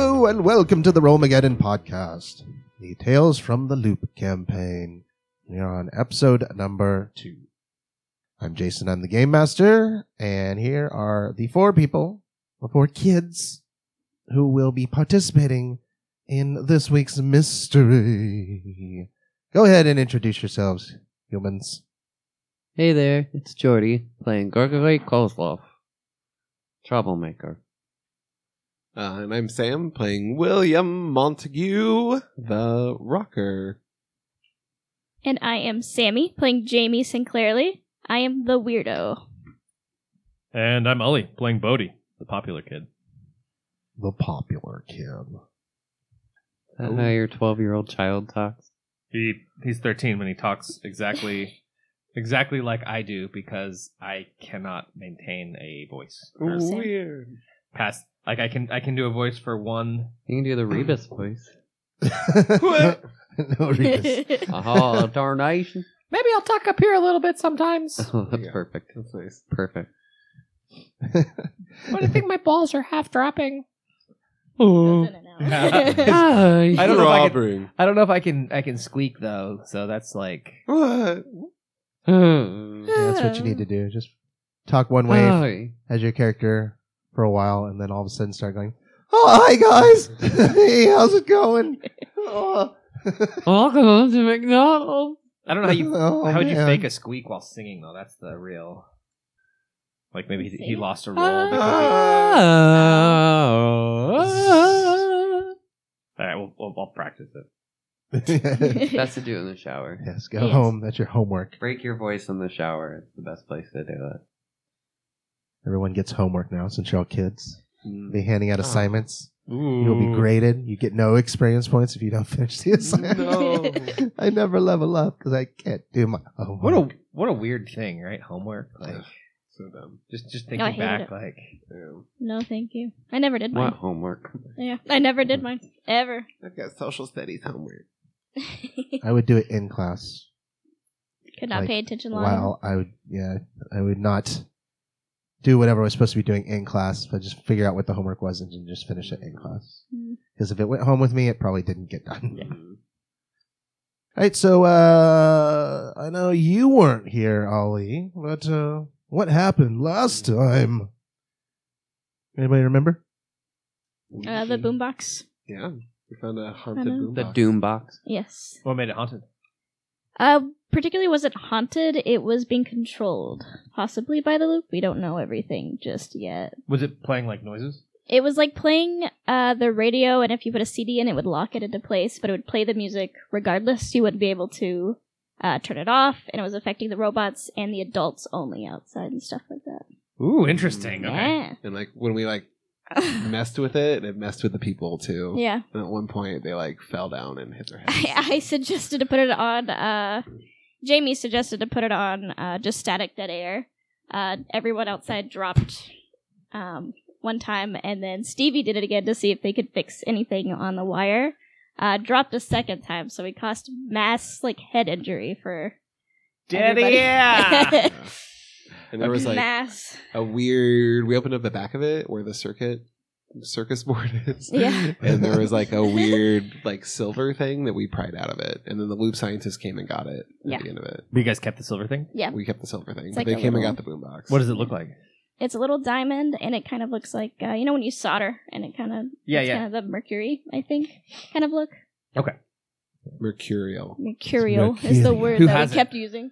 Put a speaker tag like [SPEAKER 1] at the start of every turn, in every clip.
[SPEAKER 1] Welcome to the Romageddon podcast, the Tales from the Loop campaign. We are on episode number two. I'm Jason, I'm the Game Master, and here are the four people, the four kids, who will be participating in this week's mystery. Go ahead and introduce yourselves, humans.
[SPEAKER 2] Hey there, it's Jordy playing Gorgory Kozlov, troublemaker.
[SPEAKER 3] Uh, and I'm Sam playing William Montague, the rocker.
[SPEAKER 4] And I am Sammy, playing Jamie Sinclairly. I am the weirdo.
[SPEAKER 5] And I'm Ollie, playing Bodhi, the popular kid.
[SPEAKER 1] The popular kid.
[SPEAKER 2] Is that how your 12 year old child talks?
[SPEAKER 5] He he's 13 when he talks exactly exactly like I do because I cannot maintain a voice for
[SPEAKER 4] Sam.
[SPEAKER 3] Weird.
[SPEAKER 5] past like I can I can do a voice for one.
[SPEAKER 2] You can do the Rebus voice.
[SPEAKER 3] What?
[SPEAKER 1] no, Remus.
[SPEAKER 2] Oh, darnation.
[SPEAKER 5] Maybe I'll talk up here a little bit sometimes.
[SPEAKER 2] Oh, that's
[SPEAKER 3] Yeah.
[SPEAKER 2] perfect.
[SPEAKER 3] That's nice.
[SPEAKER 2] Perfect.
[SPEAKER 5] But I think my balls are half dropping.
[SPEAKER 4] Doesn't
[SPEAKER 5] I don't know if I could-
[SPEAKER 3] Robbery.
[SPEAKER 5] I don't know if I can I can squeak though, so that's like
[SPEAKER 3] What?
[SPEAKER 2] Oh,
[SPEAKER 1] Yeah, that's what you need to do. Just talk one way
[SPEAKER 3] Oh,
[SPEAKER 1] as your character for a while, and then all of a sudden start going, "Oh, hi guys! hey, how's it going?" Oh,
[SPEAKER 2] Welcome to McDonald's.
[SPEAKER 5] I don't know how you
[SPEAKER 1] oh,
[SPEAKER 5] how would you
[SPEAKER 1] man.
[SPEAKER 5] fake a squeak while singing though? That's the real. Like maybe he, he
[SPEAKER 4] Sing?
[SPEAKER 5] lost a roll. because he-
[SPEAKER 2] Oh.
[SPEAKER 5] All right, we'll, we'll, I'll practice it.
[SPEAKER 1] yes,
[SPEAKER 4] it
[SPEAKER 2] Best to do in the shower.
[SPEAKER 1] go
[SPEAKER 4] Yes.
[SPEAKER 1] home. That's your homework.
[SPEAKER 2] Break your voice in the shower. It's the best place to do it.
[SPEAKER 1] Everyone gets homework now since you're all kids. You'll
[SPEAKER 2] Mm.
[SPEAKER 1] be handing out
[SPEAKER 2] Oh.
[SPEAKER 1] assignments. You'll be graded. You get no experience points if you don't finish
[SPEAKER 5] Mm.
[SPEAKER 1] the assignment.
[SPEAKER 3] No.
[SPEAKER 1] I never level up because I can't do my homework.
[SPEAKER 5] What a what a weird thing, right? Homework, like
[SPEAKER 3] so dumb.
[SPEAKER 5] just just
[SPEAKER 4] I
[SPEAKER 5] thinking
[SPEAKER 4] hated
[SPEAKER 5] back,
[SPEAKER 4] it.
[SPEAKER 5] like
[SPEAKER 3] Yeah.
[SPEAKER 4] no, thank you. I never did
[SPEAKER 2] What
[SPEAKER 4] mine.
[SPEAKER 2] homework?
[SPEAKER 4] Yeah, I never did mine ever.
[SPEAKER 3] I've got social studies homework.
[SPEAKER 4] Could
[SPEAKER 1] I would do it in class.
[SPEAKER 4] not
[SPEAKER 1] Like,
[SPEAKER 4] pay attention long.
[SPEAKER 1] Well, I would, yeah, I would not do whatever I was supposed to be doing in class, but just figure out what the homework was and then just finish it in class.
[SPEAKER 4] Mm.
[SPEAKER 1] Because if it went home with me, it probably didn't get done.
[SPEAKER 3] Mm.
[SPEAKER 1] All right, so uh, I know you weren't here, Ollie, but uh, what happened last
[SPEAKER 3] Mm.
[SPEAKER 1] time? Anybody remember?
[SPEAKER 4] Uh, the boombox.
[SPEAKER 3] Yeah. We found a haunted
[SPEAKER 4] I know.
[SPEAKER 3] boombox.
[SPEAKER 2] The doom box.
[SPEAKER 4] Yes.
[SPEAKER 5] what made it haunted?
[SPEAKER 4] Uh, particularly was it haunted? It was being controlled, possibly by the loop. We don't know everything just yet.
[SPEAKER 5] Was it playing like noises?
[SPEAKER 4] It was like playing uh, the radio, and if you put a CD in, it would lock it into place, but it would play the music regardless. You wouldn't be able to uh, turn it off, and it was affecting the robots and the adults only outside and stuff like that.
[SPEAKER 5] Ooh, interesting. Okay.
[SPEAKER 4] Yeah.
[SPEAKER 3] Mm-hmm. And like when we like messed with it, it messed with the people too.
[SPEAKER 4] yeah.
[SPEAKER 3] And at one point they like fell down and hit their heads.
[SPEAKER 4] I, I suggested to put it on. Uh, Jamie suggested to put it on uh, just static dead air. Uh, everyone outside dropped um, one time, and then Stevie did it again to see if they could fix anything on the wire. Uh, dropped a second time, so we caused mass like head injury for
[SPEAKER 5] Daddy,
[SPEAKER 4] everybody.
[SPEAKER 5] yeah.
[SPEAKER 3] and there was like
[SPEAKER 4] mass.
[SPEAKER 3] a weird. We opened up the back of it where the circuit circus board is.
[SPEAKER 4] Yeah.
[SPEAKER 3] And there was like a weird like silver thing that we pried out of it, and then the loop scientists came and got it at
[SPEAKER 4] Yeah.
[SPEAKER 3] the end of it.
[SPEAKER 5] But you guys kept the silver thing.
[SPEAKER 4] Yeah.
[SPEAKER 3] We kept the silver thing,
[SPEAKER 4] It's
[SPEAKER 3] but
[SPEAKER 4] like
[SPEAKER 3] they
[SPEAKER 4] a
[SPEAKER 3] came
[SPEAKER 4] little-
[SPEAKER 3] and got the boombox.
[SPEAKER 5] What does it look like?
[SPEAKER 4] It's a little diamond, and it kind of looks like uh, you know when you solder, and it kind of
[SPEAKER 5] Yeah,
[SPEAKER 4] it's
[SPEAKER 5] yeah.
[SPEAKER 4] kind of the mercury, I think, kind of look.
[SPEAKER 3] mercurial?
[SPEAKER 4] Mercurial is the
[SPEAKER 1] Mercurial.
[SPEAKER 4] word
[SPEAKER 5] Who Um,
[SPEAKER 4] that
[SPEAKER 5] has
[SPEAKER 4] we
[SPEAKER 5] it?
[SPEAKER 4] kept using.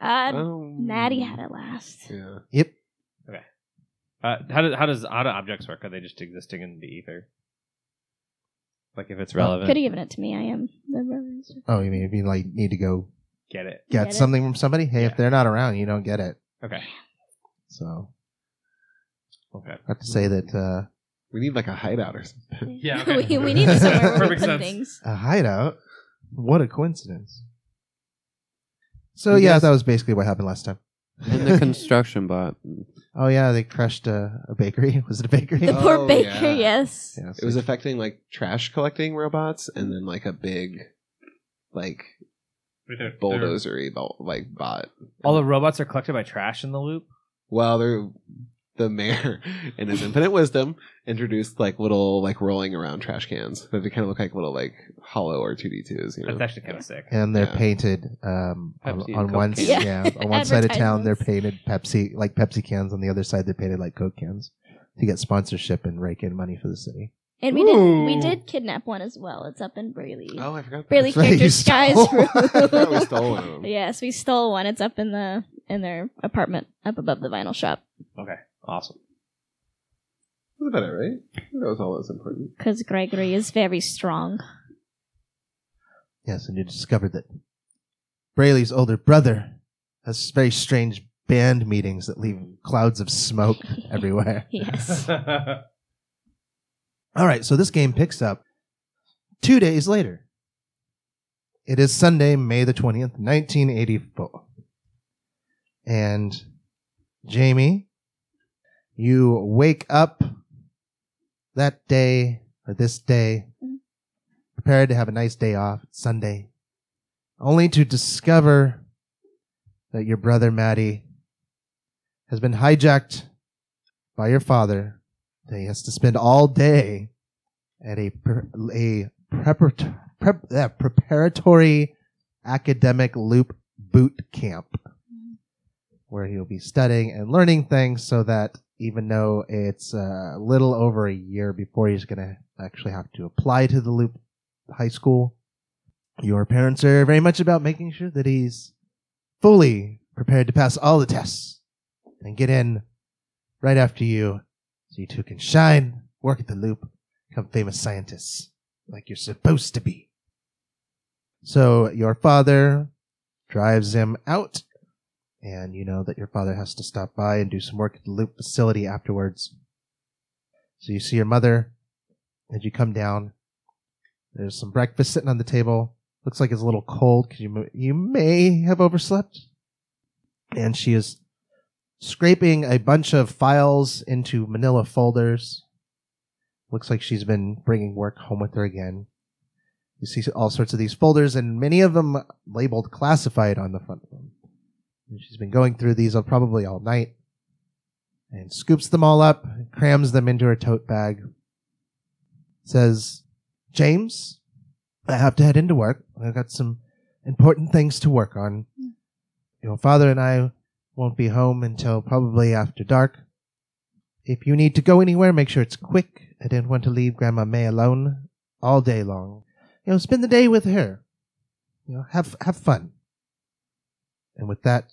[SPEAKER 4] Uh,
[SPEAKER 3] Oh.
[SPEAKER 4] Maddie had it last.
[SPEAKER 3] Yeah.
[SPEAKER 1] Yep.
[SPEAKER 5] Uh, how do how does how do objects work? Are they just existing in the ether? Like if it's relevant,
[SPEAKER 4] Could have given it to me. I am the reverend.
[SPEAKER 1] Oh, you mean if you like need to go
[SPEAKER 5] get it.
[SPEAKER 1] get,
[SPEAKER 4] Get it?
[SPEAKER 1] something from somebody? Hey,
[SPEAKER 5] Yeah.
[SPEAKER 1] if they're not around, you don't get it.
[SPEAKER 5] Okay.
[SPEAKER 1] So
[SPEAKER 5] Okay.
[SPEAKER 1] I have to say that uh,
[SPEAKER 3] We need like a hideout or something.
[SPEAKER 5] Yeah, okay.
[SPEAKER 4] we, we need somewhere where we
[SPEAKER 5] Perfect
[SPEAKER 4] put
[SPEAKER 5] sense.
[SPEAKER 4] things.
[SPEAKER 1] a hideout. What a coincidence. So
[SPEAKER 3] You
[SPEAKER 1] yeah,
[SPEAKER 3] guys-
[SPEAKER 1] that was basically what happened last time.
[SPEAKER 2] And the construction bot.
[SPEAKER 1] oh yeah, they crushed a, a bakery. Was it a bakery?
[SPEAKER 4] The
[SPEAKER 3] Oh,
[SPEAKER 4] poor baker,
[SPEAKER 3] yeah.
[SPEAKER 4] yes.
[SPEAKER 1] Yeah,
[SPEAKER 3] It was affecting like trash collecting robots, and then like a big, like bulldozery bo- like bot.
[SPEAKER 5] All the robots are collected by trash in the loop.
[SPEAKER 3] Well, they're the mayor in his infinite wisdom introduced like little like rolling around trash cans that they kind of look like little like hollow or 2d2s you know
[SPEAKER 5] That's actually kind of sick.
[SPEAKER 1] and they're
[SPEAKER 3] Yeah.
[SPEAKER 1] painted um, on,
[SPEAKER 5] Pepsi and
[SPEAKER 1] on
[SPEAKER 5] Coke
[SPEAKER 1] one
[SPEAKER 5] cans.
[SPEAKER 1] yeah. on one side of town they're
[SPEAKER 4] Advertisements.
[SPEAKER 1] painted Pepsi like Pepsi cans on the other side they're painted like Coke cans to get sponsorship and rake in money for the city.
[SPEAKER 4] And we did we
[SPEAKER 5] Ooh.
[SPEAKER 4] did kidnap one as well. It's up in Braley.
[SPEAKER 3] oh i forgot that.
[SPEAKER 4] Braley
[SPEAKER 1] That's right,
[SPEAKER 4] character
[SPEAKER 1] you
[SPEAKER 4] Sky's
[SPEAKER 1] stole
[SPEAKER 4] room.
[SPEAKER 1] one.
[SPEAKER 3] I forgot we stole one of them.
[SPEAKER 4] Yes, we stole one. It's up in the in their apartment up above the vinyl shop
[SPEAKER 5] Okay, awesome.
[SPEAKER 3] That's about it, right? I think That was all that was important.
[SPEAKER 4] because Gregory is very strong.
[SPEAKER 1] Yes, and you discovered that Braley's older brother has very strange band meetings that leave clouds of smoke everywhere.
[SPEAKER 4] yes.
[SPEAKER 1] All right, so this game picks up two days later. It is Sunday, May the 20th, 1984. And Jamie, you wake up that day or this day, prepared to have a nice day off, it's Sunday, only to discover that your brother Maddie has been hijacked by your father that he has to spend all day at a pre- a preparat- prep, uh, preparatory academic loop boot camp where he'll be studying and learning things so that even though it's uh, a little over a year before he's going to actually have to apply to the loop high school your parents are very much about making sure that he's fully prepared to pass all the tests and get in right after you so you two can shine, work at the loop, become famous scientists like you're supposed to be. So your father drives him out, and you know that your father has to stop by and do some work at the loop facility afterwards. So you see your mother as you come down. There's some breakfast sitting on the table. Looks like it's a little cold because you mo- you may have overslept, and she is scraping a bunch of files into manila folders. Looks like she's been bringing work home with her again. You see all sorts of these folders, and many of them labeled classified on the front of them. And she's been going through these all- probably all night and scoops them all up, crams them into her tote bag. Says, James, I have to head into work. I've got some important things to work on. Your father and I won't be home until probably after dark. If you need to go anywhere, make sure it's quick. I didn't want to leave Grandma May alone all day long. You know, spend the day with her. You know, have have fun. And with that,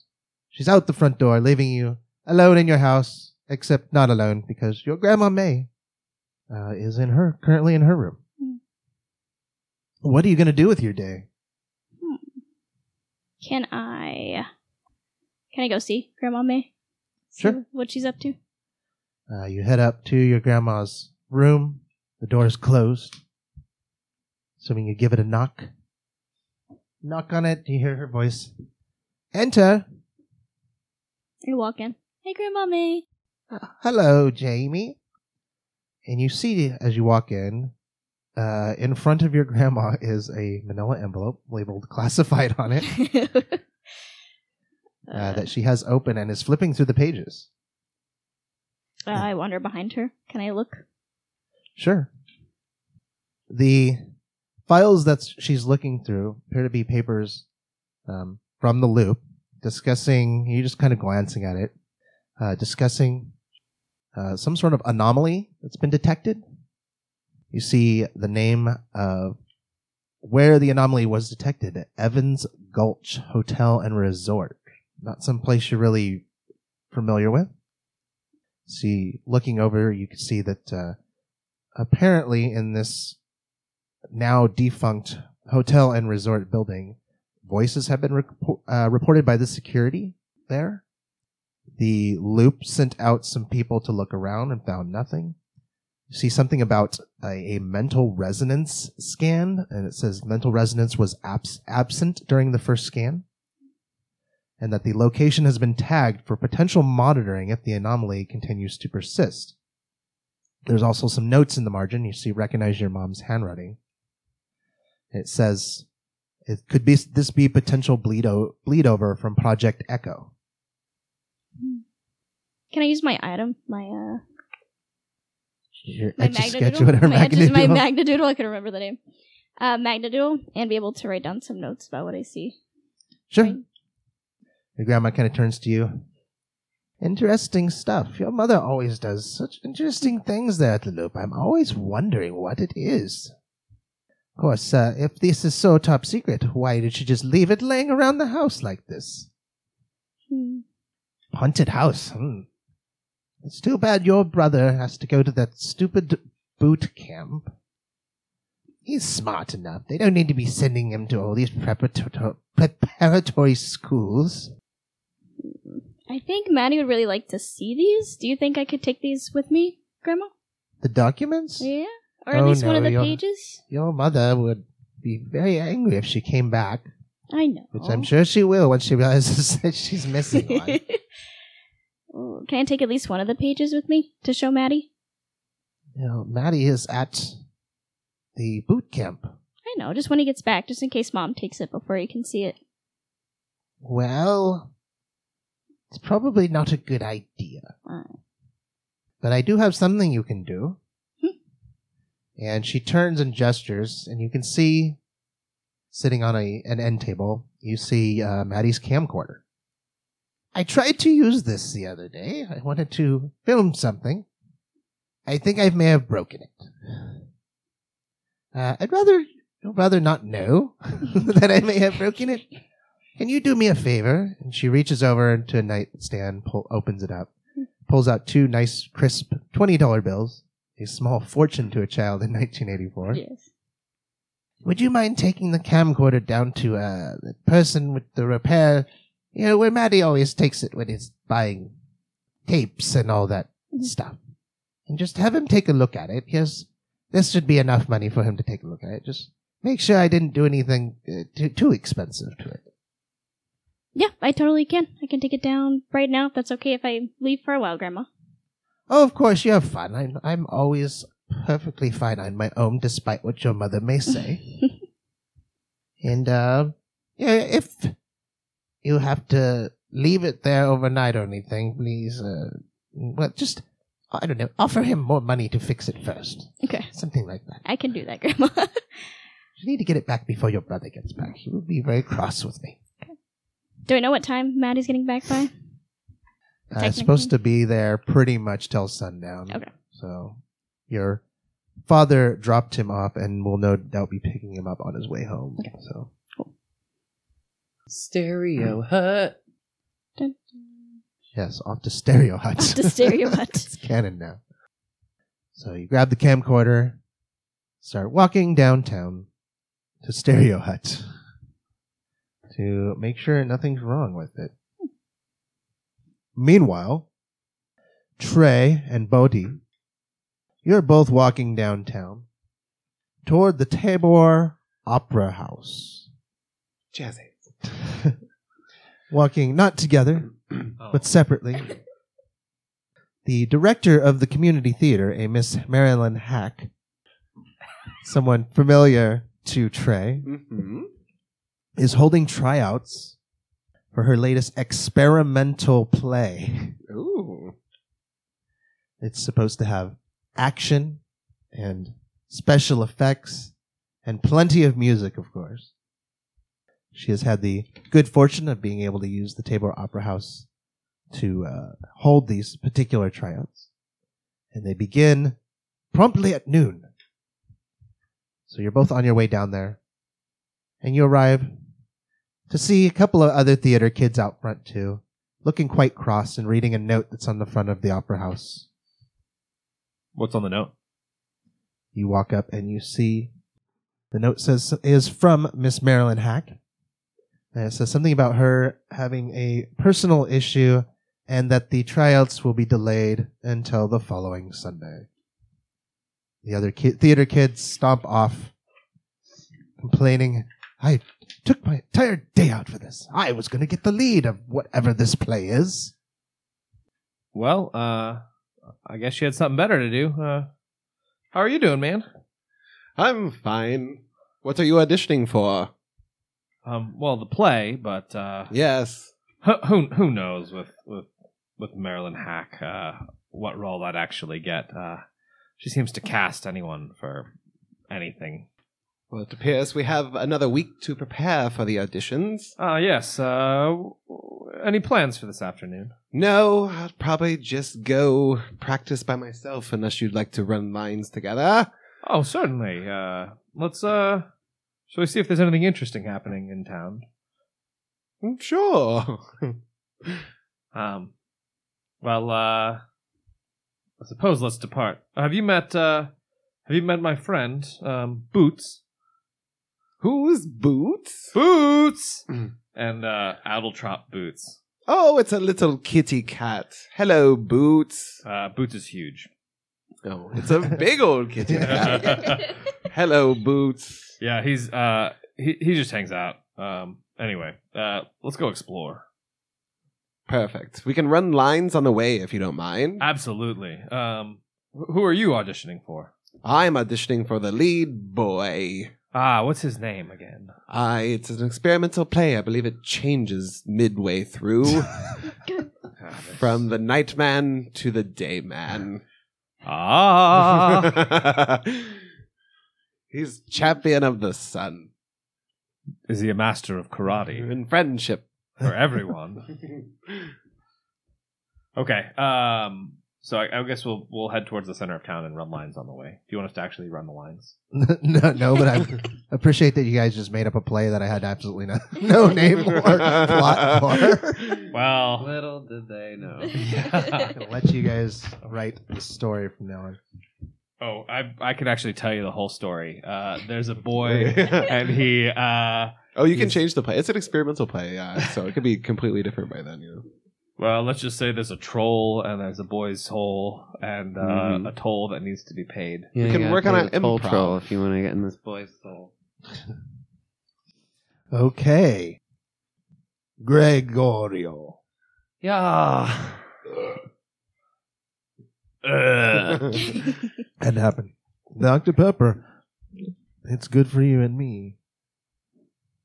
[SPEAKER 1] she's out the front door, leaving you alone in your house, except not alone because your Grandma May uh, is in her currently in her room.
[SPEAKER 4] Hmm.
[SPEAKER 1] What are you going to do with your day?
[SPEAKER 4] Can I? Can I go see Grandma May? See
[SPEAKER 1] Sure.
[SPEAKER 4] What she's up to?
[SPEAKER 1] Uh, you head up to your grandma's room. The door is closed. Assuming you give it a knock. Knock on it. You hear her voice. Enter.
[SPEAKER 4] I walk in. Hey, Grandma May.
[SPEAKER 1] Uh, Hello, Jamie. And you see as you walk in, uh, in front of your grandma is a manila envelope labeled classified on it uh, that she has open and is flipping through the pages.
[SPEAKER 4] Uh, I wander behind her. Can I look?
[SPEAKER 1] Sure. The files that she's looking through appear to be papers um, from the loop discussing, you're just kind of glancing at it, uh, discussing uh, some sort of anomaly that's been detected. You see the name of where the anomaly was detected Evans Gulch Hotel and Resort. Not some place you're really familiar with. See, looking over, you can see that uh, apparently in this now defunct hotel and resort building, voices have been repo- uh, reported by the security there. The loop sent out some people to look around and found nothing. You see something about a, a mental resonance scan, and it says mental resonance was abs- absent during the first scan, and that the location has been tagged for potential monitoring if the anomaly continues to persist. There's also some notes in the margin. You see, recognize your mom's handwriting. It says, "It could be this be potential bleed o- bleed over from Project Echo."
[SPEAKER 4] Can I use my item? My uh,
[SPEAKER 1] Your
[SPEAKER 4] my
[SPEAKER 1] etch a sketch, whatever.
[SPEAKER 4] My, Magnadoodle. my
[SPEAKER 1] Magnadoodle.
[SPEAKER 4] Magnadoodle. I couldn't remember the name. Uh, Magnadoodle, and be able to write down some notes about what I see.
[SPEAKER 1] Sure.
[SPEAKER 4] Right.
[SPEAKER 1] Your grandma kind of turns to you. Interesting stuff. Your mother always does such interesting things there at the loop. I'm always wondering what it is. Of course, uh, if this is so top secret, why did she just leave it laying around the house like this?
[SPEAKER 4] Hmm.
[SPEAKER 1] Haunted house. Hmm. It's too bad your brother has to go to that stupid boot camp. He's smart enough. They don't need to be sending him to all these preparator- preparatory schools.
[SPEAKER 4] I think Maddie would really like to see these. Do you think I could take these with me, Grandma?
[SPEAKER 1] The documents?
[SPEAKER 4] Yeah, or at
[SPEAKER 1] Oh,
[SPEAKER 4] least one
[SPEAKER 1] no,
[SPEAKER 4] of the
[SPEAKER 1] you'll-
[SPEAKER 4] pages.
[SPEAKER 1] Your mother would be very angry if she came back,
[SPEAKER 4] I know.
[SPEAKER 1] which I'm sure she will once she realizes that she's missing one.
[SPEAKER 4] Oh, Can I take at least one of the pages with me to show Maddie?
[SPEAKER 1] You know, Maddie is at the boot camp.
[SPEAKER 4] I know, just when he gets back, just in case Mom takes it before he can see it.
[SPEAKER 1] Well, it's probably not a good idea.
[SPEAKER 4] Mm.
[SPEAKER 1] But I do have something you can do.
[SPEAKER 4] Hmm.
[SPEAKER 1] and she turns and gestures, and you can see, sitting on a an end table, you see uh, Maddie's camcorder. I tried to use this the other day. I wanted to film something. I think I may have broken it. Uh, I'd rather rather not know that I may have broken it. Can you do me a favor? And she reaches over to a nightstand, pull, opens it up, pulls out two nice, crisp $20 bills, a small fortune to a child in 1984.
[SPEAKER 4] Yes.
[SPEAKER 1] Would you mind taking the camcorder down to uh, the person with the repair? You know, where Maddie always takes it when he's buying tapes and all that stuff. And just have him take a look at it. Here's, this should be enough money for him to take a look at it. Just make sure I didn't do anything uh, too, too expensive to it.
[SPEAKER 4] Yeah, I totally can. I can take it down right now if that's okay if I leave for a while, Grandma.
[SPEAKER 1] Oh, of course, you have fun. I'm, I'm always perfectly fine on my own, despite what your mother may say. and, uh, yeah, if you have to leave it there overnight or anything, please, uh, well, just, I don't know, offer him more money to fix it first.
[SPEAKER 4] Okay.
[SPEAKER 1] Something like that.
[SPEAKER 4] I can do that, Grandma.
[SPEAKER 1] You need to get it back before your brother gets back. He will be very cross with me.
[SPEAKER 4] do I know what time Maddie's getting back by?
[SPEAKER 1] Uh, it's supposed to be there pretty much till sundown.
[SPEAKER 4] Okay.
[SPEAKER 1] So your father dropped him off and will no doubt be picking him up on his way home. So
[SPEAKER 2] Stereo hut.
[SPEAKER 4] Dun.
[SPEAKER 1] yes, off to Stereo Hut.
[SPEAKER 4] Off to Stereo Hut.
[SPEAKER 1] it's canon now. So you grab the camcorder, start walking downtown to Stereo Hut to make sure nothing's wrong with it. Meanwhile, Trey and Bodhi, you're both walking downtown toward the Tabor Opera House.
[SPEAKER 3] Jazzy.
[SPEAKER 1] walking not together,
[SPEAKER 5] Oh.
[SPEAKER 1] but separately. The director of the community theater, a Miss Marilyn Hack, someone familiar to Trey,
[SPEAKER 3] Mm-hmm.
[SPEAKER 1] is holding tryouts for her latest experimental play.
[SPEAKER 3] Ooh.
[SPEAKER 1] It's supposed to have action and special effects and plenty of music, of course. She has had the good fortune of being able to use the Tabor Opera House to uh, hold these particular tryouts. And they begin promptly at noon. So you're both on your way down there. And you arrive to see a couple of other theater kids out front, too, looking quite cross and reading a note that's on the front of the Opera House.
[SPEAKER 5] What's on the note?
[SPEAKER 1] You walk up and you see the note says is from Miss Marilyn Hack. And it says something about her having a personal issue and that the tryouts will be delayed until the following Sunday. The other ki- theater kids stomp off, complaining, I took my entire day out for this. I was going to get the lead of whatever this play is.
[SPEAKER 5] Well, uh, I guess you had something better to do. Uh, how are you doing, man?
[SPEAKER 3] I'm fine. What are you auditioning for?
[SPEAKER 5] Um, well, the play, but uh,
[SPEAKER 3] Yes.
[SPEAKER 5] who who knows with with with Marilyn Hack, uh, what role I'd actually get. Uh, she seems to cast anyone for anything.
[SPEAKER 3] Well, it appears we have another week to prepare for the auditions.
[SPEAKER 5] Ah, yes. Uh, w- any plans for this afternoon?
[SPEAKER 3] No, I'd probably just go practice by myself unless you'd like to run lines together.
[SPEAKER 5] Oh, certainly. Uh, let's. Uh, shall we see if there's anything interesting happening in town?
[SPEAKER 3] Mm, Sure.
[SPEAKER 5] Um, well, uh, I suppose let's depart. Have you met? Uh, have you met my friend um, Boots?
[SPEAKER 3] Who's Boots?
[SPEAKER 5] Boots
[SPEAKER 3] Mm.
[SPEAKER 5] and uh, Addletrop Boots.
[SPEAKER 3] Oh, it's a little kitty cat. Hello, Boots.
[SPEAKER 5] Uh, Boots is huge.
[SPEAKER 3] Oh, it's a big old kitty cat.
[SPEAKER 5] yeah,
[SPEAKER 3] Hello, Boots.
[SPEAKER 5] he's uh, he he just hangs out. Um, anyway, uh, let's go explore.
[SPEAKER 3] Perfect. We can run lines on the way if you don't mind.
[SPEAKER 5] Absolutely. Um, wh- who are you auditioning for?
[SPEAKER 3] I'm auditioning for the lead boy.
[SPEAKER 5] Ah, what's his name again?
[SPEAKER 3] I it's an experimental play. I believe it changes midway through from the nightman to the dayman.
[SPEAKER 5] ah,
[SPEAKER 3] He's champion of the sun
[SPEAKER 5] is he a master of karate
[SPEAKER 3] in friendship.
[SPEAKER 5] for everyone? Okay. Um. So I, I guess we'll we'll head towards the center of town and run lines on the way. Do you want us to actually run the lines?
[SPEAKER 1] no, no, but I appreciate that you guys just made up a play that I had absolutely no, no name or plot for.
[SPEAKER 5] Well,
[SPEAKER 2] Little did they know.
[SPEAKER 5] Yeah.
[SPEAKER 1] I'll let you guys write the story from now on.
[SPEAKER 5] oh, I I can actually tell you the whole story. Uh, there's a boy, and he uh.
[SPEAKER 3] oh, you can
[SPEAKER 5] He's-
[SPEAKER 3] change the play. It's an experimental play, yeah. So it could be completely different by then, you know.
[SPEAKER 5] Well, let's just say there's a troll and there's a boy's hole and uh,
[SPEAKER 2] Mhm.
[SPEAKER 5] a toll that needs to be paid.
[SPEAKER 2] Yeah,
[SPEAKER 3] can
[SPEAKER 2] gotta
[SPEAKER 3] work on
[SPEAKER 2] play
[SPEAKER 3] an
[SPEAKER 2] the toll
[SPEAKER 3] improv.
[SPEAKER 2] troll if you want to get in this boy's soul.
[SPEAKER 1] Okay. Gregorio.
[SPEAKER 5] Yeah. Uh,
[SPEAKER 4] Oh
[SPEAKER 1] That happened. Dr. Pepper. It's good for you and me.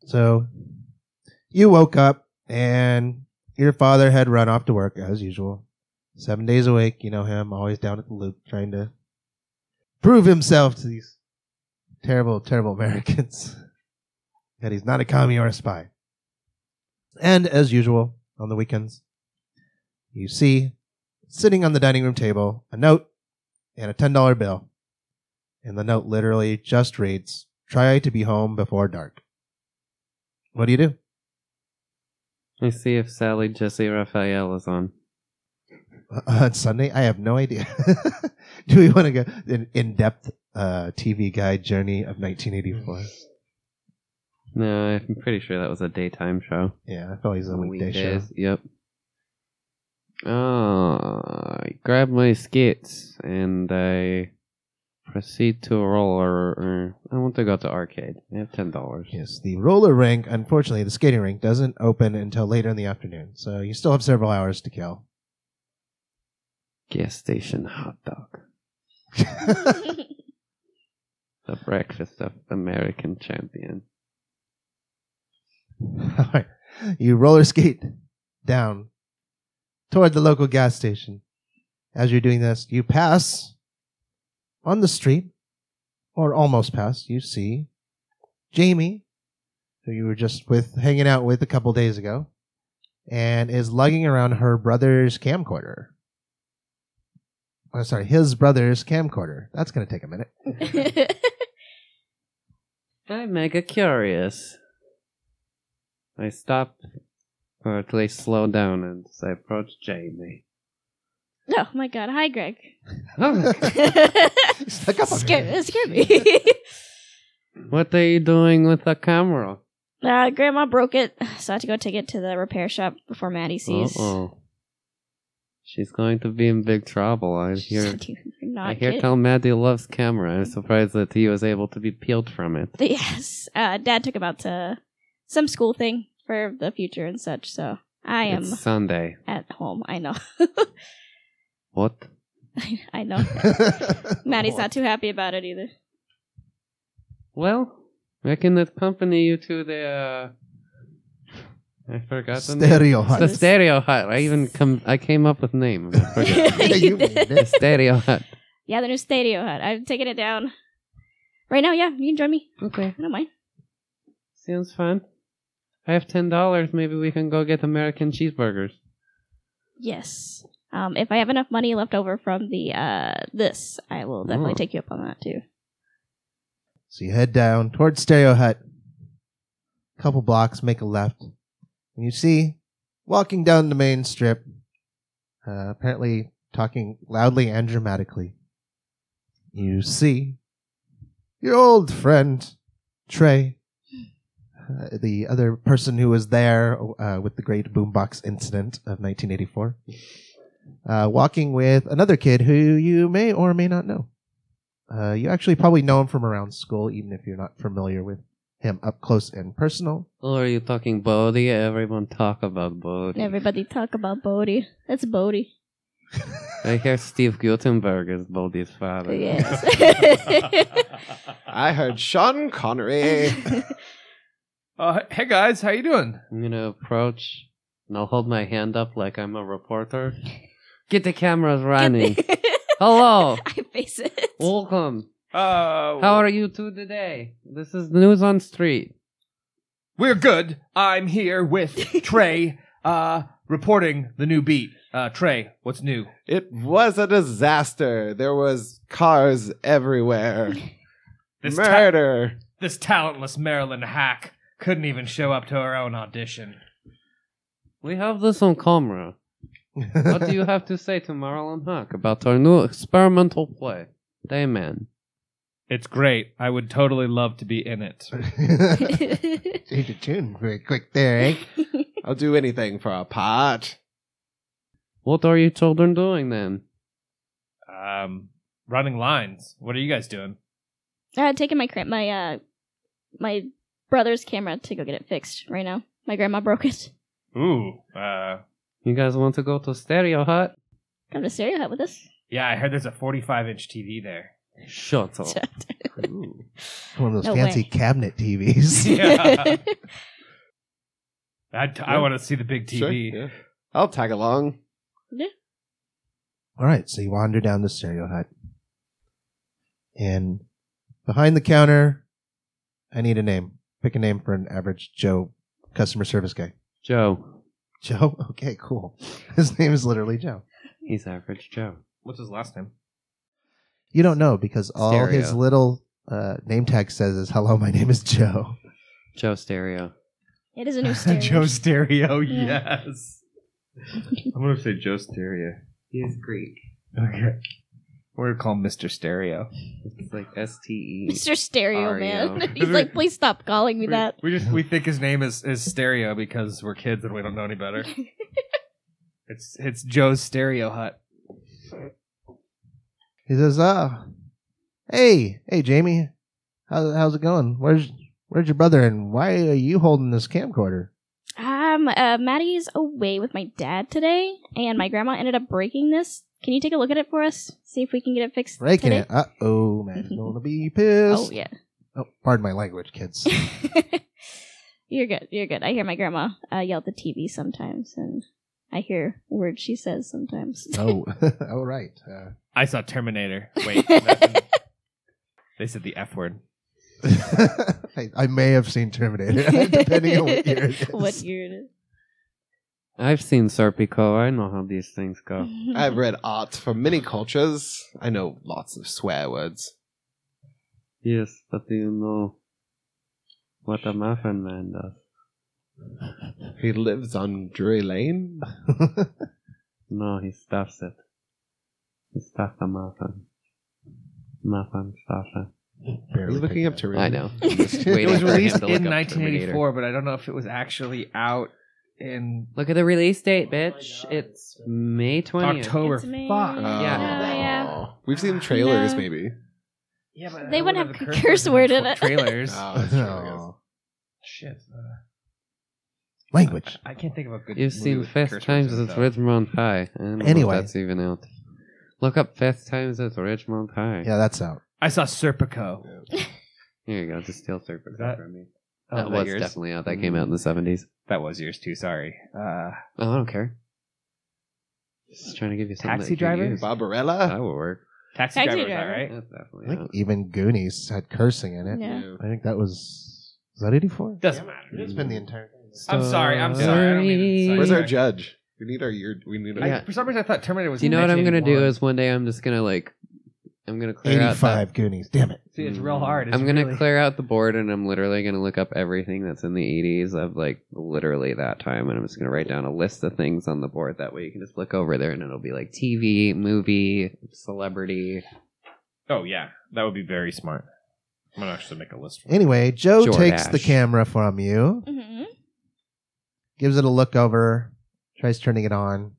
[SPEAKER 1] So, you woke up and your father had run off to work as usual. Seven days awake, you know him, always down at the loop trying to prove himself to these terrible, terrible Americans that he's not a commie or a spy. And as usual, on the weekends, you see sitting on the dining room table a note and a $10 bill. And the note literally just reads, try to be home before dark. What do you do?
[SPEAKER 2] Let's see if Sally Jesse Raphael is on.
[SPEAKER 1] Uh, on Sunday? I have no idea. do we want to go an in-depth uh, TV guide journey of 1984?
[SPEAKER 2] No, I'm pretty sure that was a daytime show.
[SPEAKER 1] Yeah, I feel like it's a weekday show.
[SPEAKER 2] Yep. Oh, I grab my skates and I proceed to roll. Or, or I want to go to arcade. I have ten dollars.
[SPEAKER 1] Yes, the roller rink, unfortunately, the skating rink doesn't open until later in the afternoon. So you still have several hours to kill.
[SPEAKER 2] Gas station hot dog. The breakfast of American champion.
[SPEAKER 1] All right. You roller skate down toward the local gas station. As you're doing this, you pass on the street, or almost pass, you see Jamie, who you were just with hanging out with a couple days ago, and is lugging around her brother's camcorder. Oh, sorry, his brother's camcorder. That's going to take a minute.
[SPEAKER 2] I'm mega curious. I stop, or at least slow down, and I approach Jamie.
[SPEAKER 4] oh my god. Hi, Greg.
[SPEAKER 1] Stuck up on
[SPEAKER 4] Scare-
[SPEAKER 1] me.
[SPEAKER 4] uh, scare me.
[SPEAKER 2] What are you doing with the camera?
[SPEAKER 4] uh, Grandma broke it, so I had to go take it to the repair shop before Maddie sees.
[SPEAKER 2] oh. She's going to be in big trouble. I
[SPEAKER 4] She
[SPEAKER 2] hear.
[SPEAKER 4] said, "You're not
[SPEAKER 2] I hear
[SPEAKER 4] kidding."
[SPEAKER 2] tell Maddie loves camera. I'm surprised that he was able to be peeled from it.
[SPEAKER 4] Yes, uh, Dad took him out to some school thing for the future and such. So I am
[SPEAKER 2] It's Sunday.
[SPEAKER 4] at home. I know.
[SPEAKER 2] What?
[SPEAKER 4] I know. Maddie's not too happy about it either.
[SPEAKER 2] Well, I can accompany you to the uh, I forgot the name.
[SPEAKER 1] Stereo
[SPEAKER 2] It's the
[SPEAKER 1] hut.
[SPEAKER 2] stereo hut. I even come. I came up with name. I forgot.
[SPEAKER 1] You made
[SPEAKER 2] the
[SPEAKER 1] it.
[SPEAKER 2] stereo hut.
[SPEAKER 4] Yeah, the new Stadio Hut. I've taken it down. Right now, yeah, you can join me.
[SPEAKER 2] Okay,
[SPEAKER 4] I don't mind.
[SPEAKER 2] sounds fun. I have ten dollars. Maybe we can go get American cheeseburgers.
[SPEAKER 4] Yes. Um, if I have enough money left over from the uh, this, I will definitely
[SPEAKER 2] Oh.
[SPEAKER 4] take you up on that too.
[SPEAKER 1] So you head down towards Stereo Hut. Couple blocks, make a left, and you see walking down the main strip. Uh, apparently talking loudly and dramatically. You see your old friend Trey, uh, the other person who was there uh, with the great boombox incident of 1984, uh, walking with another kid who you may or may not know. Uh, you actually probably know him from around school, even if you're not familiar with him up close and personal.
[SPEAKER 2] Or are you talking Bodhi? Everyone talk about Bodhi.
[SPEAKER 4] Everybody talk about Bodhi. That's Bodhi.
[SPEAKER 2] I hear Steve Gutenberg is Bodhi's father.
[SPEAKER 4] Yes.
[SPEAKER 3] I heard Sean Connery.
[SPEAKER 5] uh, hey guys, how you doing?
[SPEAKER 2] I'm gonna approach and I'll hold my hand up like I'm a reporter. Get the cameras running. Hello,
[SPEAKER 4] I face it.
[SPEAKER 2] welcome.
[SPEAKER 5] Uh,
[SPEAKER 2] How are you two today? This is news on street.
[SPEAKER 5] We're good. I'm here with Trey, uh, reporting the new beat. Uh, Trey, what's new?
[SPEAKER 3] It was a disaster. There was cars everywhere.
[SPEAKER 5] This ta-
[SPEAKER 3] Murder.
[SPEAKER 5] this talentless Maryland hack couldn't even show up to her own audition.
[SPEAKER 2] We have this on camera. What do you have to say to Marlon Huck about our new experimental play, Dayman?
[SPEAKER 5] It's great. I would totally love to be in it.
[SPEAKER 1] Change the tune very quick there, eh?
[SPEAKER 3] I'll do anything for a pot.
[SPEAKER 2] What are you children doing then?
[SPEAKER 5] Um, running lines. What are you guys doing?
[SPEAKER 4] I had taken my cra- my uh my brother's camera to go get it fixed right now. My grandma broke it.
[SPEAKER 5] Ooh. Uh,
[SPEAKER 2] You guys want to go to Stereo Hut?
[SPEAKER 4] Come to Stereo Hut with us.
[SPEAKER 5] yeah, I heard there's a 45 inch TV there.
[SPEAKER 2] Shut up.
[SPEAKER 1] One of those
[SPEAKER 4] No
[SPEAKER 1] fancy
[SPEAKER 4] way.
[SPEAKER 1] cabinet TVs.
[SPEAKER 5] Yeah. I, t- I
[SPEAKER 3] Yeah.
[SPEAKER 5] want to see the big TV.
[SPEAKER 3] Sure, yeah. I'll tag along.
[SPEAKER 1] All right, so you wander down the stereo hut. And behind the counter, I need a name. Pick a name for an average Joe customer service guy.
[SPEAKER 2] Joe.
[SPEAKER 1] Joe? Okay, cool. His name is literally Joe.
[SPEAKER 2] He's average Joe.
[SPEAKER 5] What's his last name?
[SPEAKER 1] You don't know because all
[SPEAKER 2] Stereo.
[SPEAKER 1] his little uh, name tag says is hello, my name is Joe.
[SPEAKER 2] Joe Stereo.
[SPEAKER 4] It is a new stereo.
[SPEAKER 5] Stereo,
[SPEAKER 4] Yeah.
[SPEAKER 5] Oh, yes. I'm going to say Joe Stereo.
[SPEAKER 2] He is Greek.
[SPEAKER 5] Okay. We're going to call him Mr. Stereo.
[SPEAKER 2] It's like S T E.
[SPEAKER 4] Mr. Stereo
[SPEAKER 2] Are you?
[SPEAKER 4] Man. He's like, please stop calling me that.
[SPEAKER 5] We, just we think his name is, is Stereo because we're kids and we don't know any better. it's it's Joe's Stereo Hut.
[SPEAKER 1] He says, "Ah, hey, hey, Jamie, How, how's it going? Where's where's your brother, and why are you holding this camcorder?"
[SPEAKER 4] Um, uh, Maddie's away with my dad today, and my grandma ended up breaking this. Can you take a look at it for us? See if we can get it fixed.
[SPEAKER 1] Breaking
[SPEAKER 4] today?
[SPEAKER 1] it. Uh oh, man's gonna be pissed.
[SPEAKER 4] Oh yeah,
[SPEAKER 1] Oh, pardon my language, kids.
[SPEAKER 4] you're good. You're good. I hear my grandma uh, yell at the TV sometimes, and I hear words she says sometimes.
[SPEAKER 1] oh, all right. Uh,
[SPEAKER 5] I saw Terminator. Wait. nothing. they said the F word.
[SPEAKER 1] I, I may have seen Terminator, depending on what year it is.
[SPEAKER 4] What year it is.
[SPEAKER 2] I've seen Serpico. I know how these things go.
[SPEAKER 3] I've read art from many cultures. I know lots of swear words.
[SPEAKER 2] Yes, but do you know what a muffin man does?
[SPEAKER 3] He lives on Drury Lane.
[SPEAKER 2] No, he stuffs it. He stuffs a muffin. Muffin stuffer.
[SPEAKER 3] Are you looking up Drury
[SPEAKER 2] I know.
[SPEAKER 5] It was
[SPEAKER 2] for him
[SPEAKER 5] released
[SPEAKER 2] to look
[SPEAKER 5] in
[SPEAKER 2] up
[SPEAKER 5] 1984,
[SPEAKER 2] Terminator.
[SPEAKER 5] but I don't know if it was actually out in
[SPEAKER 2] Look at the release date, bitch. It's May 20th.
[SPEAKER 5] October.
[SPEAKER 4] It's May.
[SPEAKER 5] Fuck.
[SPEAKER 4] Oh,
[SPEAKER 2] Yeah.
[SPEAKER 4] yeah.
[SPEAKER 3] Oh. We've seen trailers,
[SPEAKER 4] No.
[SPEAKER 3] maybe.
[SPEAKER 5] Yeah, but
[SPEAKER 4] They
[SPEAKER 5] I
[SPEAKER 4] wouldn't
[SPEAKER 5] wouldn't
[SPEAKER 4] have
[SPEAKER 5] the
[SPEAKER 4] curse word
[SPEAKER 5] in
[SPEAKER 4] in it.
[SPEAKER 5] Trailers.
[SPEAKER 3] Oh, that's true, I guess.
[SPEAKER 1] Oh,
[SPEAKER 5] Shit. uh,
[SPEAKER 1] language.
[SPEAKER 5] I can't think of a good.
[SPEAKER 2] You've
[SPEAKER 5] movie
[SPEAKER 2] seen
[SPEAKER 5] with
[SPEAKER 2] Fast
[SPEAKER 5] curse words
[SPEAKER 2] Times
[SPEAKER 5] in it,
[SPEAKER 2] at
[SPEAKER 5] though.
[SPEAKER 2] Ridgemont High. I don't know if
[SPEAKER 1] Anyway.
[SPEAKER 2] that's even out. Look up Fast Times at Ridgemont High.
[SPEAKER 1] Yeah, that's out.
[SPEAKER 5] I saw Serpico.
[SPEAKER 2] Here you go. Just steal Serpico
[SPEAKER 5] That-
[SPEAKER 2] from me.
[SPEAKER 5] Oh,
[SPEAKER 2] that was
[SPEAKER 5] yours? Hmm.
[SPEAKER 2] definitely out. That came out in the 70s.
[SPEAKER 5] That was yours too. Sorry. Uh,
[SPEAKER 2] Oh, I don't care. Just trying to give you something.
[SPEAKER 5] Taxi
[SPEAKER 2] that you can
[SPEAKER 5] driver?
[SPEAKER 2] use.
[SPEAKER 3] Barbarella?
[SPEAKER 2] That would work.
[SPEAKER 5] taxi,
[SPEAKER 4] Taxi
[SPEAKER 5] driver, was
[SPEAKER 4] driver.
[SPEAKER 5] that right?
[SPEAKER 2] That's definitely
[SPEAKER 1] I think
[SPEAKER 2] out.
[SPEAKER 1] even Goonies had cursing in it.
[SPEAKER 4] Yeah.
[SPEAKER 1] I think that was was that eighty four?
[SPEAKER 5] Doesn't matter.
[SPEAKER 1] It's been the entire thing.
[SPEAKER 5] I'm sorry. I'm sorry. I don't mean to
[SPEAKER 2] Sorry.
[SPEAKER 3] Where's our
[SPEAKER 5] sidetrack.
[SPEAKER 3] judge? We need our year. We need our.
[SPEAKER 5] I, for some reason, I thought Terminator was.
[SPEAKER 2] you know what I'm gonna do
[SPEAKER 5] 1981.
[SPEAKER 2] is one day I'm just gonna like I'm gonna clear
[SPEAKER 1] Eighty
[SPEAKER 2] out that,
[SPEAKER 1] five Goonies. Damn it!
[SPEAKER 5] See, it's real hard. It's
[SPEAKER 2] I'm gonna
[SPEAKER 5] really-
[SPEAKER 2] clear out the board and I'm literally gonna look up everything that's in the 80s of like literally that time and I'm just gonna write down a list of things on the board that way you can just look over there and it'll be like TV, movie, celebrity.
[SPEAKER 5] Oh yeah, that would be very smart. I'm gonna actually make a list. For
[SPEAKER 1] Anyway, Joe
[SPEAKER 2] Jordache.
[SPEAKER 1] takes the camera from you,
[SPEAKER 4] hmm
[SPEAKER 1] gives it a look over, tries turning it on,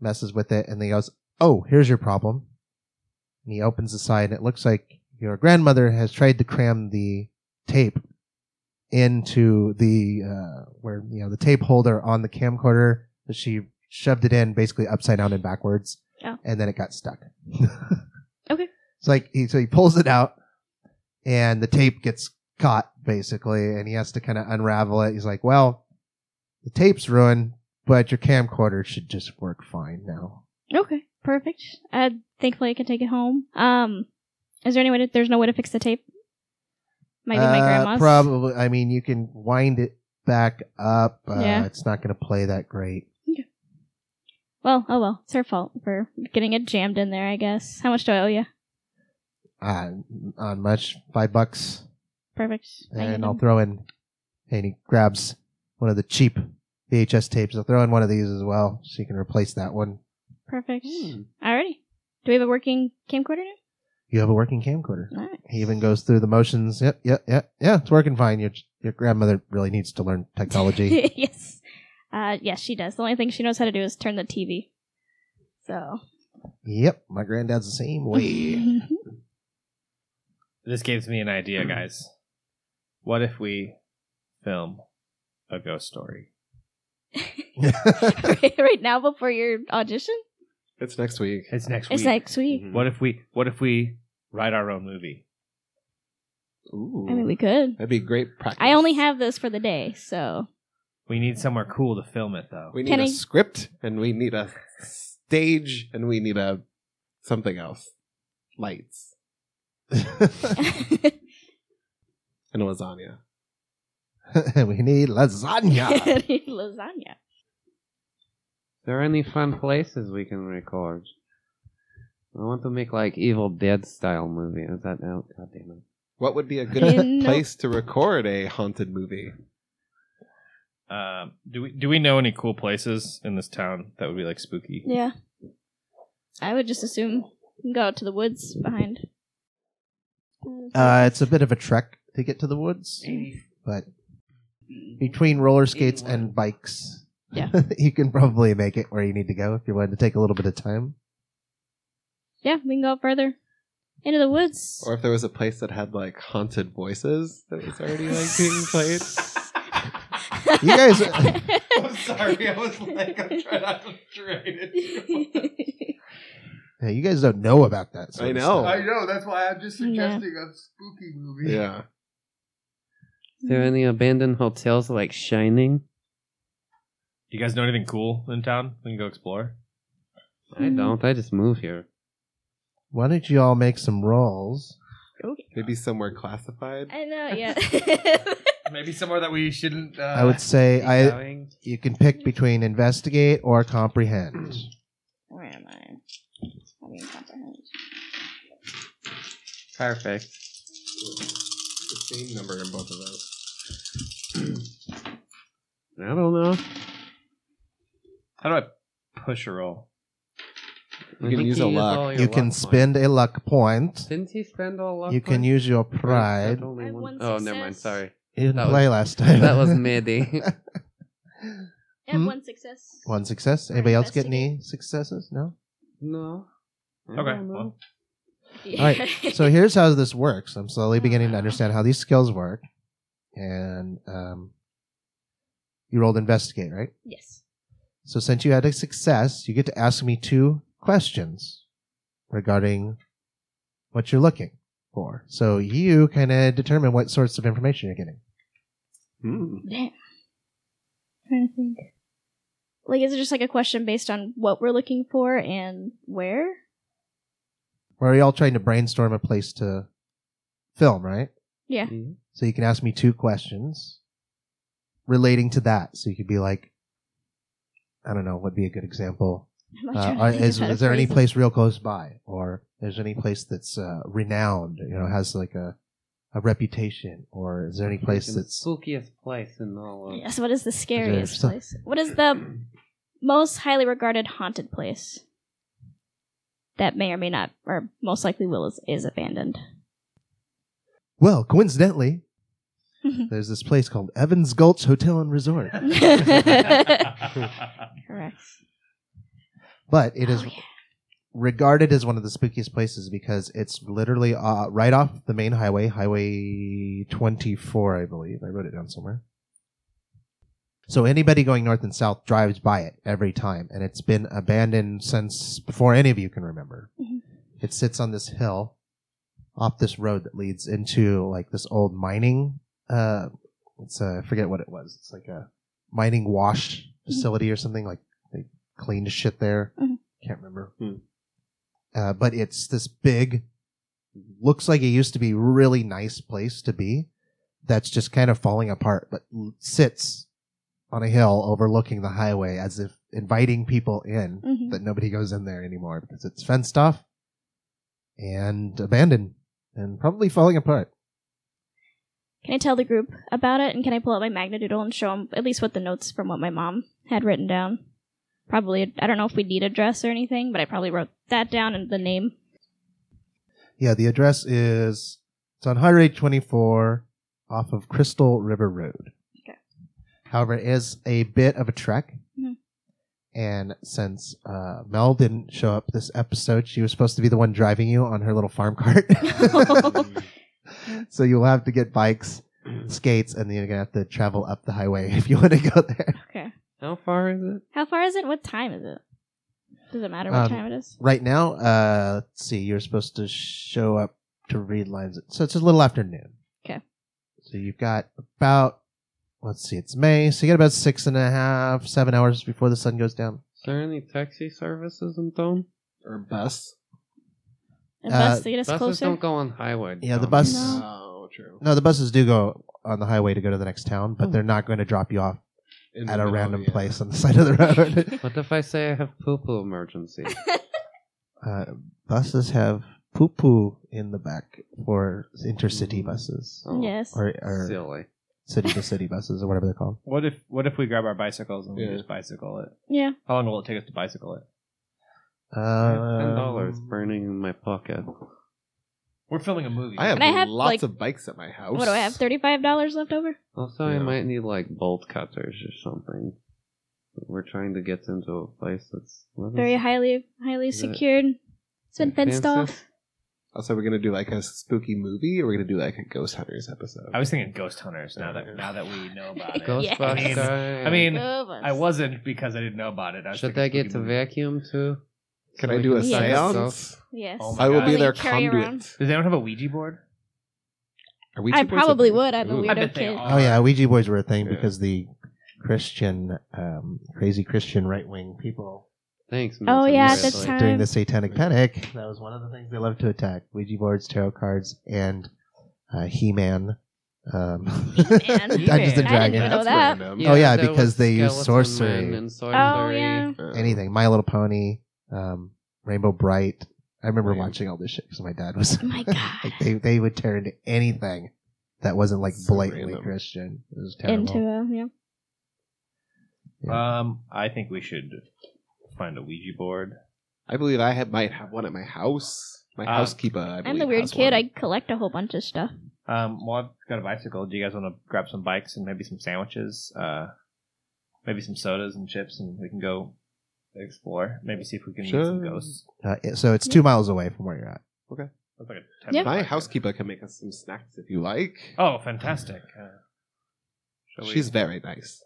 [SPEAKER 1] messes with it, and then he goes, "Oh, here's your problem." And he opens the side, and it looks like your grandmother has tried to cram the tape into the uh, where you know the tape holder on the camcorder. But she shoved it in basically upside down and backwards,
[SPEAKER 4] Oh.
[SPEAKER 1] and then it got stuck.
[SPEAKER 4] Okay.
[SPEAKER 1] It's like he so he pulls it out, and the tape gets caught basically, and he has to kind of unravel it. He's like, "Well, the tape's ruined, but your camcorder should just work fine now."
[SPEAKER 4] Okay, perfect. Uh, thankfully, I can take it home. Um, is there any way to? There's no way to fix the tape. Maybe
[SPEAKER 1] Uh,
[SPEAKER 4] my grandma's.
[SPEAKER 1] Probably. I mean, you can wind it back up. Uh,
[SPEAKER 4] Yeah.
[SPEAKER 1] It's not going to play that great.
[SPEAKER 4] Well, oh well, it's her fault for getting it jammed in there. I guess. How much do I owe you?
[SPEAKER 1] Uh, not much. Five bucks.
[SPEAKER 4] Perfect. I hand
[SPEAKER 1] And I'll
[SPEAKER 4] him-
[SPEAKER 1] throw in. And he grabs one of the cheap VHS tapes. I'll throw in one of these as well so you can replace that one.
[SPEAKER 4] Perfect.
[SPEAKER 2] Hmm.
[SPEAKER 5] Hmm.
[SPEAKER 4] Alrighty. Do we have a working camcorder now?
[SPEAKER 1] You have a working camcorder.
[SPEAKER 4] Alright.
[SPEAKER 1] He even goes through the motions. Yep, yep, yep, yeah. It's working fine. Your your grandmother really needs to learn technology.
[SPEAKER 4] yes. Uh, yes, she does. The only thing she knows how to do is turn the TV. So.
[SPEAKER 1] yep, my granddad's the same way.
[SPEAKER 5] This gives me an idea, guys. What if we film a ghost story?
[SPEAKER 4] right now, before your audition,
[SPEAKER 3] It's next week.
[SPEAKER 5] It's next week.
[SPEAKER 4] it's next week.
[SPEAKER 2] Mhm.
[SPEAKER 5] What if we? What if we write our own movie?
[SPEAKER 3] Ooh.
[SPEAKER 4] I mean, we could.
[SPEAKER 3] That'd be great practice.
[SPEAKER 4] I only have this for the day, so
[SPEAKER 5] We need somewhere cool to film it, though.
[SPEAKER 3] We need
[SPEAKER 4] Can
[SPEAKER 3] a
[SPEAKER 4] I-
[SPEAKER 3] script, and we need a stage, and we need a something else. Lights and lasagna.
[SPEAKER 1] we need lasagna.
[SPEAKER 4] lasagna.
[SPEAKER 2] There are any fun places we can record. I want to make like Evil Dead style movie. Is that out? God damn it.
[SPEAKER 3] What would be a good
[SPEAKER 4] In-
[SPEAKER 3] place to record a haunted movie?
[SPEAKER 5] Um, do we? Do we know any cool places in this town that would be like spooky?
[SPEAKER 4] Yeah. I would just assume go out to the woods behind.
[SPEAKER 1] uh, it's a bit of a trek to get to the woods, but between roller skates and bikes,
[SPEAKER 4] Yeah.
[SPEAKER 1] you can probably make it where you need to go if you're willing to take a little bit of time.
[SPEAKER 4] yeah, we can go further into the woods.
[SPEAKER 3] Or if there was a place that had like haunted voices that was already like being played.
[SPEAKER 1] You guys, uh,
[SPEAKER 5] I'm sorry, I was like, I'm trying not to trade
[SPEAKER 1] yeah, you guys don't know about that. sort
[SPEAKER 3] I
[SPEAKER 1] of
[SPEAKER 3] know.
[SPEAKER 1] stuff.
[SPEAKER 5] know, that's why I'm just
[SPEAKER 4] suggesting
[SPEAKER 5] a spooky movie.
[SPEAKER 3] Yeah.
[SPEAKER 2] Is
[SPEAKER 5] Hmm.
[SPEAKER 2] there any abandoned hotels like Shining?
[SPEAKER 5] You guys know anything cool in town we can go explore?
[SPEAKER 2] I
[SPEAKER 5] Hmm.
[SPEAKER 2] don't. I just moved here.
[SPEAKER 1] Why don't you all make some rolls?
[SPEAKER 3] Maybe somewhere classified.
[SPEAKER 4] I know, yeah.
[SPEAKER 5] Maybe somewhere that we shouldn't. Uh,
[SPEAKER 1] I would say I
[SPEAKER 5] going.
[SPEAKER 1] you can pick between investigate or comprehend.
[SPEAKER 4] Where am I? I mean, comprehend.
[SPEAKER 2] Perfect.
[SPEAKER 3] The same number in both of those.
[SPEAKER 2] I don't know.
[SPEAKER 5] How do I push a roll?
[SPEAKER 2] You
[SPEAKER 3] can use a luck.
[SPEAKER 1] You can spend a luck point.
[SPEAKER 2] Didn't he spend all luck?
[SPEAKER 1] You can
[SPEAKER 2] points?
[SPEAKER 1] use your
[SPEAKER 2] Or is that
[SPEAKER 1] pride.
[SPEAKER 2] only
[SPEAKER 4] I
[SPEAKER 2] one-
[SPEAKER 4] won
[SPEAKER 2] Oh, never mind.
[SPEAKER 4] success.
[SPEAKER 2] Sorry.
[SPEAKER 1] You didn't
[SPEAKER 2] That was-
[SPEAKER 1] play last time.
[SPEAKER 2] That was midi.
[SPEAKER 4] I have
[SPEAKER 1] Hmm?
[SPEAKER 4] one success.
[SPEAKER 1] One success.
[SPEAKER 4] Or
[SPEAKER 1] Anybody else get any successes? No?
[SPEAKER 2] no. I
[SPEAKER 5] Okay.
[SPEAKER 2] don't know.
[SPEAKER 5] Well,
[SPEAKER 4] Yeah.
[SPEAKER 1] All right. So here's how this works. I'm slowly beginning to understand how these skills work. And um, you rolled investigate, right?
[SPEAKER 4] yes.
[SPEAKER 1] So since you had a success, you get to ask me two questions regarding uh, what you're looking for. So you kind of determine what sorts of information you're getting.
[SPEAKER 3] Hmm.
[SPEAKER 4] Damn. Trying to think. Like, is it just like a question based on what we're looking for and where?
[SPEAKER 1] We're all trying to brainstorm a place to film, right?
[SPEAKER 4] Yeah.
[SPEAKER 1] So you can ask me two questions relating to that. So you could be like, I don't know, what'd be a good example?
[SPEAKER 4] I'm not
[SPEAKER 1] Uh,
[SPEAKER 4] trying to
[SPEAKER 1] are-
[SPEAKER 4] think
[SPEAKER 1] is
[SPEAKER 4] of how to
[SPEAKER 1] is there any
[SPEAKER 4] phrase
[SPEAKER 1] place real close by, or is there any place that's uh, renowned? You know, has like a a reputation, or is there any place
[SPEAKER 2] The
[SPEAKER 1] that's
[SPEAKER 2] spookiest place in all
[SPEAKER 4] it.
[SPEAKER 2] of
[SPEAKER 4] Yes. What is the scariest
[SPEAKER 1] some-
[SPEAKER 4] place? What is the most highly regarded haunted place that may or may not, or most likely will is, is abandoned?
[SPEAKER 1] well, coincidentally, there's this place called Evans Gulch Hotel and Resort,
[SPEAKER 4] Correct.
[SPEAKER 1] but it is
[SPEAKER 4] Oh, yeah.
[SPEAKER 1] regarded as one of the spookiest places because it's literally uh, right off the main highway, Highway 24, I believe. I wrote it down somewhere. So anybody going north and south drives by it every time, and it's been abandoned since before any of you can remember.
[SPEAKER 4] Mhm.
[SPEAKER 1] It sits on this hill off this road that leads into like this old mining. Uh, it's uh, I forget what it was. It's like a mining wash facility or something. Like they cleaned shit there.
[SPEAKER 4] Mhm.
[SPEAKER 1] Can't remember
[SPEAKER 3] Hmm.
[SPEAKER 1] uh, but it's this big looks like it used to be really nice place to be that's just kind of falling apart but l- sits on a hill overlooking the highway as if inviting people in
[SPEAKER 4] Mhm.
[SPEAKER 1] but nobody goes in there anymore because it's fenced off and abandoned and probably falling apart
[SPEAKER 4] Can I tell the group about it, and can I pull out my magnadoodle and show them at least what the notes from what my mom had written down? Probably, I don't know if we need address or anything, but I probably wrote that down and the name.
[SPEAKER 1] yeah the address is it's on highway 24 off of crystal river road
[SPEAKER 4] Okay.
[SPEAKER 1] however it is a bit of a trek
[SPEAKER 4] Mhm.
[SPEAKER 1] and since uh, mel didn't show up this episode she was supposed to be the one driving you on her little farm cart so you'll have to get bikes skates and then you're gonna have to travel up the highway if you want to go there
[SPEAKER 4] Okay.
[SPEAKER 2] How far is it?
[SPEAKER 4] How far is it? What time is it? Does it matter what
[SPEAKER 1] Um,
[SPEAKER 4] time it is?
[SPEAKER 1] right now uh let's see you're supposed to show up to read lines so it's a little after noon
[SPEAKER 4] Okay.
[SPEAKER 1] so you've got about let's see it's may so you got about six and a half seven hours before the sun goes down
[SPEAKER 2] Is there any taxi services in town?
[SPEAKER 3] Or bus.
[SPEAKER 4] And
[SPEAKER 1] uh,
[SPEAKER 4] bus to get us
[SPEAKER 2] Buses
[SPEAKER 4] closer?
[SPEAKER 2] don't go on highway.
[SPEAKER 1] Yeah, the
[SPEAKER 2] dumb.
[SPEAKER 1] bus-
[SPEAKER 4] No.
[SPEAKER 3] Oh, true.
[SPEAKER 1] no the buses do go on the highway to go to the next town
[SPEAKER 4] Hmm.
[SPEAKER 1] but they're not going to drop you off
[SPEAKER 3] In the
[SPEAKER 1] at a
[SPEAKER 3] middle,
[SPEAKER 1] random
[SPEAKER 3] yeah.
[SPEAKER 1] place on the side of the road
[SPEAKER 2] What if I say I have poo poo emergency?
[SPEAKER 1] uh, buses have poo poo in the back for intercity buses
[SPEAKER 2] Oh,
[SPEAKER 4] yes.
[SPEAKER 1] or, or
[SPEAKER 2] Silly.
[SPEAKER 1] city to city buses or whatever they're called
[SPEAKER 5] What if what if we grab our bicycles and we
[SPEAKER 3] Yeah.
[SPEAKER 5] just bicycle it?
[SPEAKER 4] Yeah.
[SPEAKER 5] How long will it take us to bicycle it?
[SPEAKER 1] Uh,
[SPEAKER 2] I have Ten dollars
[SPEAKER 1] Um,
[SPEAKER 2] burning in my pocket.
[SPEAKER 5] We're filming a movie.
[SPEAKER 3] I have,
[SPEAKER 4] And I have,
[SPEAKER 3] lots
[SPEAKER 4] like-
[SPEAKER 3] of bikes at my house.
[SPEAKER 4] What do I have? $35 left over?
[SPEAKER 2] Also, I
[SPEAKER 3] Yeah.
[SPEAKER 2] might need like bolt cutters or something. We're trying to get into a place that's what is
[SPEAKER 4] Very
[SPEAKER 2] it?
[SPEAKER 4] highly, highly
[SPEAKER 2] Is it-
[SPEAKER 4] secured. It's been fenced off.
[SPEAKER 2] Fences?
[SPEAKER 3] Also, Oh, we're gonna do like a spooky movie, or we're gonna do like a Ghost Hunters episode.
[SPEAKER 5] I was thinking Ghost Hunters. Now that now that we know about it,
[SPEAKER 4] Ghost- Yes.
[SPEAKER 2] Ghostbusters.
[SPEAKER 5] I mean, I
[SPEAKER 4] I
[SPEAKER 5] wasn't because I didn't know about it. I was
[SPEAKER 2] should
[SPEAKER 5] thinking
[SPEAKER 2] I get to
[SPEAKER 5] spooky movie.
[SPEAKER 2] vacuum too?
[SPEAKER 3] Can
[SPEAKER 2] So
[SPEAKER 3] I
[SPEAKER 2] we
[SPEAKER 3] do a
[SPEAKER 4] Yeah.
[SPEAKER 3] seance?
[SPEAKER 4] Yes.
[SPEAKER 5] Oh my
[SPEAKER 3] I will be
[SPEAKER 5] God. Really
[SPEAKER 3] their
[SPEAKER 4] carry
[SPEAKER 3] conduit.
[SPEAKER 4] around?
[SPEAKER 5] Does anyone have a Ouija board?
[SPEAKER 3] Are we
[SPEAKER 4] I
[SPEAKER 3] too close to
[SPEAKER 4] probably
[SPEAKER 3] that?
[SPEAKER 4] would. I'm a
[SPEAKER 3] Ooh.
[SPEAKER 5] I
[SPEAKER 4] weird-
[SPEAKER 5] bet they
[SPEAKER 4] Okay.
[SPEAKER 5] are.
[SPEAKER 1] Oh yeah, Ouija boards were a thing
[SPEAKER 3] Uh, Yeah.
[SPEAKER 1] because the Christian, um, crazy Christian right wing people
[SPEAKER 2] Thanks.
[SPEAKER 4] Oh,
[SPEAKER 2] Milton
[SPEAKER 4] yeah, at
[SPEAKER 2] Bradley.
[SPEAKER 4] the time.
[SPEAKER 1] during the Satanic Panic. That was one of the things they loved to attack: Ouija boards, tarot cards, and uh, He-Man, um, Dungeons
[SPEAKER 5] He-Man.
[SPEAKER 1] and
[SPEAKER 4] I didn't
[SPEAKER 1] Dragons,
[SPEAKER 4] even
[SPEAKER 3] That's
[SPEAKER 4] know that.
[SPEAKER 5] um,
[SPEAKER 3] random.
[SPEAKER 1] Yeah. Oh,
[SPEAKER 2] there
[SPEAKER 1] because
[SPEAKER 2] was
[SPEAKER 1] they use
[SPEAKER 2] Skeleton
[SPEAKER 1] sorcery.
[SPEAKER 2] Man and sorcery.
[SPEAKER 4] Oh, yeah.
[SPEAKER 3] Uh,
[SPEAKER 1] anything. My Little Pony, um, Rainbow Bright. I remember
[SPEAKER 3] Right.
[SPEAKER 1] watching all this shit because my dad was.
[SPEAKER 4] Oh my God.
[SPEAKER 1] like they they would tear into anything that wasn't like
[SPEAKER 3] So
[SPEAKER 1] blatantly
[SPEAKER 3] random.
[SPEAKER 1] Christian. It was terrible.
[SPEAKER 4] Into, uh, yeah.
[SPEAKER 5] Um, I think we should find a Ouija board.
[SPEAKER 3] I believe I have, might have one at my house. My
[SPEAKER 5] Uh,
[SPEAKER 3] housekeeper. I
[SPEAKER 4] I'm
[SPEAKER 3] believe,
[SPEAKER 4] the weird
[SPEAKER 3] has one.
[SPEAKER 4] kid. I collect a whole bunch of stuff.
[SPEAKER 5] Um, well, I've got a bicycle. Do you guys want to grab some bikes and maybe some sandwiches? Uh, maybe some sodas and chips, and we can go explore. Maybe see if we can meet some
[SPEAKER 3] Sure.
[SPEAKER 5] ghosts.
[SPEAKER 1] Uh, it- so it's two miles away from where you're at.
[SPEAKER 5] That's like a 10
[SPEAKER 4] Yeah.
[SPEAKER 5] minute
[SPEAKER 3] My
[SPEAKER 5] bike.
[SPEAKER 3] housekeeper can make us some snacks if you like.
[SPEAKER 5] Oh, fantastic! Uh, shall we-
[SPEAKER 3] She's very nice.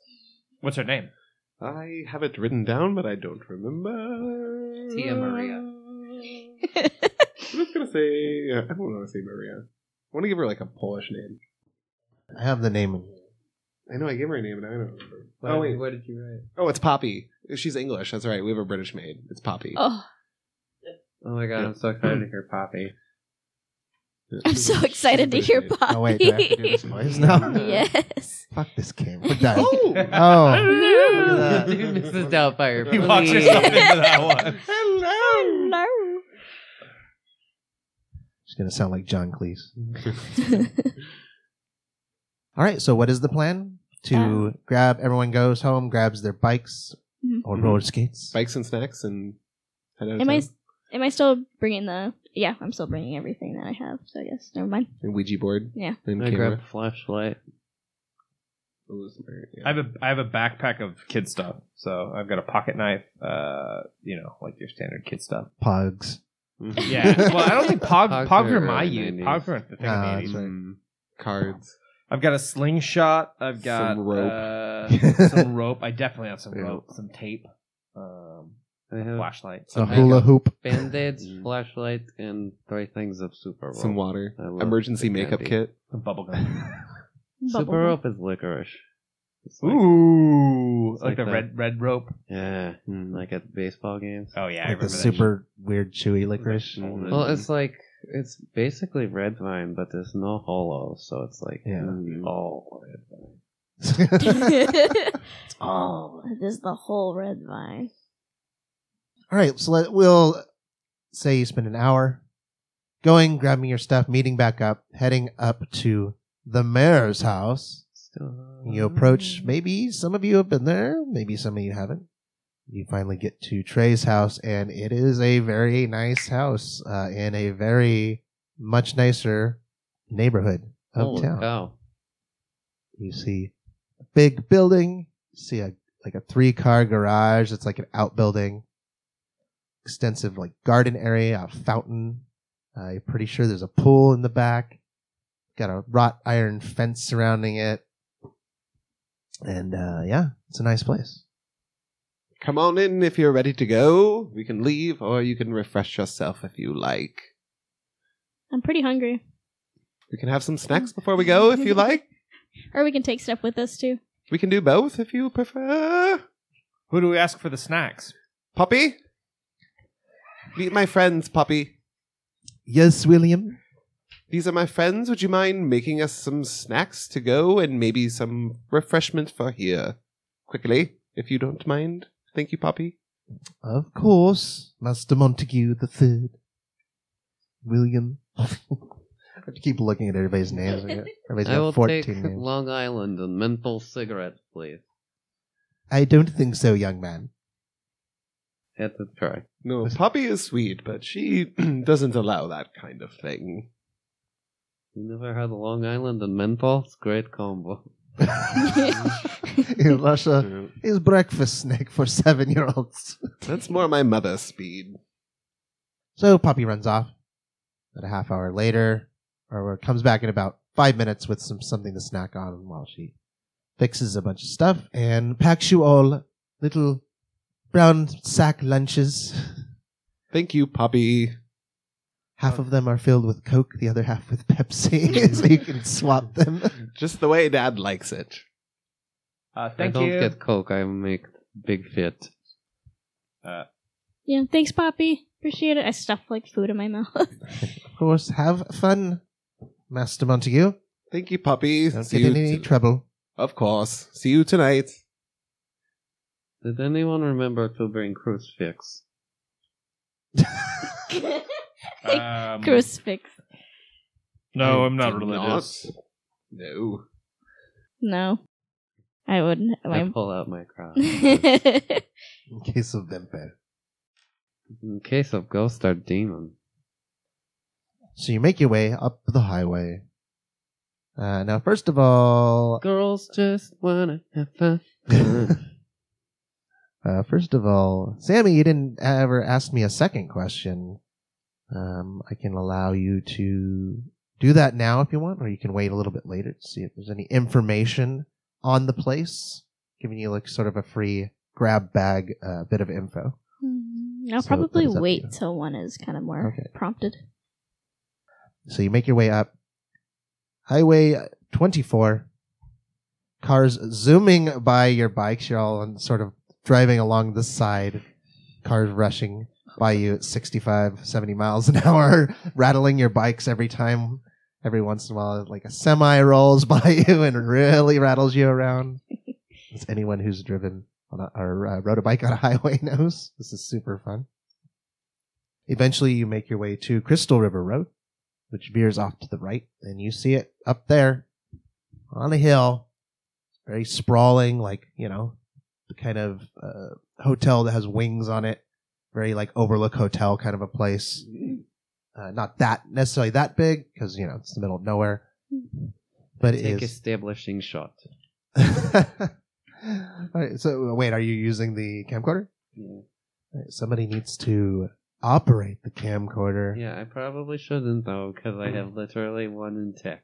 [SPEAKER 5] what's her name?
[SPEAKER 3] I have it written down, but I don't remember.
[SPEAKER 2] Tia Maria.
[SPEAKER 3] I'm just gonna say I don't want to say Maria. I want to give her like a Polish name.
[SPEAKER 1] I have the name. in here.
[SPEAKER 3] I I know I gave her a name, and I don't remember.
[SPEAKER 2] What-
[SPEAKER 3] oh wait,
[SPEAKER 2] what did you write?
[SPEAKER 3] oh it's Poppy. She's English. That's right. We have a British maid. It's Poppy.
[SPEAKER 4] Oh,
[SPEAKER 2] Oh my god, I'm so excited to hear Poppy.
[SPEAKER 3] Yeah,
[SPEAKER 4] I'm
[SPEAKER 3] she's a-
[SPEAKER 4] so
[SPEAKER 3] she's a
[SPEAKER 4] excited to
[SPEAKER 3] British
[SPEAKER 4] hear
[SPEAKER 3] maid.
[SPEAKER 4] Poppy.
[SPEAKER 1] Oh wait, do I have to do this voice now?
[SPEAKER 4] yes.
[SPEAKER 1] Fuck this game. We're done.
[SPEAKER 3] Oh,
[SPEAKER 1] Oh,
[SPEAKER 2] Dude,
[SPEAKER 1] that.
[SPEAKER 2] Mrs. Doubtfire.
[SPEAKER 5] You watch
[SPEAKER 2] please.
[SPEAKER 5] yourself into that one.
[SPEAKER 3] hello.
[SPEAKER 4] No.
[SPEAKER 1] she's gonna sound like John Cleese. All right. So what is the plan? To
[SPEAKER 4] Um,
[SPEAKER 1] grab everyone goes home, grabs their bikes
[SPEAKER 4] Mhm.
[SPEAKER 1] or
[SPEAKER 3] Mhm.
[SPEAKER 1] roller skates.
[SPEAKER 3] Bikes and snacks and head out of
[SPEAKER 4] am I
[SPEAKER 3] town.
[SPEAKER 4] s- am I still bringing the? Yeah, I'm still bringing everything that I have. So I guess never mind.
[SPEAKER 3] And Ouija board.
[SPEAKER 4] Yeah.
[SPEAKER 3] And
[SPEAKER 2] I
[SPEAKER 3] camera.
[SPEAKER 2] grabbed a flashlight.
[SPEAKER 3] Ooh, it's very- yeah.
[SPEAKER 5] I have a I have a backpack of kid stuff. So I've got a pocket knife, uh, you know, like your standard kid stuff.
[SPEAKER 1] Pugs.
[SPEAKER 3] Mhm.
[SPEAKER 5] Yeah. Well, I don't think Pog
[SPEAKER 2] Pogs
[SPEAKER 5] Pogs, were
[SPEAKER 2] are
[SPEAKER 5] my
[SPEAKER 2] early
[SPEAKER 5] youth.
[SPEAKER 2] 90s.
[SPEAKER 5] Pogs weren't the thing
[SPEAKER 1] Ah,
[SPEAKER 5] of the
[SPEAKER 1] that's
[SPEAKER 5] eighties.
[SPEAKER 1] right.
[SPEAKER 2] Hmm.
[SPEAKER 3] Mm, cards.
[SPEAKER 5] I've got a slingshot. I've got
[SPEAKER 3] Some rope.
[SPEAKER 5] Uh, some rope. I definitely have some
[SPEAKER 3] Yeah.
[SPEAKER 5] rope. Some tape. Um,
[SPEAKER 2] I have
[SPEAKER 5] flashlight.
[SPEAKER 1] A
[SPEAKER 2] Some
[SPEAKER 1] hula hoop.
[SPEAKER 2] band-aids,
[SPEAKER 3] Mm.
[SPEAKER 2] flashlight, and three things of super rope.
[SPEAKER 3] Some water.
[SPEAKER 2] I love
[SPEAKER 3] Emergency
[SPEAKER 2] the
[SPEAKER 3] makeup
[SPEAKER 2] candy.
[SPEAKER 3] kit.
[SPEAKER 5] Some bubble gum.
[SPEAKER 2] Super
[SPEAKER 4] Bubble.
[SPEAKER 2] rope is licorice. It's like-
[SPEAKER 5] Ooh,
[SPEAKER 2] It's
[SPEAKER 5] like,
[SPEAKER 2] like
[SPEAKER 5] the
[SPEAKER 2] that.
[SPEAKER 5] red red rope.
[SPEAKER 2] Yeah, mm, like at baseball games.
[SPEAKER 5] Oh yeah,
[SPEAKER 1] Like
[SPEAKER 5] I remember
[SPEAKER 1] the
[SPEAKER 5] that.
[SPEAKER 1] super weird chewy licorice.
[SPEAKER 3] Mhm.
[SPEAKER 2] Well, it's like it's basically red vine, but there's no hollow, so it's like
[SPEAKER 1] Yeah.
[SPEAKER 2] mm, all red vine.
[SPEAKER 4] oh, this is the whole red vine.
[SPEAKER 1] All right, so let, we'll say you spend an hour going, grabbing your stuff, meeting back up, heading up to the mayor's house.
[SPEAKER 2] Still-
[SPEAKER 1] You approach, maybe some of you have been there, maybe some of you haven't. You finally get to Trey's house, and it is a very nice house uh, in a very much nicer neighborhood of
[SPEAKER 2] uh, Holy
[SPEAKER 1] town.
[SPEAKER 2] cow.
[SPEAKER 1] You see a big building. You see a like a three car garage that's like an outbuilding. Extensive like garden area, a fountain. Uh, you're pretty sure there's a pool in the back. Got a wrought iron fence surrounding it. And uh, yeah, it's a nice place.
[SPEAKER 3] Come on in if you're ready to go. We can leave, or you can refresh yourself if you like.
[SPEAKER 4] I'm pretty hungry.
[SPEAKER 3] We can have some snacks before we go if you like.
[SPEAKER 4] Or we can take stuff with us too.
[SPEAKER 3] We can do both if you prefer.
[SPEAKER 5] Who do we ask for the snacks?
[SPEAKER 3] Poppy? Meet my friends, Poppy.
[SPEAKER 1] Yes, William.
[SPEAKER 3] These are my friends. Would you mind making us some snacks to go and maybe some refreshment for here? Quickly, if you don't mind. Thank you, Poppy.
[SPEAKER 1] Of course, Master Montague the Third. William. I have to keep looking at everybody's names. Everybody's
[SPEAKER 2] I will
[SPEAKER 1] got 14
[SPEAKER 2] take
[SPEAKER 1] names.
[SPEAKER 2] Long Island and menthol cigarettes, please.
[SPEAKER 1] I don't think so, young man.
[SPEAKER 2] Had to try.
[SPEAKER 3] No, Poppy is sweet, but she doesn't allow that kind of thing.
[SPEAKER 2] You never had a Long Island and menthol? It's a great combo.
[SPEAKER 1] In Russia, is breakfast snack for seven-year-olds.
[SPEAKER 3] That's more my mother speed.
[SPEAKER 1] So Poppy runs off. About a half hour later, or comes back in about five minutes with some something to snack on while she fixes a bunch of stuff and packs you all little brown sack lunches.
[SPEAKER 3] Thank you, Poppy.
[SPEAKER 1] Half of them are filled with Coke, the other half with Pepsi, so you can swap them.
[SPEAKER 3] Just the way Dad likes it.
[SPEAKER 5] Uh, thank
[SPEAKER 2] I don't
[SPEAKER 5] you.
[SPEAKER 2] get Coke, I make big fit.
[SPEAKER 4] Yeah, thanks, Poppy. Appreciate it. I stuff like food in my mouth.
[SPEAKER 1] Of course, have fun, Master Montague.
[SPEAKER 3] Thank you, Poppy.
[SPEAKER 1] Don't
[SPEAKER 3] See
[SPEAKER 1] get in
[SPEAKER 3] you
[SPEAKER 1] any
[SPEAKER 3] to-
[SPEAKER 1] trouble.
[SPEAKER 3] Of course. See you tonight.
[SPEAKER 2] Did anyone remember to bring crucifix?
[SPEAKER 5] Um,
[SPEAKER 1] Mm.
[SPEAKER 4] Crucifix.
[SPEAKER 5] No,
[SPEAKER 3] I
[SPEAKER 5] I'm not
[SPEAKER 3] did
[SPEAKER 5] religious.
[SPEAKER 3] not. No.
[SPEAKER 4] No, I wouldn't.
[SPEAKER 2] I
[SPEAKER 4] My...
[SPEAKER 2] pull out my cross.
[SPEAKER 1] In case of vampire.
[SPEAKER 2] In case of ghost or demon.
[SPEAKER 1] So you make your way up the highway. Uh, now, first of all,
[SPEAKER 2] Girls just wanna have fun.
[SPEAKER 1] uh, first of all, Sammy, you didn't ever ask me a second question. Um, I can allow you to do that now if you want, or you can wait a little bit later to see if there's any information on the place, giving you like sort of a free grab bag uh, bit of info.
[SPEAKER 4] Mm, I'll
[SPEAKER 1] So,
[SPEAKER 4] probably
[SPEAKER 1] that is up to
[SPEAKER 4] wait
[SPEAKER 1] you.
[SPEAKER 4] till one is kind of more
[SPEAKER 1] Okay.
[SPEAKER 4] prompted.
[SPEAKER 1] So you make your way up Highway 24, cars zooming by your bikes. You're all on, sort of driving along the side, cars rushing by you at 65, 70 miles an hour, rattling your bikes every time. Every once in a while, like a semi rolls by you and really rattles you around. As anyone who's driven on a, or uh, rode a bike on a highway knows, this is super fun. Eventually, you make your way to Crystal River Road, which veers off to the right, and you see it up there on a hill. It's very sprawling, like, you know, the kind of uh, hotel that has wings on it. Very, like, overlook hotel kind of a place. Uh, not that necessarily that big, because, you know, it's the middle of nowhere. But it
[SPEAKER 2] Take
[SPEAKER 1] is.
[SPEAKER 2] establishing shot.
[SPEAKER 1] All right, so uh, wait, are you using the camcorder?
[SPEAKER 2] Yeah.
[SPEAKER 1] All right, somebody needs to operate the camcorder.
[SPEAKER 2] Yeah, I probably shouldn't though, because I have literally one in tech.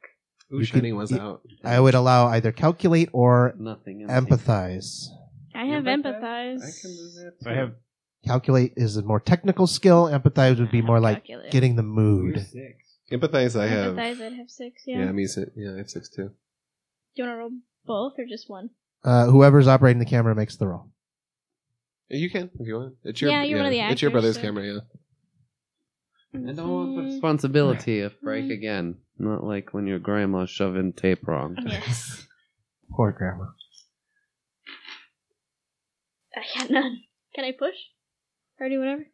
[SPEAKER 3] Ooh,
[SPEAKER 1] You
[SPEAKER 3] Shining
[SPEAKER 1] could-
[SPEAKER 3] was
[SPEAKER 1] you-
[SPEAKER 3] out.
[SPEAKER 1] I would allow either calculate or
[SPEAKER 2] Nothing. empty.
[SPEAKER 1] empathize.
[SPEAKER 4] I have
[SPEAKER 2] You're right there.
[SPEAKER 4] empathized.
[SPEAKER 2] I can do that.
[SPEAKER 5] I have
[SPEAKER 1] Calculate is a more technical skill. Empathize would be
[SPEAKER 4] I
[SPEAKER 1] more
[SPEAKER 4] have
[SPEAKER 1] like
[SPEAKER 4] calculator.
[SPEAKER 1] getting the mood.
[SPEAKER 5] six.
[SPEAKER 3] Empathize, I have.
[SPEAKER 4] Empathize, I'd have six. Yeah.
[SPEAKER 3] Yeah, I'm using. Yeah, I have six too.
[SPEAKER 4] Do you want to roll both or just one?
[SPEAKER 1] Uh, whoever's operating the camera makes the roll.
[SPEAKER 3] You can if you want. It's your.
[SPEAKER 4] Yeah, you're one of the
[SPEAKER 3] It's your
[SPEAKER 4] actors,
[SPEAKER 3] brother's
[SPEAKER 4] so-
[SPEAKER 3] camera. Yeah.
[SPEAKER 2] I don't want the
[SPEAKER 4] Mhm.
[SPEAKER 2] responsibility of break
[SPEAKER 4] Mhm.
[SPEAKER 2] again. Not like when your grandma shoving tape wrong.
[SPEAKER 4] Yes.
[SPEAKER 1] Poor grandma.
[SPEAKER 4] I got none. Can I push? Or do whatever?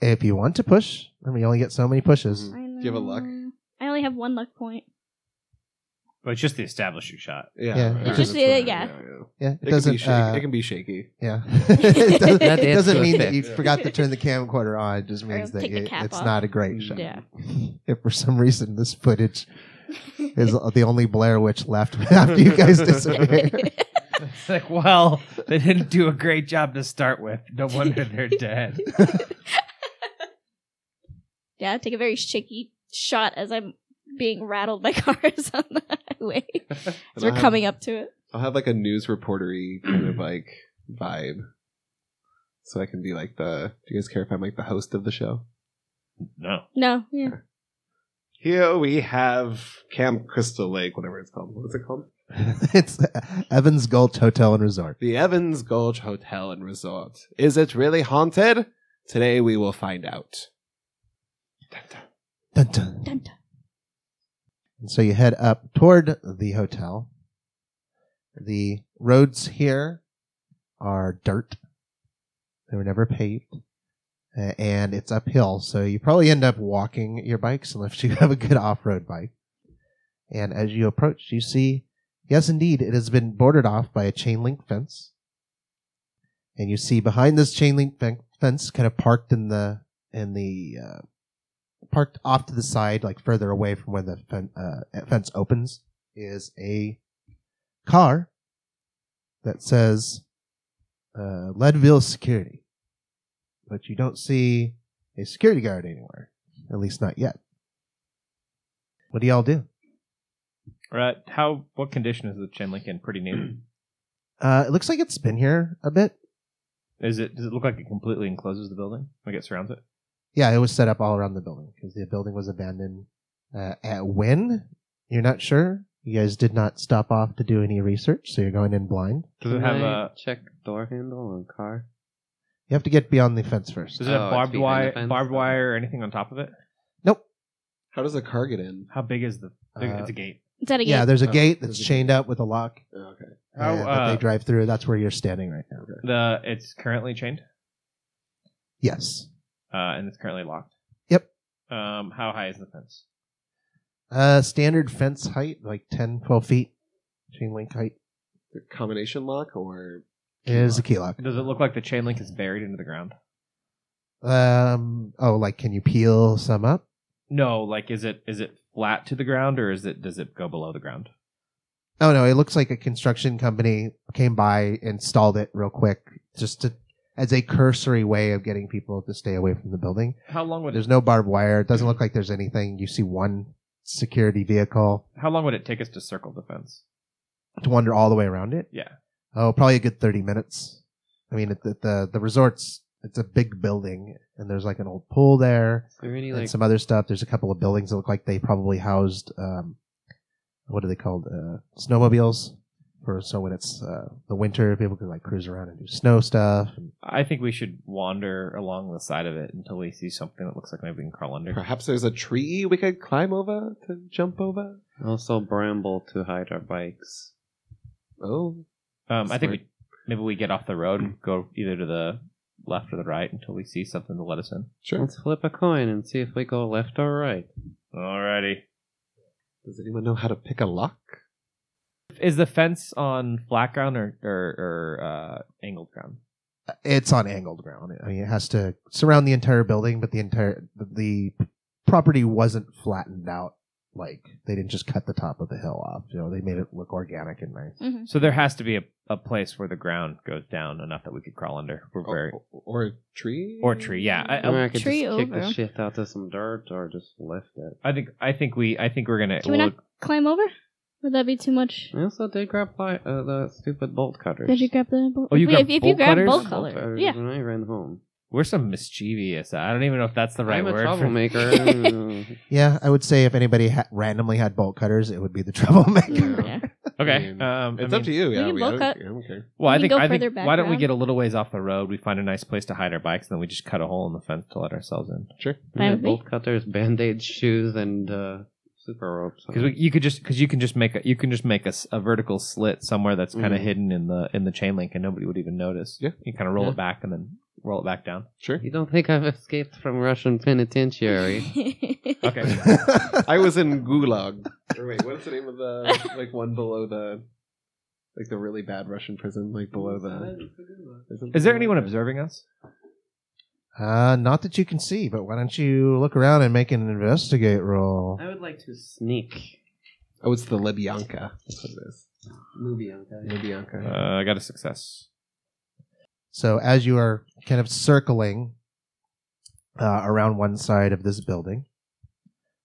[SPEAKER 1] If you want to push, I mean, you only get so many pushes.
[SPEAKER 2] Mm-hmm.
[SPEAKER 3] Mhm. Do you have a luck?
[SPEAKER 4] know. I only have one luck point.
[SPEAKER 5] Well, it's just the establishing shot.
[SPEAKER 3] Yeah.
[SPEAKER 1] Yeah,
[SPEAKER 3] right,
[SPEAKER 1] it's
[SPEAKER 4] just-
[SPEAKER 3] that's what I-
[SPEAKER 4] yeah.
[SPEAKER 1] Yeah, it,
[SPEAKER 3] It, can be
[SPEAKER 1] doesn't.
[SPEAKER 3] shaky.
[SPEAKER 1] uh,
[SPEAKER 3] it can be shaky.
[SPEAKER 1] yeah, it doesn't,
[SPEAKER 2] That
[SPEAKER 1] it
[SPEAKER 2] is
[SPEAKER 1] doesn't
[SPEAKER 2] to a
[SPEAKER 1] mean that
[SPEAKER 2] pick.
[SPEAKER 1] you
[SPEAKER 3] Yeah.
[SPEAKER 1] forgot to turn the camcorder on. It just means that
[SPEAKER 4] take the
[SPEAKER 1] it-
[SPEAKER 4] cap
[SPEAKER 1] it's
[SPEAKER 4] off. Mm,
[SPEAKER 1] not a great shot.
[SPEAKER 4] Yeah.
[SPEAKER 1] If for some reason this footage is the only Blair Witch left after you guys disappeared.
[SPEAKER 5] It's like, well, they didn't do a great job to start with. No wonder they're dead.
[SPEAKER 4] yeah, I take a very shaky shot as I'm being rattled by cars on the highway. As
[SPEAKER 3] And
[SPEAKER 4] we're
[SPEAKER 3] I'll have-
[SPEAKER 4] coming up to it.
[SPEAKER 3] I'll have like a news reportery kind of like vibe, so I can be like the. Do you guys care if I'm like the host of the show?
[SPEAKER 5] No.
[SPEAKER 4] No, yeah.
[SPEAKER 3] Here we have Camp Crystal Lake, whatever it's called. What's it called?
[SPEAKER 1] it's Evans Gulch Hotel and Resort.
[SPEAKER 3] The Evans Gulch Hotel and Resort. Is it really haunted? Today we will find out. Dun, dun.
[SPEAKER 1] Dun, dun.
[SPEAKER 4] Dun, dun.
[SPEAKER 1] And so you head up toward the hotel. The roads here are dirt. They were never paved. Uh, and it's uphill, so you probably end up walking your bikes unless you have a good off road bike. And as you approach, you see, yes, indeed, it has been bordered off by a chain link fence. And you see behind this chain link fen- fence, kind of parked in the, in the, uh, parked off to the side, like further away from where the fen- uh, fence opens, is a car that says uh, Leadville Security. But you don't see a security guard anywhere, at least not yet. What do y'all do?
[SPEAKER 5] Right. How? What condition is the chain link in? Pretty new.
[SPEAKER 1] Uh, it looks like it's been here a bit.
[SPEAKER 5] Is it? Does it look like it completely encloses the building? Like it surrounds it?
[SPEAKER 1] Yeah, it was set up all around the building because the building was abandoned. Uh, at when? You're not sure. You guys did not stop off to do any research, so you're going in blind.
[SPEAKER 5] Does
[SPEAKER 2] Can
[SPEAKER 5] it have
[SPEAKER 2] I
[SPEAKER 5] a?
[SPEAKER 2] check door handle on car?
[SPEAKER 1] You have to get beyond the fence first.
[SPEAKER 5] Does it
[SPEAKER 2] Oh,
[SPEAKER 5] have
[SPEAKER 2] it's
[SPEAKER 5] barbed
[SPEAKER 2] behind the
[SPEAKER 5] wire,
[SPEAKER 2] fence?
[SPEAKER 5] barbed wire, or anything on top of it?
[SPEAKER 1] Nope.
[SPEAKER 3] How does a car get in?
[SPEAKER 5] How big is the? big-
[SPEAKER 1] Uh,
[SPEAKER 5] it's a gate.
[SPEAKER 4] Is that a
[SPEAKER 1] Yeah,
[SPEAKER 4] game?
[SPEAKER 1] there's a
[SPEAKER 3] Oh,
[SPEAKER 1] gate
[SPEAKER 3] there's
[SPEAKER 1] that's
[SPEAKER 3] a gate.
[SPEAKER 1] chained up with a lock
[SPEAKER 3] Oh, okay.
[SPEAKER 5] How?
[SPEAKER 1] uh, that
[SPEAKER 5] uh,
[SPEAKER 1] they drive through. That's where you're standing right now.
[SPEAKER 5] the it's currently chained
[SPEAKER 1] Yes.
[SPEAKER 5] uh, and it's currently locked.
[SPEAKER 1] Yep.
[SPEAKER 5] Um, how high is the fence?
[SPEAKER 1] Uh, standard fence height, like 10, 12 feet. Chain link height
[SPEAKER 3] The combination lock or
[SPEAKER 1] is a key lock.
[SPEAKER 5] Does it look like the chain link is buried into the ground?
[SPEAKER 1] Um, oh, like can you peel some up?
[SPEAKER 5] No, like is it is it flat to the ground or is it does it go below the ground?
[SPEAKER 1] Oh no, it looks like a construction company came by, installed it real quick, just to as a cursory way of getting people to stay away from the building.
[SPEAKER 5] How long would it,
[SPEAKER 1] There's no barbed wire. It doesn't look like there's anything. You see one security vehicle
[SPEAKER 5] how long would it take us to circle the fence?
[SPEAKER 1] to wander all the way around it.
[SPEAKER 5] Yeah.
[SPEAKER 1] Oh, probably a good thirty minutes. I mean, at the the, the resort's it's a big building, and there's like an old pool there
[SPEAKER 2] Is there any
[SPEAKER 1] and
[SPEAKER 2] like
[SPEAKER 1] some other stuff. There's a couple of buildings that look like they probably housed um, what are they called? Uh, snowmobiles. for so when it's uh, the winter, people can like cruise around and do snow stuff. And
[SPEAKER 5] I think we should wander along the side of it until we see something that looks like maybe we can crawl under.
[SPEAKER 3] Perhaps there's a tree we could climb over to jump over.
[SPEAKER 2] Also, bramble to hide our bikes.
[SPEAKER 3] Oh,
[SPEAKER 5] Um, I think
[SPEAKER 2] Smart.
[SPEAKER 5] we, maybe we get off the road and go either to the left or the right until we see something to let us in.
[SPEAKER 3] sure.
[SPEAKER 2] Let's flip a coin and see if we go left or right.
[SPEAKER 5] Alrighty.
[SPEAKER 3] Does anyone know how to pick a lock?
[SPEAKER 5] Is the fence on flat ground or or, or uh, angled ground?
[SPEAKER 1] it's on angled ground. I mean, it has to surround the entire building, but the entire the property wasn't flattened out. Like they didn't just cut the top of the hill off. You know, they made it look organic and nice.
[SPEAKER 4] Mhm.
[SPEAKER 5] So there has to be a, a place where the ground goes down enough that we could crawl under. We're very
[SPEAKER 3] Or, or a tree?
[SPEAKER 5] or tree. Yeah, I,
[SPEAKER 2] Or
[SPEAKER 5] I,
[SPEAKER 2] I could
[SPEAKER 4] Oh, tree
[SPEAKER 2] just kick the
[SPEAKER 4] over.
[SPEAKER 2] shit out of some dirt or just lift it.
[SPEAKER 5] I think I think we I think we're gonna.
[SPEAKER 4] Can we
[SPEAKER 5] we'll-
[SPEAKER 4] not climb over? Would that be too much?
[SPEAKER 2] I also did grab pli- uh, the stupid bolt cutters.
[SPEAKER 4] Did you grab the bolt?
[SPEAKER 5] Oh, you
[SPEAKER 4] Wait,
[SPEAKER 5] grab
[SPEAKER 4] if, if you
[SPEAKER 5] bolt
[SPEAKER 4] grab
[SPEAKER 5] cutters?
[SPEAKER 4] bolt
[SPEAKER 2] Bolt
[SPEAKER 4] color,
[SPEAKER 2] cutters
[SPEAKER 4] yeah.
[SPEAKER 2] And I ran home.
[SPEAKER 5] we're some mischievous. I don't even know if that's the right
[SPEAKER 2] I'm a
[SPEAKER 5] word. for-
[SPEAKER 2] troublemaker.
[SPEAKER 1] Yeah, I would say if anybody ha- randomly had bolt cutters, it would be the troublemaker.
[SPEAKER 4] Mm, yeah.
[SPEAKER 5] Oh, okay.
[SPEAKER 3] I mean,
[SPEAKER 5] um, I
[SPEAKER 3] It's
[SPEAKER 5] mean-
[SPEAKER 3] up to you.
[SPEAKER 4] we
[SPEAKER 3] Yeah,
[SPEAKER 4] can
[SPEAKER 3] we
[SPEAKER 4] bulk
[SPEAKER 3] don't,
[SPEAKER 4] up.
[SPEAKER 3] I don't care.
[SPEAKER 5] Well,
[SPEAKER 4] We
[SPEAKER 5] I
[SPEAKER 4] can
[SPEAKER 5] think
[SPEAKER 4] go
[SPEAKER 5] I think
[SPEAKER 4] further back
[SPEAKER 5] why don't we
[SPEAKER 4] around.
[SPEAKER 5] get a little ways off the road? We find a nice place to hide our bikes, and then we just cut a hole in the fence to let ourselves in.
[SPEAKER 3] Sure.
[SPEAKER 4] Fine with me.
[SPEAKER 2] bolt cutters, band aids, shoes, and uh, super ropes.
[SPEAKER 5] Because you could just because you can just make a you can just make a, s- a vertical slit somewhere that's kind of
[SPEAKER 2] Mhm.
[SPEAKER 5] hidden in the in the chain link, and nobody would even notice.
[SPEAKER 3] Yeah.
[SPEAKER 5] You kind of roll
[SPEAKER 2] Yeah.
[SPEAKER 5] it back and then roll it back down.
[SPEAKER 3] Sure.
[SPEAKER 2] You don't think I've escaped from Russian penitentiary?
[SPEAKER 5] Okay.
[SPEAKER 3] I was in Gulag. or wait, what's the name of the like one below the like the really bad Russian prison like below the
[SPEAKER 5] Is there anyone observing us?
[SPEAKER 1] Uh, not that you can see, but why don't you look around and make an investigate roll?
[SPEAKER 2] I would like to sneak.
[SPEAKER 3] Oh, it's the Lebyanka. That's what it is.
[SPEAKER 2] Movie on that.
[SPEAKER 5] Uh,
[SPEAKER 3] Lebyanka.
[SPEAKER 5] I got a success.
[SPEAKER 1] So as you are kind of circling uh, around one side of this building,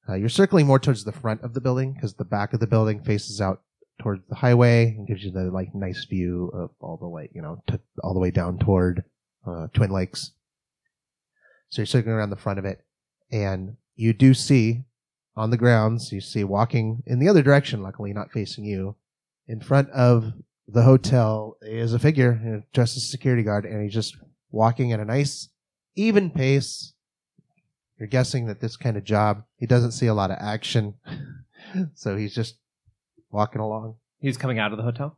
[SPEAKER 1] uh, you're circling more towards the front of the building because the back of the building faces out towards the highway and gives you the like nice view of all the like you know t- all the way down toward uh, Twin Lakes. So you're circling around the front of it, and you do see on the grounds you see walking in the other direction. Luckily, not facing you. In front of the hotel is a figure you know, dressed as a security guard, and he's just walking at a nice, even pace. You're guessing that this kind of job, he doesn't see a lot of action, so he's just walking along.
[SPEAKER 5] He's coming out of the hotel.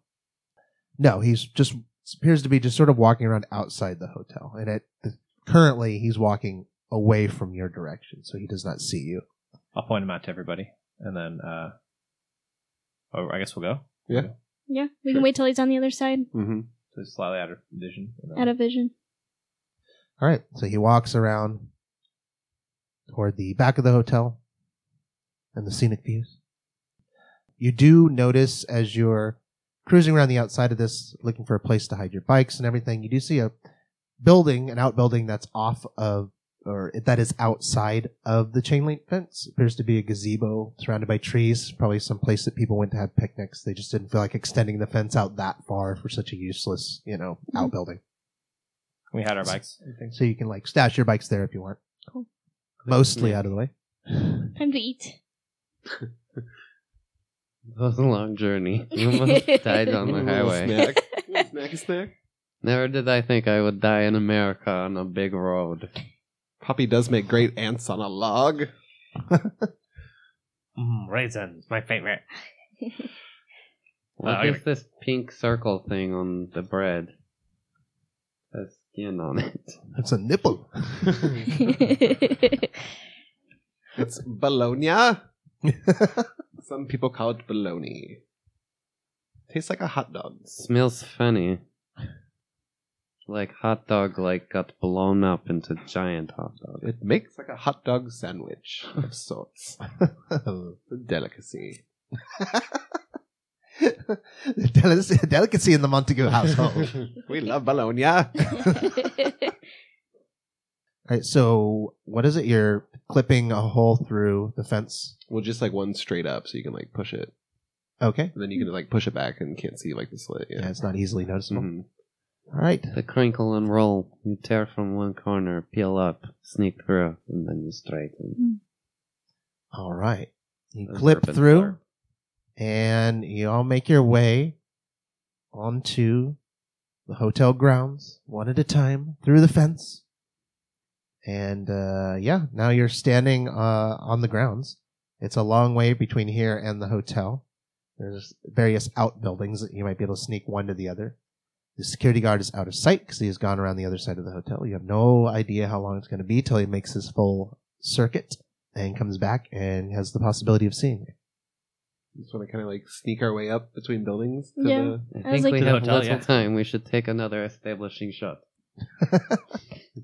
[SPEAKER 1] No, he's just appears to be just sort of walking around outside the hotel, and at the, currently he's walking away from your direction, so he does not see you.
[SPEAKER 5] I'll point him out to everybody, and then uh, oh, I guess we'll go.
[SPEAKER 4] yeah, we
[SPEAKER 5] Sure.
[SPEAKER 4] can wait till he's on the other side,
[SPEAKER 3] Mm-hmm.
[SPEAKER 5] So he's slightly out of vision. and then-
[SPEAKER 4] out of vision.
[SPEAKER 1] All right. So he walks around toward the back of the hotel and the scenic views. You do notice as you're cruising around the outside of this, looking for a place to hide your bikes and everything, you do see a building, an outbuilding that's off of, or that is outside of the chain link fence. appears to be a gazebo surrounded by trees, probably some place that people went to have picnics. They just didn't feel like extending the fence out that far for such a useless, you know,
[SPEAKER 4] Mhm.
[SPEAKER 1] outbuilding.
[SPEAKER 5] we had our bikes. and things.
[SPEAKER 1] So you can like stash your bikes there if you want. Cool. Mostly
[SPEAKER 2] Yeah.
[SPEAKER 1] out of the way.
[SPEAKER 4] Time to eat.
[SPEAKER 2] It was a long journey. Almost died on the highway.
[SPEAKER 3] Snack. Little snack, snack.
[SPEAKER 2] Never did I think I would die in America on a big road.
[SPEAKER 5] Uh,
[SPEAKER 3] Poppy does make great ants on a log.
[SPEAKER 6] Mm, raisins, my favorite.
[SPEAKER 2] What
[SPEAKER 5] Uh,
[SPEAKER 6] I
[SPEAKER 2] is this pink circle thing on the bread? Has skin on it.
[SPEAKER 1] It's a nipple.
[SPEAKER 3] It's bologna. Some people call it bologna. Tastes like a hot dog.
[SPEAKER 2] Smells funny. Like hot dog like got blown up into giant hot dog.
[SPEAKER 3] It makes like a hot dog sandwich of sorts. A delicacy.
[SPEAKER 1] The delicacy- delicacy in the Montague household.
[SPEAKER 3] we love bologna. I
[SPEAKER 1] All right, so what is it? You're clipping a hole through the fence.
[SPEAKER 3] Well, just like one straight up, so you can like push it,
[SPEAKER 1] Okay.
[SPEAKER 3] and then you can like push it back and can't see like the slit.
[SPEAKER 1] Yeah,
[SPEAKER 3] Yeah. Mm-hmm.
[SPEAKER 1] it's not easily noticeable.
[SPEAKER 2] Mhm.
[SPEAKER 1] All right.
[SPEAKER 2] The crinkle and roll. You tear from one corner, peel up, sneak through, and then you straighten.
[SPEAKER 1] All right. You
[SPEAKER 2] Those
[SPEAKER 1] clip
[SPEAKER 2] urban
[SPEAKER 1] through
[SPEAKER 2] blurb.
[SPEAKER 1] and you all make your way onto the hotel grounds, one at a time, through the fence. And uh, yeah, now you're standing uh, on the grounds. It's a long way between here and the hotel. There's various outbuildings that you might be able to sneak one to the other. The security guard is out of sight because he has gone around the other side of the hotel. You have no idea how long it's going to be till he makes his full circuit and comes back and has the possibility of seeing you.
[SPEAKER 3] Just want to kind of like sneak our way up between buildings. To
[SPEAKER 4] Yeah.
[SPEAKER 3] the...
[SPEAKER 2] I
[SPEAKER 4] I was
[SPEAKER 2] think
[SPEAKER 4] like-
[SPEAKER 2] we
[SPEAKER 5] To the
[SPEAKER 2] have
[SPEAKER 5] hotel,
[SPEAKER 2] little
[SPEAKER 5] yeah.
[SPEAKER 2] time. We should take another establishing shot.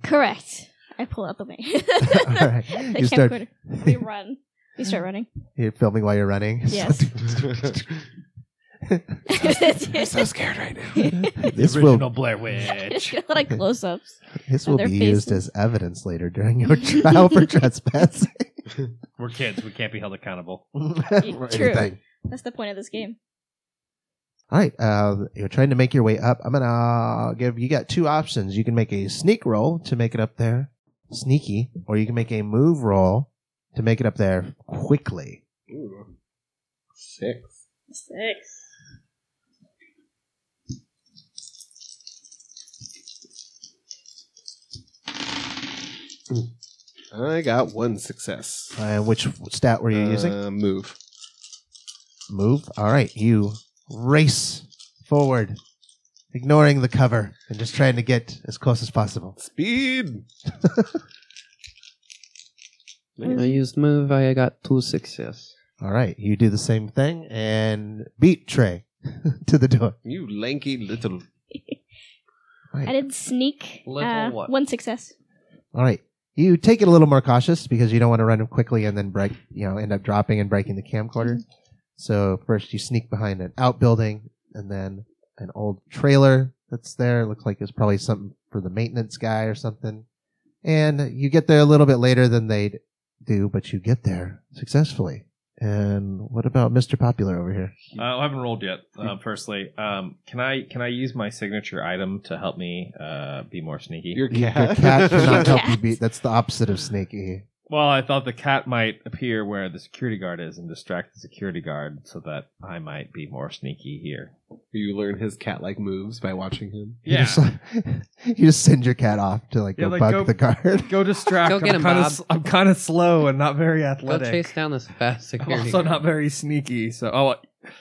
[SPEAKER 4] Correct. I pull out the way.
[SPEAKER 1] All right,
[SPEAKER 4] The
[SPEAKER 1] you start.
[SPEAKER 4] camcorder. We run. We start running.
[SPEAKER 1] You're filming while you're running.
[SPEAKER 4] Yes.
[SPEAKER 3] I'm so scared right now.
[SPEAKER 1] this
[SPEAKER 5] Original
[SPEAKER 1] will
[SPEAKER 5] Blair
[SPEAKER 4] Just
[SPEAKER 5] Witch.
[SPEAKER 4] a lot of close-ups.
[SPEAKER 1] this will
[SPEAKER 4] their
[SPEAKER 1] be used
[SPEAKER 4] faces.
[SPEAKER 1] as evidence later during your trial for trespassing.
[SPEAKER 5] We're kids. We can't be held accountable.
[SPEAKER 1] Or
[SPEAKER 4] True.
[SPEAKER 1] anything.
[SPEAKER 4] That's the point of this game.
[SPEAKER 1] All right, uh, you're trying to make your way up. I'm gonna give you got two options. You can make a sneak roll to make it up there, sneaky, or you can make a move roll to make it up there quickly.
[SPEAKER 3] Ooh. Six.
[SPEAKER 4] Six.
[SPEAKER 3] I got one success.
[SPEAKER 1] Uh, which stat were you using?
[SPEAKER 3] Uh, move.
[SPEAKER 1] move. All right, you race forward, ignoring the cover and just trying to get as close as possible.
[SPEAKER 3] Speed.
[SPEAKER 2] I used move. I got two success.
[SPEAKER 1] All right, you do the same thing and beat Trey to the door.
[SPEAKER 3] You lanky little.
[SPEAKER 4] I did sneak.
[SPEAKER 2] Level
[SPEAKER 4] uh,
[SPEAKER 2] what?
[SPEAKER 4] One success.
[SPEAKER 1] All right, you take it a little more cautious because you don't want to run quickly and then break, you know, end up dropping and breaking the camcorder. So first you sneak behind an outbuilding and then an old trailer that's there. Looks like it's probably something for the maintenance guy or something. And you get there a little bit later than they do, but you get there successfully. And what about Mr. Popular over here?
[SPEAKER 5] Uh, I haven't rolled yet. Uh, firstly, um, can I can I use my signature item to help me uh, be more sneaky?
[SPEAKER 3] Your
[SPEAKER 1] Your
[SPEAKER 3] cat.
[SPEAKER 1] cat cannot help you
[SPEAKER 4] Cat.
[SPEAKER 1] beat. That's the opposite of sneaky.
[SPEAKER 5] Well, I thought the cat might appear where the security guard is and distract the security guard so that I might be more sneaky here.
[SPEAKER 3] you learn his cat-like moves by watching him.
[SPEAKER 1] You
[SPEAKER 5] Yeah.
[SPEAKER 1] just, you just send your cat off to like
[SPEAKER 5] Yeah,
[SPEAKER 1] go
[SPEAKER 5] like,
[SPEAKER 1] bug
[SPEAKER 5] go-
[SPEAKER 1] the guard.
[SPEAKER 5] Go distract.
[SPEAKER 2] Go get
[SPEAKER 5] I'm
[SPEAKER 2] him,
[SPEAKER 5] kinda
[SPEAKER 2] Bob.
[SPEAKER 5] s- I'm kind of slow and not very
[SPEAKER 2] Go
[SPEAKER 5] athletic.
[SPEAKER 2] chase down this fast
[SPEAKER 5] I'm
[SPEAKER 2] security.
[SPEAKER 5] also
[SPEAKER 2] guard.
[SPEAKER 5] not very sneaky, so oh,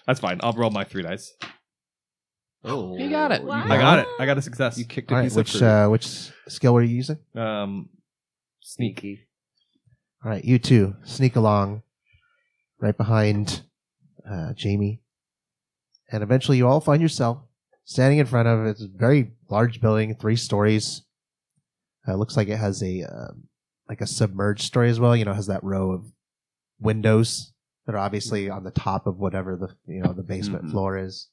[SPEAKER 5] that's fine. I'll roll my three dice.
[SPEAKER 3] Oh,
[SPEAKER 2] You got it.
[SPEAKER 4] Wow.
[SPEAKER 5] I got it. I got a success.
[SPEAKER 3] You kicked a
[SPEAKER 1] All right,
[SPEAKER 3] piece of
[SPEAKER 1] which
[SPEAKER 3] fruit.
[SPEAKER 1] uh, which skill were you using?
[SPEAKER 5] Um, sneak.
[SPEAKER 2] sneaky.
[SPEAKER 1] All right, you two sneak along right behind uh, Jamie, and eventually you all find yourself standing in front of it's a very large building, three stories. Uh, it looks like it has a um, like a submerged story as well. You know, it has that row of windows that are obviously on the top of whatever the you know the basement
[SPEAKER 2] Mhm.
[SPEAKER 1] floor is.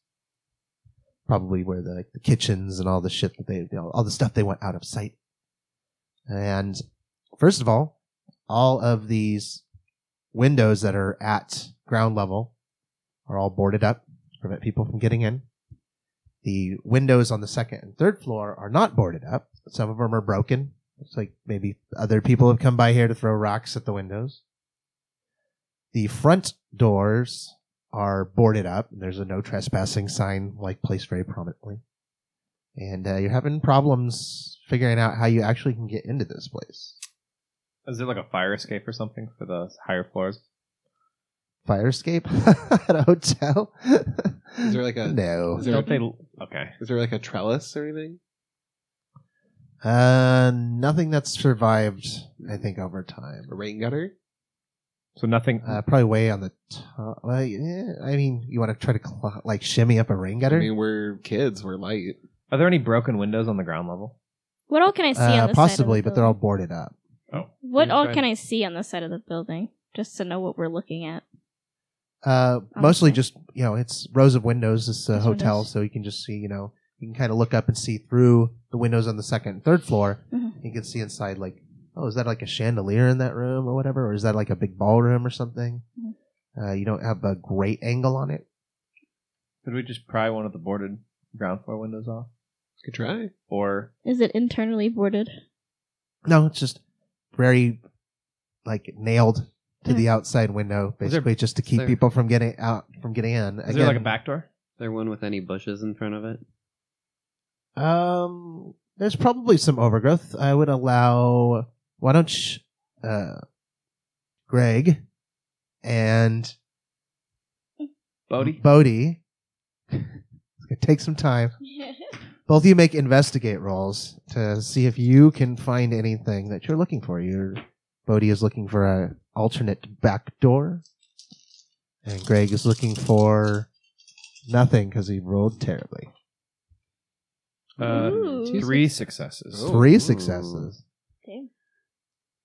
[SPEAKER 1] Probably where the, like, the kitchens and all the shit that they you know, all the stuff they want out of sight. And first of all, all of these windows that are at ground level are all boarded up to prevent people from getting in. The windows on the second and third floor are not boarded up. Some of them are broken. It's like maybe other people have come by here to throw rocks at the windows. The front doors are boarded up. and There's a no trespassing sign like placed very prominently. And uh, you're having problems figuring out how you actually can get into this place.
[SPEAKER 5] Is there like a fire escape or something for the higher floors?
[SPEAKER 1] fire escape at a hotel.
[SPEAKER 3] Is there like a-
[SPEAKER 1] no?
[SPEAKER 3] Is there
[SPEAKER 2] Hmm.
[SPEAKER 5] Don't
[SPEAKER 3] a-
[SPEAKER 5] they? Okay.
[SPEAKER 3] Is there like a trellis or anything?
[SPEAKER 1] Uh, nothing that's survived. I think over time.
[SPEAKER 3] A rain gutter?
[SPEAKER 5] So nothing.
[SPEAKER 1] Uh,
[SPEAKER 3] Hmm.
[SPEAKER 1] probably way on the top. Well, yeah, I mean, you want to try to cl- like shimmy up a rain gutter?
[SPEAKER 3] I mean, we're kids. We're light.
[SPEAKER 5] Are there any broken windows on the ground level?
[SPEAKER 4] What all can I see on
[SPEAKER 1] uh,
[SPEAKER 4] this
[SPEAKER 1] possibly,
[SPEAKER 4] side of the
[SPEAKER 1] but they're all
[SPEAKER 4] building?
[SPEAKER 1] boarded up.
[SPEAKER 4] What all
[SPEAKER 2] Right.
[SPEAKER 4] can I see on this side of the building? Just to know what we're looking at.
[SPEAKER 1] Uh, mostly
[SPEAKER 4] Okay.
[SPEAKER 1] just you know, it's rows of windows. It's a
[SPEAKER 4] Just
[SPEAKER 1] hotel,
[SPEAKER 4] windows.
[SPEAKER 1] so you can just see. You know, you can kind of look up and see through the windows on the second and third floor.
[SPEAKER 4] Mhm.
[SPEAKER 1] You can see inside, like, oh, is that like a chandelier in that room or whatever, or is that like a big ballroom or something?
[SPEAKER 4] Mhm.
[SPEAKER 1] Uh, you don't have a great angle on it.
[SPEAKER 5] Could we just pry one of the boarded ground floor windows off?
[SPEAKER 3] Good try.
[SPEAKER 5] Or
[SPEAKER 4] Is it internally boarded?
[SPEAKER 1] No, it's just very like nailed to
[SPEAKER 4] Mhm.
[SPEAKER 1] the outside window,
[SPEAKER 5] Is there-
[SPEAKER 1] basically just to
[SPEAKER 2] is
[SPEAKER 1] keep
[SPEAKER 2] there-
[SPEAKER 1] people from getting out from getting in.
[SPEAKER 5] is there like a
[SPEAKER 1] Again,
[SPEAKER 5] back door?
[SPEAKER 2] there one with any bushes in front of it?
[SPEAKER 1] Um, there's probably some overgrowth. I would allow. Why don't sh- uh, Greg and
[SPEAKER 2] Bodie?
[SPEAKER 1] Bodie it's gonna take some time. Both of you make investigate rolls to see if you can find anything that you're looking for. Your Bodhi is looking for a alternate back door, and Greg is looking for nothing because he rolled terribly.
[SPEAKER 7] Uh,
[SPEAKER 4] Ooh.
[SPEAKER 7] Three successes.
[SPEAKER 3] Oh.
[SPEAKER 1] Three successes.
[SPEAKER 4] Damn.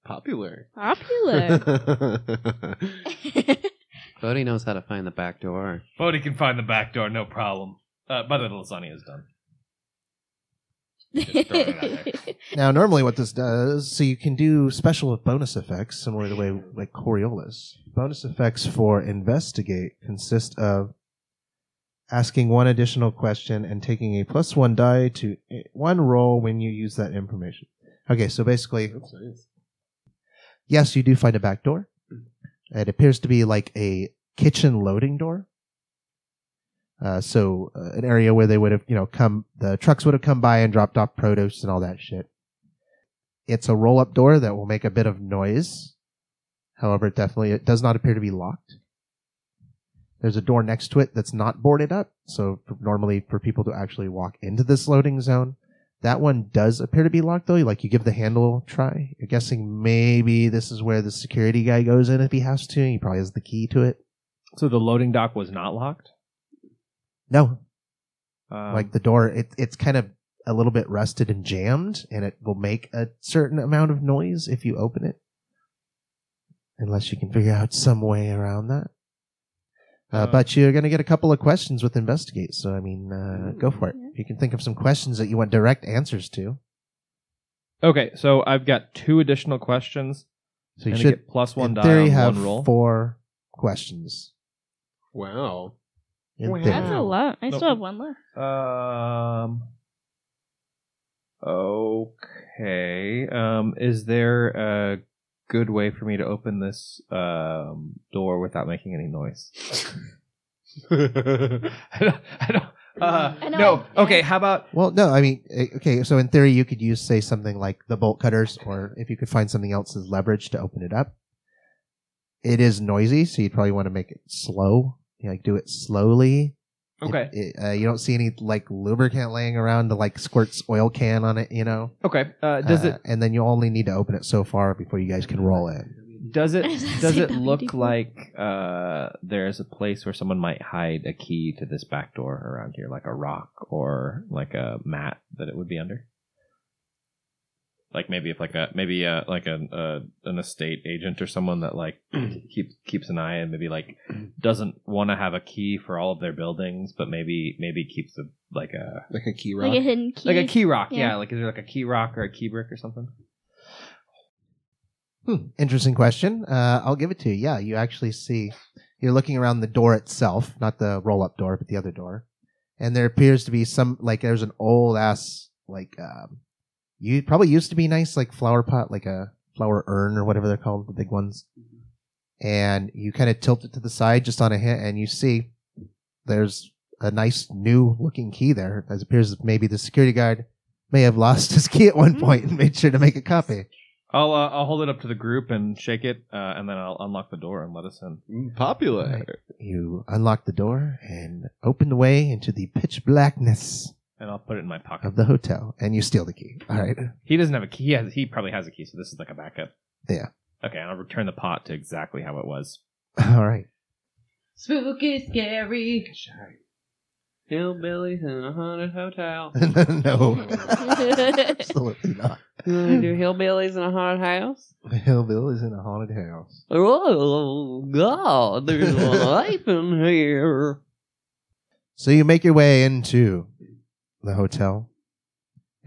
[SPEAKER 3] Popular.
[SPEAKER 4] Popular.
[SPEAKER 2] Bodie knows how to find the back door.
[SPEAKER 7] Bodhi can find the back door, no problem. Uh, by the way, the lasagna is done.
[SPEAKER 1] Now, normally, what this does, so you can do special bonus effects, similar to the way like Coriolis. Bonus effects for investigate consist of asking one additional question and taking a plus one die to a- one roll when you use that information. Okay, so basically, yes, you do find a back door. It appears to be like a kitchen loading door. Uh, so uh, an area where they would have, you know, come the trucks would have come by and dropped off produce and all that shit. It's a roll-up door that will make a bit of noise. However, it definitely it does not appear to be locked. There's a door next to it that's not boarded up, so for, normally for people to actually walk into this loading zone, that one does appear to be locked though. Like you give the handle a try. You're guessing maybe this is where the security guy goes in if he has to. He probably has the key to it.
[SPEAKER 5] So the loading dock was not locked.
[SPEAKER 1] No,
[SPEAKER 5] Um,
[SPEAKER 1] like the door it, it's kind of a little bit rusted and jammed and it will make a certain amount of noise if you open it unless you can figure out some way around that uh,
[SPEAKER 7] Uh,
[SPEAKER 1] but you're going to get a couple of questions with investigate so i mean uh, go for it you can think of some questions that you want direct answers to
[SPEAKER 5] okay, so I've got two additional questions.
[SPEAKER 1] so you
[SPEAKER 5] and I
[SPEAKER 1] should
[SPEAKER 5] get plus one
[SPEAKER 1] in
[SPEAKER 5] die
[SPEAKER 1] theory
[SPEAKER 5] on
[SPEAKER 1] have
[SPEAKER 5] one roll.
[SPEAKER 1] four questions
[SPEAKER 3] wow.
[SPEAKER 1] in
[SPEAKER 3] Wow.
[SPEAKER 1] theory.
[SPEAKER 4] That's a lot. I
[SPEAKER 7] Nope.
[SPEAKER 4] still have one left.
[SPEAKER 5] Um. Okay. Um. Is there a good way for me to open this um door without making any noise? I don't. I don't uh,
[SPEAKER 4] I know,
[SPEAKER 5] no.
[SPEAKER 4] yeah.
[SPEAKER 5] Okay. How about
[SPEAKER 1] well no i mean eh, okay so in theory you could use say something like the bolt cutters or if you could find something else as leverage to open it up it is noisy, so you'd probably want to make it slow. You, like do it slowly. It-
[SPEAKER 5] okay?
[SPEAKER 1] it- uh, you don't see any like lubricant laying around to like squirts oil can on it, you know.
[SPEAKER 5] Okay. Uh, does
[SPEAKER 1] Uh,
[SPEAKER 5] it
[SPEAKER 1] And then you only need to open it so far before you guys can roll in.
[SPEAKER 5] Does it
[SPEAKER 4] I was gonna
[SPEAKER 5] does
[SPEAKER 4] say
[SPEAKER 5] it look
[SPEAKER 4] WD-40.
[SPEAKER 5] like uh, there's a place where someone might hide a key to this back door around here, like a rock or like a mat that it would be under? Like maybe if like a maybe uh, like an uh, an estate agent or someone that like keeps keeps an eye and maybe like doesn't want to have a key for all of their buildings, but maybe maybe keeps a like a
[SPEAKER 3] Like a key rock.
[SPEAKER 4] Like a hidden key.
[SPEAKER 5] like a key rock, yeah.
[SPEAKER 4] Yeah.
[SPEAKER 5] Like is there like a key rock or a key brick or something?
[SPEAKER 1] Hmm, interesting question. Uh, I'll give it to you. Yeah, you actually see you're looking around the door itself, not the roll up door, but the other door. And there appears to be some like there's an old ass like um you probably used to be nice like flower pot, like a flower urn or whatever they're called, the big ones. And you kind of tilt it to the side just on a hint and you see there's a nice new looking key there. It appears that maybe the security guard may have lost his key at one point and made sure to make a copy.
[SPEAKER 5] I'll uh, I'll hold it up to the group and shake it, uh, and then I'll unlock the door and let us in.
[SPEAKER 3] Mm, Popular.
[SPEAKER 1] You unlock the door and open the way into the pitch blackness
[SPEAKER 5] and I'll put it in my pocket.
[SPEAKER 1] of the hotel, and you steal the key. All right.
[SPEAKER 5] He doesn't have a key. He, has, he probably has a key, so this is like a backup.
[SPEAKER 1] Yeah.
[SPEAKER 5] Okay, and I'll return the pot to exactly how it was.
[SPEAKER 1] All right.
[SPEAKER 2] Spooky, scary. Hillbillies in a haunted hotel.
[SPEAKER 1] no. Absolutely not.
[SPEAKER 2] You want to do hillbillies in a haunted house?
[SPEAKER 1] Hillbill is in a haunted house.
[SPEAKER 2] Oh, God, there's life in here.
[SPEAKER 1] So you make your way into the hotel.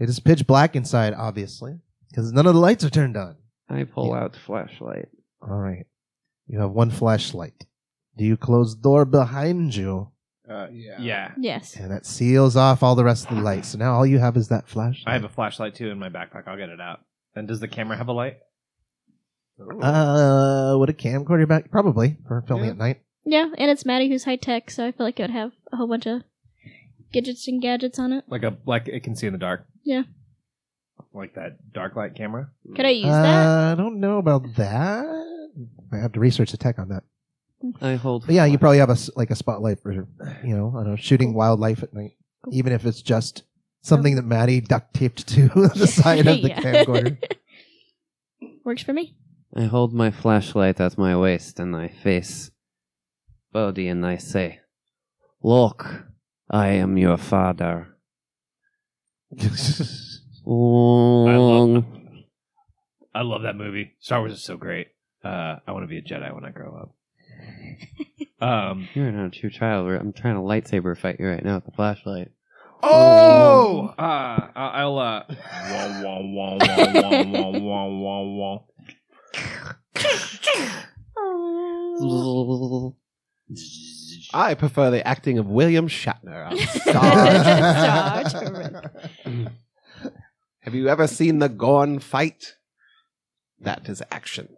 [SPEAKER 1] It is pitch black inside, obviously, because none of the lights are turned on.
[SPEAKER 2] I pull out the flashlight.
[SPEAKER 1] All right. You have one flashlight. Do you close the door behind you?
[SPEAKER 3] Uh, yeah.
[SPEAKER 5] Yeah.
[SPEAKER 4] Yes.
[SPEAKER 1] And that seals off all the rest of the lights. So now all you have is that flashlight.
[SPEAKER 5] I have a flashlight too in my backpack. I'll get it out. And does the camera have a light?
[SPEAKER 1] Uh, would a camcorder back? Probably for filming
[SPEAKER 3] Yeah.
[SPEAKER 1] at night.
[SPEAKER 4] Yeah, and it's Maddie who's high tech, so I feel like it would have a whole bunch of Gadgets and gadgets on it.
[SPEAKER 8] Like a like it can see in the dark.
[SPEAKER 4] Yeah.
[SPEAKER 8] Like that dark light camera.
[SPEAKER 4] Could I use that?
[SPEAKER 1] Uh, I don't know about that. I have to research the tech on that.
[SPEAKER 2] I hold.
[SPEAKER 1] But yeah, you probably have a s- like a spotlight for you know, I don't know, shooting wildlife at night, even if it's just something that Maddie duct taped to the side of the
[SPEAKER 4] Yeah.
[SPEAKER 1] camcorder.
[SPEAKER 4] Works for me.
[SPEAKER 2] I hold my flashlight at my waist and I face Bodhi and I say, Look, I am your father. Long.
[SPEAKER 8] I love that movie. Star Wars is so great. Uh, I want to be a Jedi when I grow up. um,
[SPEAKER 2] You're not a true child. We're- I'm trying to lightsaber fight you right now with the flashlight.
[SPEAKER 8] oh, uh, I- I'll. Uh, wah, wah, wah, wah, wah, wah, wah, wah.
[SPEAKER 3] I prefer the acting of William Shatner. I'm
[SPEAKER 4] Star Trek.
[SPEAKER 3] Have you ever seen the Gorn fight? That is action.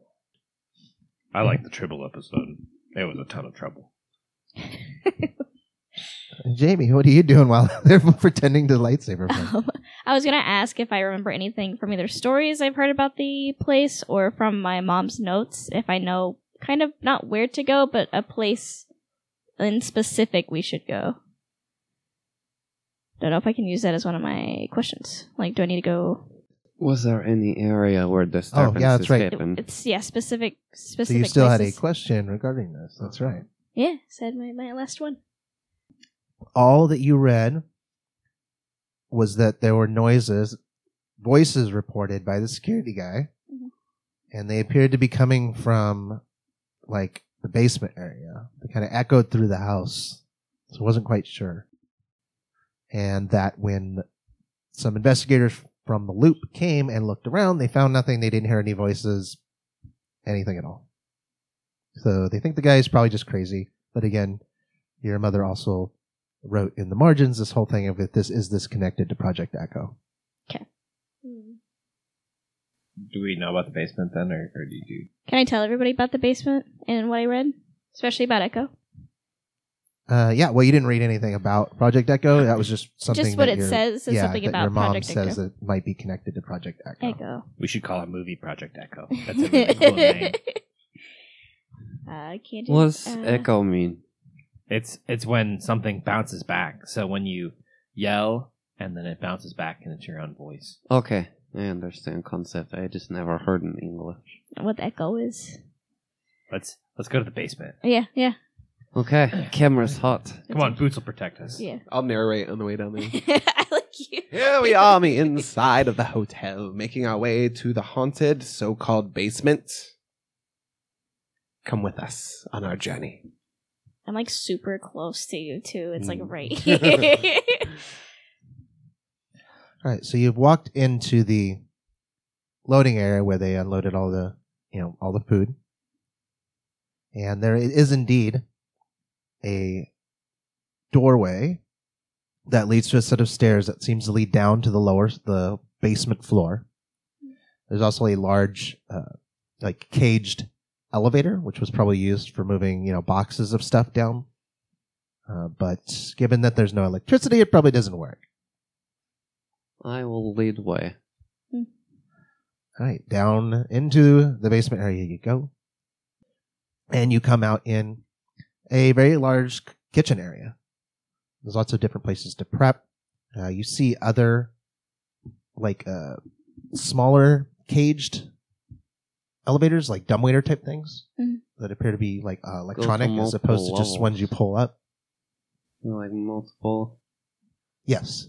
[SPEAKER 8] I like the triple episode. It was a ton of trouble.
[SPEAKER 1] Jamie, what are you doing while they're pretending to lightsaber? fight?
[SPEAKER 4] Um, I was gonna ask if I remember anything from either stories I've heard about the place or from my mom's notes. If I know kind of not where to go, but a place in specific we should go. Don't know if I can use that as one of my questions. Like, do I need to go?
[SPEAKER 2] Was there any area where disturbances
[SPEAKER 1] Oh, yeah, that's right.
[SPEAKER 2] happened?
[SPEAKER 4] It's yeah, specific.
[SPEAKER 1] So
[SPEAKER 4] Specific.
[SPEAKER 1] you still had a
[SPEAKER 4] places.
[SPEAKER 1] question regarding this. That's right.
[SPEAKER 4] Yeah, said my, my last one.
[SPEAKER 1] all that you read was that there were noises, voices reported by the security guy,
[SPEAKER 4] Mhm.
[SPEAKER 1] and they appeared to be coming from like the basement area. They kind of echoed through the house, so I wasn't quite sure. And that when some investigators from the loop came and looked around, they found nothing. They didn't hear any voices, anything at all. So they think the guy is probably just crazy. But again, your mother also wrote in the margins this whole thing of if this is this connected to Project Echo.
[SPEAKER 8] Do we know about the basement then, or, or do you?
[SPEAKER 4] Can I tell everybody about the basement and what I read, especially about Echo?
[SPEAKER 1] Uh, yeah, well, you didn't read anything about Project Echo. That was just something.
[SPEAKER 4] Just what
[SPEAKER 1] that
[SPEAKER 4] it
[SPEAKER 1] your-
[SPEAKER 4] says and
[SPEAKER 1] yeah,
[SPEAKER 4] something
[SPEAKER 1] that
[SPEAKER 4] about
[SPEAKER 1] your mom
[SPEAKER 4] Project
[SPEAKER 1] says
[SPEAKER 4] Echo.
[SPEAKER 1] that might be connected to Project Echo.
[SPEAKER 4] Echo.
[SPEAKER 8] We should call it movie Project Echo. That's a really cool name.
[SPEAKER 4] uh, can't do
[SPEAKER 2] What's
[SPEAKER 4] uh,
[SPEAKER 2] echo mean?
[SPEAKER 8] It's it's when something bounces back. So when you yell and then it bounces back and it's your own voice.
[SPEAKER 2] Okay, I understand concept. I just never heard in English.
[SPEAKER 4] What the echo is?
[SPEAKER 8] Let's let's go to the basement.
[SPEAKER 4] Yeah, yeah,
[SPEAKER 2] Okay, camera's hot.
[SPEAKER 8] Come on, Boots will protect us.
[SPEAKER 4] yeah.
[SPEAKER 3] I'll narrate on the way down there.
[SPEAKER 4] I like you.
[SPEAKER 3] Here we are on the inside of the hotel, making our way to the haunted so called basement. Come with us on our journey.
[SPEAKER 4] I'm like super close to you too. It's like
[SPEAKER 3] Mm.
[SPEAKER 4] right. here.
[SPEAKER 1] All right, so you've walked into the loading area where they unloaded all the, you know, all the food, and there is indeed a doorway that leads to a set of stairs that seems to lead down to the lower, the basement floor. There's also a large, uh, like caged elevator, which was probably used for moving, you know, boxes of stuff down. Uh, but given that there's no electricity, it probably doesn't work.
[SPEAKER 2] I will lead way.
[SPEAKER 1] All right, down into the basement area you go. And you come out in a very large k- kitchen area. There's lots of different places to prep. Uh, you see other, like, uh, smaller caged elevators, like dumbwaiter type things
[SPEAKER 4] Mhm.
[SPEAKER 1] that appear to be, like, uh, electronic as
[SPEAKER 2] multiple
[SPEAKER 1] opposed to just ones
[SPEAKER 2] levels.
[SPEAKER 1] you pull up.
[SPEAKER 2] Like multiple.
[SPEAKER 1] Yes.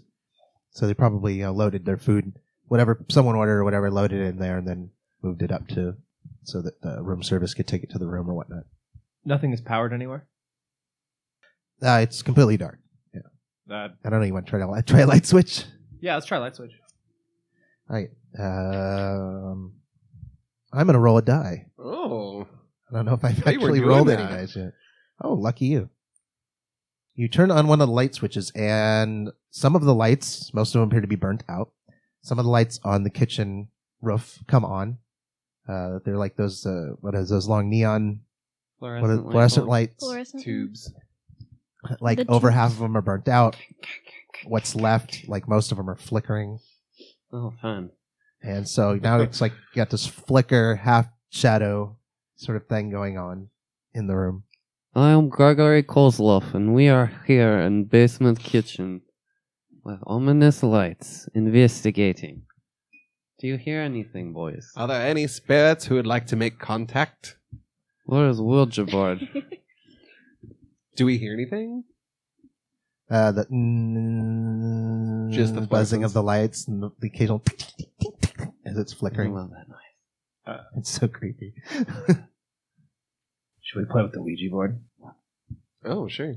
[SPEAKER 1] So they probably uh, loaded their food, whatever someone ordered or whatever, loaded it in there and then moved it up to so that the room service could take it to the room or whatnot.
[SPEAKER 8] Nothing is powered anywhere.
[SPEAKER 1] Uh, it's completely dark.
[SPEAKER 8] Uh,
[SPEAKER 1] I don't know. You want to try to li- try a light switch?
[SPEAKER 8] yeah, let's try light switch.
[SPEAKER 1] Um, I'm gonna roll a die.
[SPEAKER 3] Oh.
[SPEAKER 1] I don't know if I've
[SPEAKER 3] Hey, we're
[SPEAKER 1] actually
[SPEAKER 3] doing
[SPEAKER 1] rolled any
[SPEAKER 3] that.
[SPEAKER 1] dice yet. Oh, lucky you! You turn on one of the light switches, and some of the lights, most of them appear to be burnt out. Some of the lights on the kitchen roof come on. Uh, they're like those uh, what is those long neon what are,
[SPEAKER 2] Fluorescent light
[SPEAKER 1] fluorescent
[SPEAKER 2] bulb.
[SPEAKER 1] lights?
[SPEAKER 4] Fluorescent.
[SPEAKER 3] Tubes.
[SPEAKER 1] Like
[SPEAKER 4] The
[SPEAKER 1] over
[SPEAKER 4] tubes.
[SPEAKER 1] half of them are burnt out, what's left, like most of them are flickering.
[SPEAKER 2] Oh, fun.
[SPEAKER 1] And so now it's like you got this flicker, half shadow sort of thing going on in the room.
[SPEAKER 2] I'm Gregory Kozlov, and we are here in basement kitchen with ominous lights investigating. Do you hear anything, boys?
[SPEAKER 3] Are there any spirits who would like to make contact?
[SPEAKER 2] Where is Wildjabard?
[SPEAKER 3] Do we hear anything?
[SPEAKER 1] Uh, the mm,
[SPEAKER 3] Just the
[SPEAKER 1] buzzing
[SPEAKER 3] flashes.
[SPEAKER 1] of the lights and the, the occasional as it's flickering.
[SPEAKER 2] love that noise.
[SPEAKER 1] It's so creepy.
[SPEAKER 8] Should we play with the Ouija board?
[SPEAKER 3] Oh, sure.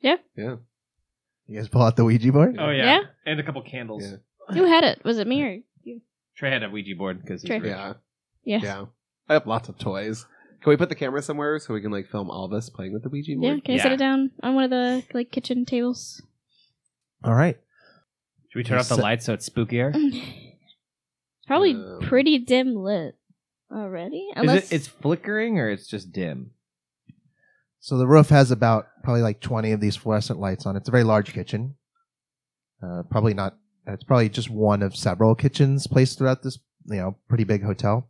[SPEAKER 1] You guys pull out the Ouija board.
[SPEAKER 5] Oh yeah.
[SPEAKER 4] Yeah?
[SPEAKER 5] and a couple candles.
[SPEAKER 3] Yeah.
[SPEAKER 4] Who had it? Was it me or you?
[SPEAKER 8] Trey had a Ouija board because
[SPEAKER 4] Trey.
[SPEAKER 3] Yeah.
[SPEAKER 4] Yeah.
[SPEAKER 3] Yeah. I have lots of toys. Can we put the camera somewhere so we can like film all of us playing with the Ouija
[SPEAKER 4] Yeah,
[SPEAKER 3] board?
[SPEAKER 4] can I set it down on one of the like kitchen tables?
[SPEAKER 1] All right.
[SPEAKER 8] Should we turn off the
[SPEAKER 1] Set- Uh,
[SPEAKER 8] lights so it's spookier?
[SPEAKER 4] Probably
[SPEAKER 3] Um,
[SPEAKER 4] pretty dim lit already. Unless
[SPEAKER 8] Is it, it's flickering or it's just dim?
[SPEAKER 1] So the roof has about probably like 20 of these fluorescent lights on it. It's a very large kitchen. Uh, probably not, it's probably just one of several kitchens placed throughout this, you know, pretty big hotel.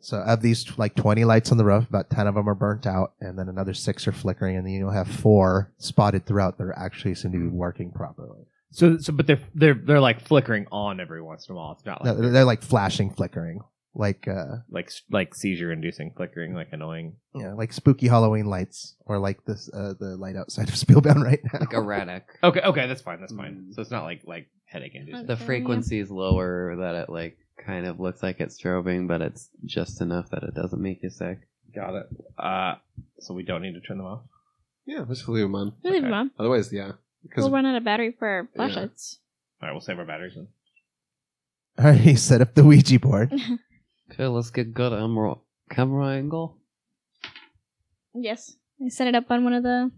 [SPEAKER 1] So of these like 20 lights on the roof, about 10 of them are burnt out and then another six are flickering and then you'll have four spotted throughout that are actually seem to be working properly.
[SPEAKER 8] So, so but they're they're they're like flickering on every once in a while. It's not
[SPEAKER 1] No,
[SPEAKER 8] like
[SPEAKER 1] they're, they're like flashing flickering, like, uh,
[SPEAKER 8] like like seizure inducing flickering, like annoying.
[SPEAKER 1] you know, like spooky Halloween lights or like this, uh, the light outside of Spielbound right now.
[SPEAKER 2] Like erratic.
[SPEAKER 8] Okay, okay, that's fine, that's fine.
[SPEAKER 2] Mm.
[SPEAKER 8] So it's not like like headache inducing.
[SPEAKER 2] The
[SPEAKER 4] Okay, yeah.
[SPEAKER 2] frequency is lower that it like kind of looks like it's strobing, but it's just enough that it doesn't make you sick.
[SPEAKER 8] Got it. Uh, so we don't need to turn them off.
[SPEAKER 3] Yeah, let's leave them on.
[SPEAKER 4] Leave it
[SPEAKER 8] okay.
[SPEAKER 4] on.
[SPEAKER 3] Otherwise, yeah. Because
[SPEAKER 4] We'll run out of battery for our flashlights.
[SPEAKER 8] All right, we'll save our batteries. Then.
[SPEAKER 1] All right. You set up the Ouija board.
[SPEAKER 2] Okay, let's get good camera camera angle.
[SPEAKER 4] Yes. I set it up on one of the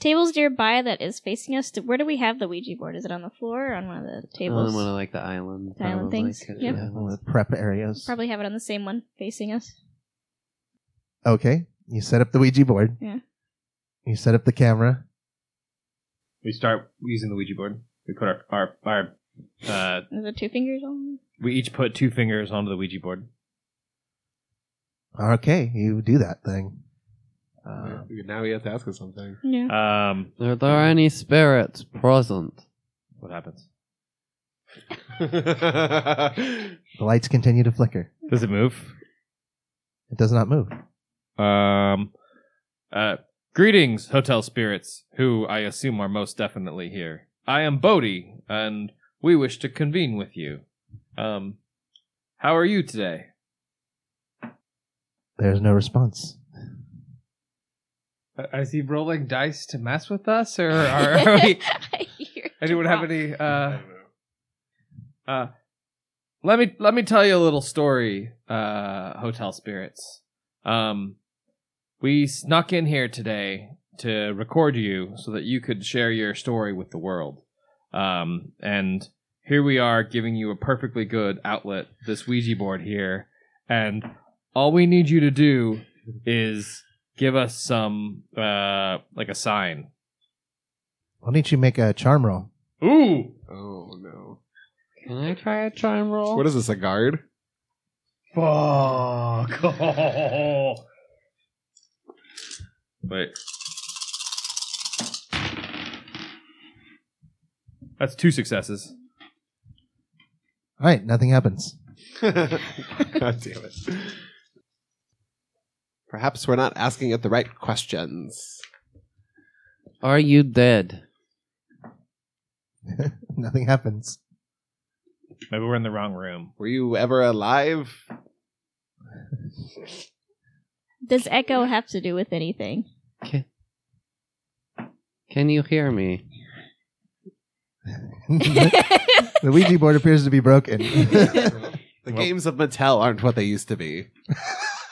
[SPEAKER 4] tables nearby that is facing us. Do- Where do we have the Ouija board? Is it on the floor or on one of the tables?
[SPEAKER 2] On one of like the island,
[SPEAKER 4] The island
[SPEAKER 2] probably,
[SPEAKER 4] things,
[SPEAKER 2] kitchen
[SPEAKER 4] yep.
[SPEAKER 1] Yeah, one
[SPEAKER 2] islands.
[SPEAKER 1] of the prep areas.
[SPEAKER 4] Probably have it on the same one facing us.
[SPEAKER 1] Okay. You set up the Ouija board.
[SPEAKER 4] Yeah.
[SPEAKER 1] You set up the camera.
[SPEAKER 8] We start using the Ouija board. We put our our our. Uh,
[SPEAKER 4] Is it two fingers on?
[SPEAKER 8] we each put two fingers onto the Ouija board.
[SPEAKER 1] Okay. You do that thing. Uh,
[SPEAKER 8] Um,
[SPEAKER 3] now we have to ask us something.
[SPEAKER 4] Yeah.
[SPEAKER 8] um,
[SPEAKER 2] Are there any spirits present?
[SPEAKER 8] what happens?
[SPEAKER 1] The lights continue to flicker.
[SPEAKER 8] Does it move?
[SPEAKER 1] It does not move.
[SPEAKER 8] Um, uh, greetings, hotel spirits, who I assume are most definitely here. I am Bodhi, and we wish to convene with you. Um, how are you today?
[SPEAKER 1] There's no response.
[SPEAKER 5] Uh, Is he rolling dice to mess with us, or are, are we?
[SPEAKER 4] I hear
[SPEAKER 5] Anyone
[SPEAKER 4] drop.
[SPEAKER 5] have any? Uh, uh, let me let me tell you a little story. Uh, hotel spirits. Um, we snuck in here today to record you so that you could share your story with the world. Um, and here we are giving you a perfectly good outlet. This Ouija board here, and all we need you to do is give us some uh like a sign.
[SPEAKER 1] Why don't you make a charm roll?
[SPEAKER 5] Ooh,
[SPEAKER 3] oh no!
[SPEAKER 2] Can I try a charm roll?
[SPEAKER 3] What is this? A guard?
[SPEAKER 5] Fuck. Wait. That's two successes.
[SPEAKER 1] All right. Nothing happens.
[SPEAKER 3] God damn it! Perhaps we're not asking it the right questions.
[SPEAKER 2] Are you dead?
[SPEAKER 1] Nothing happens.
[SPEAKER 8] Maybe we're in the wrong room.
[SPEAKER 3] Were you ever alive?
[SPEAKER 4] Does echo have to do with anything?
[SPEAKER 2] Can you hear me?
[SPEAKER 1] the Ouija board appears to be broken.
[SPEAKER 3] the games of Mattel aren't what they used to be.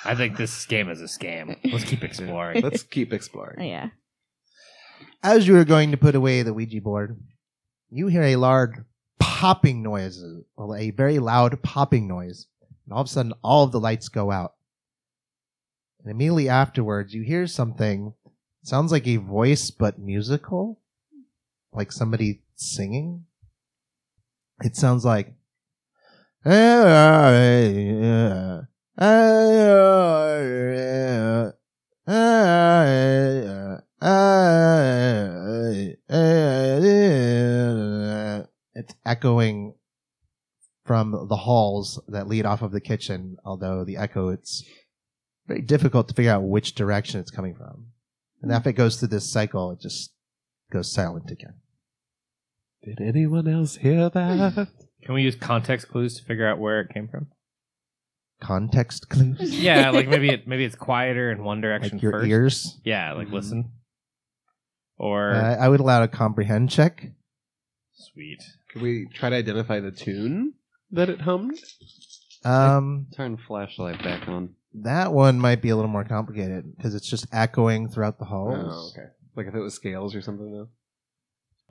[SPEAKER 8] I think this game is a scam. Let's keep exploring.
[SPEAKER 3] Let's keep
[SPEAKER 4] Oh,
[SPEAKER 3] exploring.
[SPEAKER 4] yeah.
[SPEAKER 1] As you are going to put away the Ouija board, you hear a large popping noise, well, a very loud popping noise, and all of a sudden all of the lights go out. And immediately afterwards, you hear something. Sounds like a voice, but musical, like somebody singing. It sounds like. It's echoing from the halls that lead off of the kitchen, although the echo, it's very difficult to figure out which direction it's coming from. And
[SPEAKER 8] Hmm.
[SPEAKER 1] if it goes through this cycle, it just goes silent again.
[SPEAKER 3] Did anyone else hear that?
[SPEAKER 8] Can we use context clues to figure out where it came from?
[SPEAKER 1] Context clues?
[SPEAKER 8] Yeah, like maybe it maybe it's quieter in one direction
[SPEAKER 1] Like your
[SPEAKER 8] first. Mm-hmm.
[SPEAKER 1] ears?
[SPEAKER 8] Yeah, like
[SPEAKER 2] Mhm.
[SPEAKER 8] listen. Or
[SPEAKER 1] Uh, I would allow a comprehend check.
[SPEAKER 8] sweet.
[SPEAKER 3] Can we try to identify the tune that it hummed?
[SPEAKER 1] Um,
[SPEAKER 2] Turn flashlight back on.
[SPEAKER 1] that one might be a little more complicated because it's just echoing throughout the
[SPEAKER 3] Oh,
[SPEAKER 1] halls.
[SPEAKER 3] okay. Like if it was scales or something, though.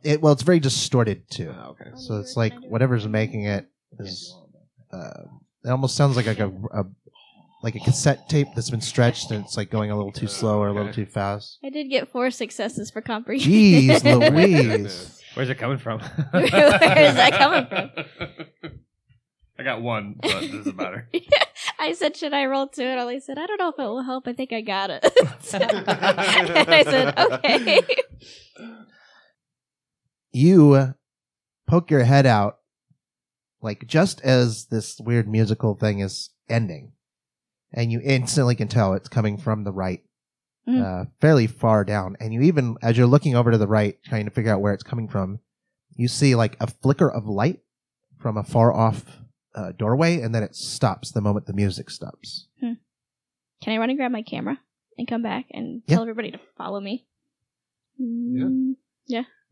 [SPEAKER 1] It well, it's very distorted too.
[SPEAKER 3] Ah, okay.
[SPEAKER 1] So it's like whatever's making it is. Uh, it almost sounds like like a, a like a cassette tape that's been stretched and it's like going a little too slow or a little
[SPEAKER 3] Oh, Okay.
[SPEAKER 1] too fast.
[SPEAKER 4] I did get four successes for comprehension.
[SPEAKER 1] Jeez,
[SPEAKER 3] Goodness.
[SPEAKER 1] Louise!
[SPEAKER 8] Where's it coming from?
[SPEAKER 4] Where is that coming
[SPEAKER 8] from? I got one, but it doesn't matter.
[SPEAKER 4] I said, should I roll two? And Ollie said, I don't know if it will help. I think I got it. and I said, okay.
[SPEAKER 1] you poke your head out like just as this weird musical thing is ending and you instantly can tell it's coming from the right
[SPEAKER 4] Mm.
[SPEAKER 1] uh, fairly far down and you even as you're looking over to the right trying to figure out where it's coming from you see like a flicker of light from a far off uh, doorway and then it stops the moment the music stops
[SPEAKER 4] Can I run and grab my camera and come back and
[SPEAKER 1] Yeah.
[SPEAKER 4] tell everybody to follow me? Mm,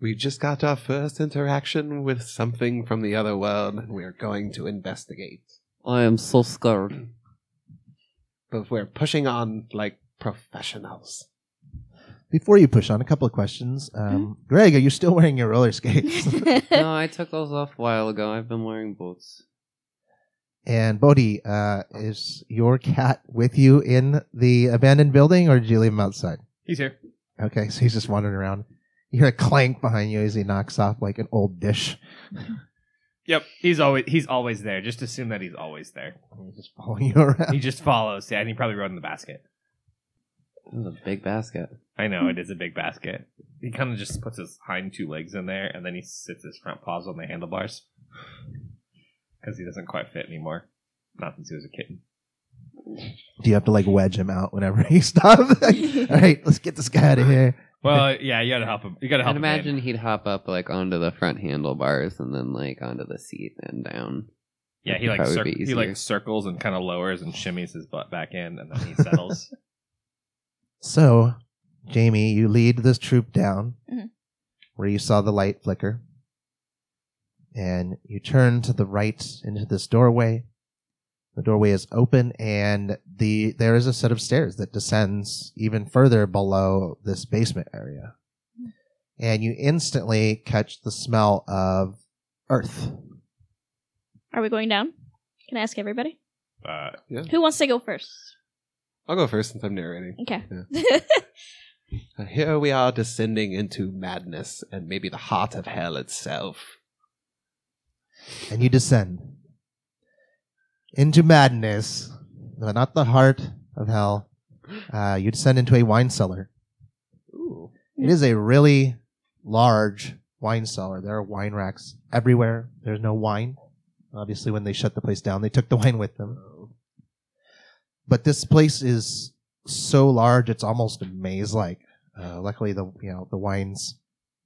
[SPEAKER 3] We just got our first interaction with something from the other world, and we're going to investigate.
[SPEAKER 2] I am so scared.
[SPEAKER 3] But we're pushing on like professionals.
[SPEAKER 1] before you push on a couple of questions um, greg are you still wearing your roller skates
[SPEAKER 2] no, I took those off a while ago. I've been wearing boots.
[SPEAKER 1] And Bodhi, uh, is your cat with you in the abandoned building, or did you leave him outside?
[SPEAKER 5] He's here.
[SPEAKER 1] Okay, so he's just wandering around. You hear a clank behind you as he knocks off like an old dish.
[SPEAKER 8] Yep, he's always he's always there. Just assume that he's always there.
[SPEAKER 1] He's just following you around.
[SPEAKER 8] He just follows. Yeah, and he probably rode in the basket.
[SPEAKER 2] This is a big basket.
[SPEAKER 8] I know it is a big basket. He kind of just puts his hind two legs in there, and then he sits his front paws on the handlebars because he doesn't quite fit anymore. Not since he was a kitten.
[SPEAKER 1] Do you have to like wedge him out whenever he stops? All right, let's get this guy out of here.
[SPEAKER 8] Well, yeah, you gotta help him. You gotta help
[SPEAKER 2] I'd
[SPEAKER 8] him. in.
[SPEAKER 2] imagine he'd hop up like onto the front handlebars and then like onto the seat and down.
[SPEAKER 8] Yeah, he
[SPEAKER 2] It'd
[SPEAKER 8] like
[SPEAKER 2] probably
[SPEAKER 8] cir-
[SPEAKER 2] be
[SPEAKER 8] he
[SPEAKER 2] easier.
[SPEAKER 8] like circles and kind of lowers and shimmies his butt back in, and then he settles.
[SPEAKER 1] So, Jamie, you lead this troop down
[SPEAKER 4] Mhm.
[SPEAKER 1] where you saw the light flicker, and you turn to the right into this doorway. The doorway is open, and the there is a set of stairs that descends even further below this basement area, and you instantly catch the smell of earth.
[SPEAKER 4] Are we going down? Can I ask everybody?
[SPEAKER 8] uh,
[SPEAKER 4] Who wants to go first?
[SPEAKER 3] I'll go first since I'm narrating.
[SPEAKER 4] Okay.
[SPEAKER 3] Uh, Here we are descending into madness and maybe the heart of hell itself.
[SPEAKER 1] and you descend into madness, No, not the heart of hell. Uh, you descend into a wine cellar.
[SPEAKER 3] Ooh.
[SPEAKER 1] It is a really large wine cellar. There are wine racks everywhere. There's no wine. Obviously, when they shut the place down, they took the wine with them. But this place is so large, it's almost a maze-like. Uh, luckily, the you know the wines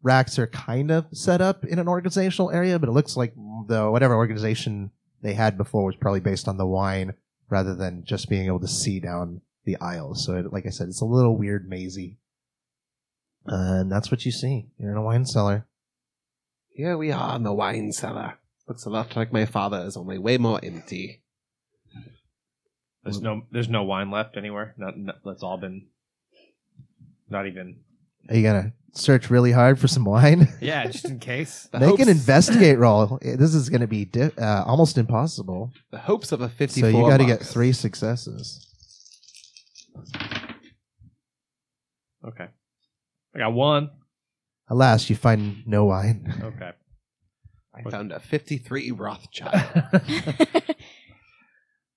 [SPEAKER 1] racks are kind of set up in an organizational area, but it looks like the whatever organization they had before was probably based on the wine rather than just being able to see down the aisles. So, it, like I said, it's a little weird, mazy. And that's what you see. You're in a wine cellar.
[SPEAKER 3] Here we are in the wine cellar. Looks a lot like my father's, only way more empty.
[SPEAKER 8] there's no there's no wine left anywhere. Not, not that's all been. Not even.
[SPEAKER 1] Are you gonna search really hard for some wine?
[SPEAKER 8] Yeah, just in case.
[SPEAKER 3] The
[SPEAKER 1] Make
[SPEAKER 3] hopes-
[SPEAKER 1] an investigate roll. Eh, This is gonna be di- uh, almost impossible.
[SPEAKER 3] The hopes of a
[SPEAKER 1] So
[SPEAKER 3] fifty-four.
[SPEAKER 1] you got to
[SPEAKER 3] mark.
[SPEAKER 1] get three successes.
[SPEAKER 8] Okay. I got one.
[SPEAKER 1] Alas, you find no wine.
[SPEAKER 8] Okay.
[SPEAKER 3] I found a 53 Rothschild.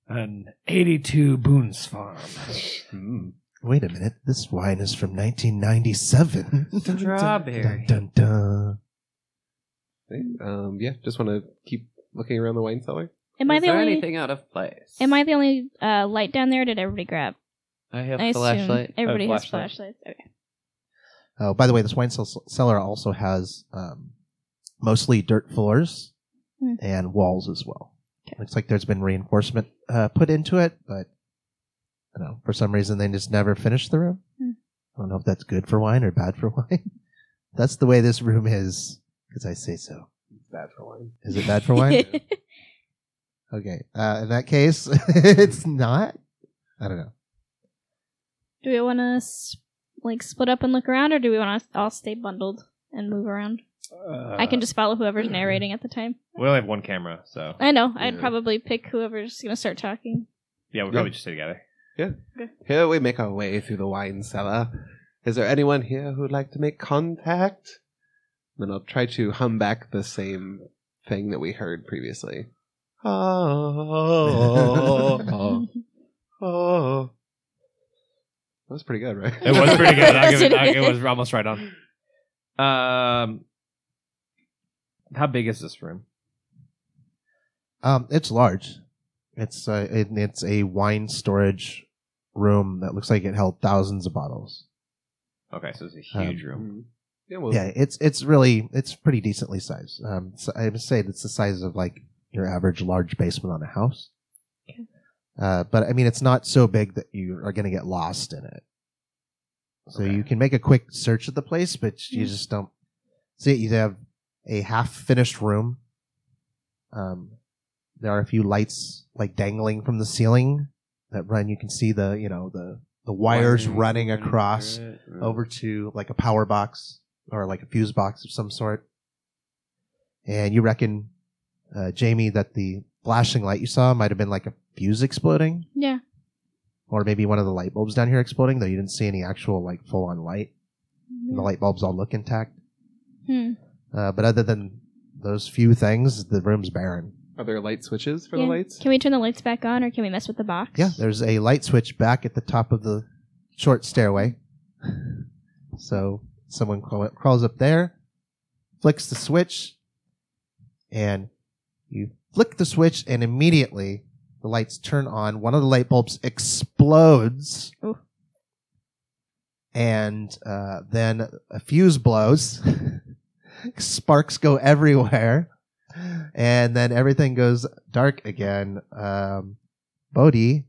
[SPEAKER 5] An 82 Boone's Farm.
[SPEAKER 1] Wait a minute, this wine is from 1997.
[SPEAKER 5] Strawberry.
[SPEAKER 1] Dun, dun, dun.
[SPEAKER 3] um, yeah, just want to keep looking around the wine cellar.
[SPEAKER 4] Am I
[SPEAKER 2] Is
[SPEAKER 4] the
[SPEAKER 2] there
[SPEAKER 4] only?
[SPEAKER 2] anything out of place?
[SPEAKER 4] Am I the only uh, light down there? Or did everybody grab?
[SPEAKER 2] I have
[SPEAKER 4] I assume
[SPEAKER 2] flashlight.
[SPEAKER 4] everybody
[SPEAKER 8] Oh,
[SPEAKER 4] has
[SPEAKER 8] flashlight.
[SPEAKER 4] flashlights. Okay.
[SPEAKER 1] Oh, by the way, this wine cel- cellar also has um, mostly dirt floors
[SPEAKER 4] Hmm.
[SPEAKER 1] and walls as well. Looks like there's been reinforcement uh, put into it, but I don't know. For some reason, they just never finished the room.
[SPEAKER 4] Hmm.
[SPEAKER 1] I don't know if that's good for wine or bad for wine. that's the way this room is, because I say so.
[SPEAKER 3] Bad for wine.
[SPEAKER 1] Is it bad for wine? okay. Uh, in that case, it's not. I don't know.
[SPEAKER 4] do we want to s- like split up and look around, or do we want to all stay bundled and move around? I
[SPEAKER 5] Uh,
[SPEAKER 4] can just follow whoever's narrating at the time.
[SPEAKER 8] Uh, We only have one camera, so
[SPEAKER 4] I know. I'd
[SPEAKER 3] Yeah.
[SPEAKER 4] probably pick whoever's going to start talking.
[SPEAKER 8] yeah, we'll
[SPEAKER 3] Yeah.
[SPEAKER 8] probably just stay together.
[SPEAKER 3] Here we make our way through the wine cellar. Is there anyone here who'd like to make contact? Then I'll try to hum back the same thing that we heard previously. Oh, oh. That was pretty good, right?
[SPEAKER 8] It was pretty good. I'll give it, I,
[SPEAKER 4] Wasn't it?
[SPEAKER 8] it was almost right on. Um, how big is this room?
[SPEAKER 1] Um, it's large. It's uh, it, it's a wine storage room that looks like it held thousands of bottles.
[SPEAKER 8] Okay, so it's a huge
[SPEAKER 1] Um,
[SPEAKER 8] room.
[SPEAKER 3] Mhm. Yeah, well,
[SPEAKER 1] Yeah, it's it's really it's pretty decently sized. Um, so I would say it's the size of like your average large basement on a house. Uh, but I mean, it's not so big that you are going to get lost in it. So
[SPEAKER 8] Okay.
[SPEAKER 1] you can make a quick search of the place, but you just don't see it. You have a half finished room. Um, there are a few lights like dangling from the ceiling that run. You can see the you know the the wires running across
[SPEAKER 4] Mm-hmm.
[SPEAKER 1] over to like a power box or like a fuse box of some sort. And you reckon, uh, Jamie, that the flashing light you saw might have been like a fuse exploding,
[SPEAKER 4] Yeah.
[SPEAKER 1] or maybe one of the light bulbs down here exploding, though you didn't see any actual like full on light. The light bulbs all look intact.
[SPEAKER 4] Mm. Hmm.
[SPEAKER 1] Uh, but other than those few things, the room's barren.
[SPEAKER 3] are there light switches for
[SPEAKER 4] Yeah.
[SPEAKER 3] the lights?
[SPEAKER 4] Can we turn the lights back on, or can we mess with the box?
[SPEAKER 1] Yeah, there's a light switch back at the top of the short stairway. So someone crawl- crawls up there, flicks the switch, and you flick the switch, and immediately the lights turn on. One of the light bulbs explodes,
[SPEAKER 4] Ooh.
[SPEAKER 1] and uh, then a fuse blows. Sparks go everywhere, and then everything goes dark again. Um, Bodhi,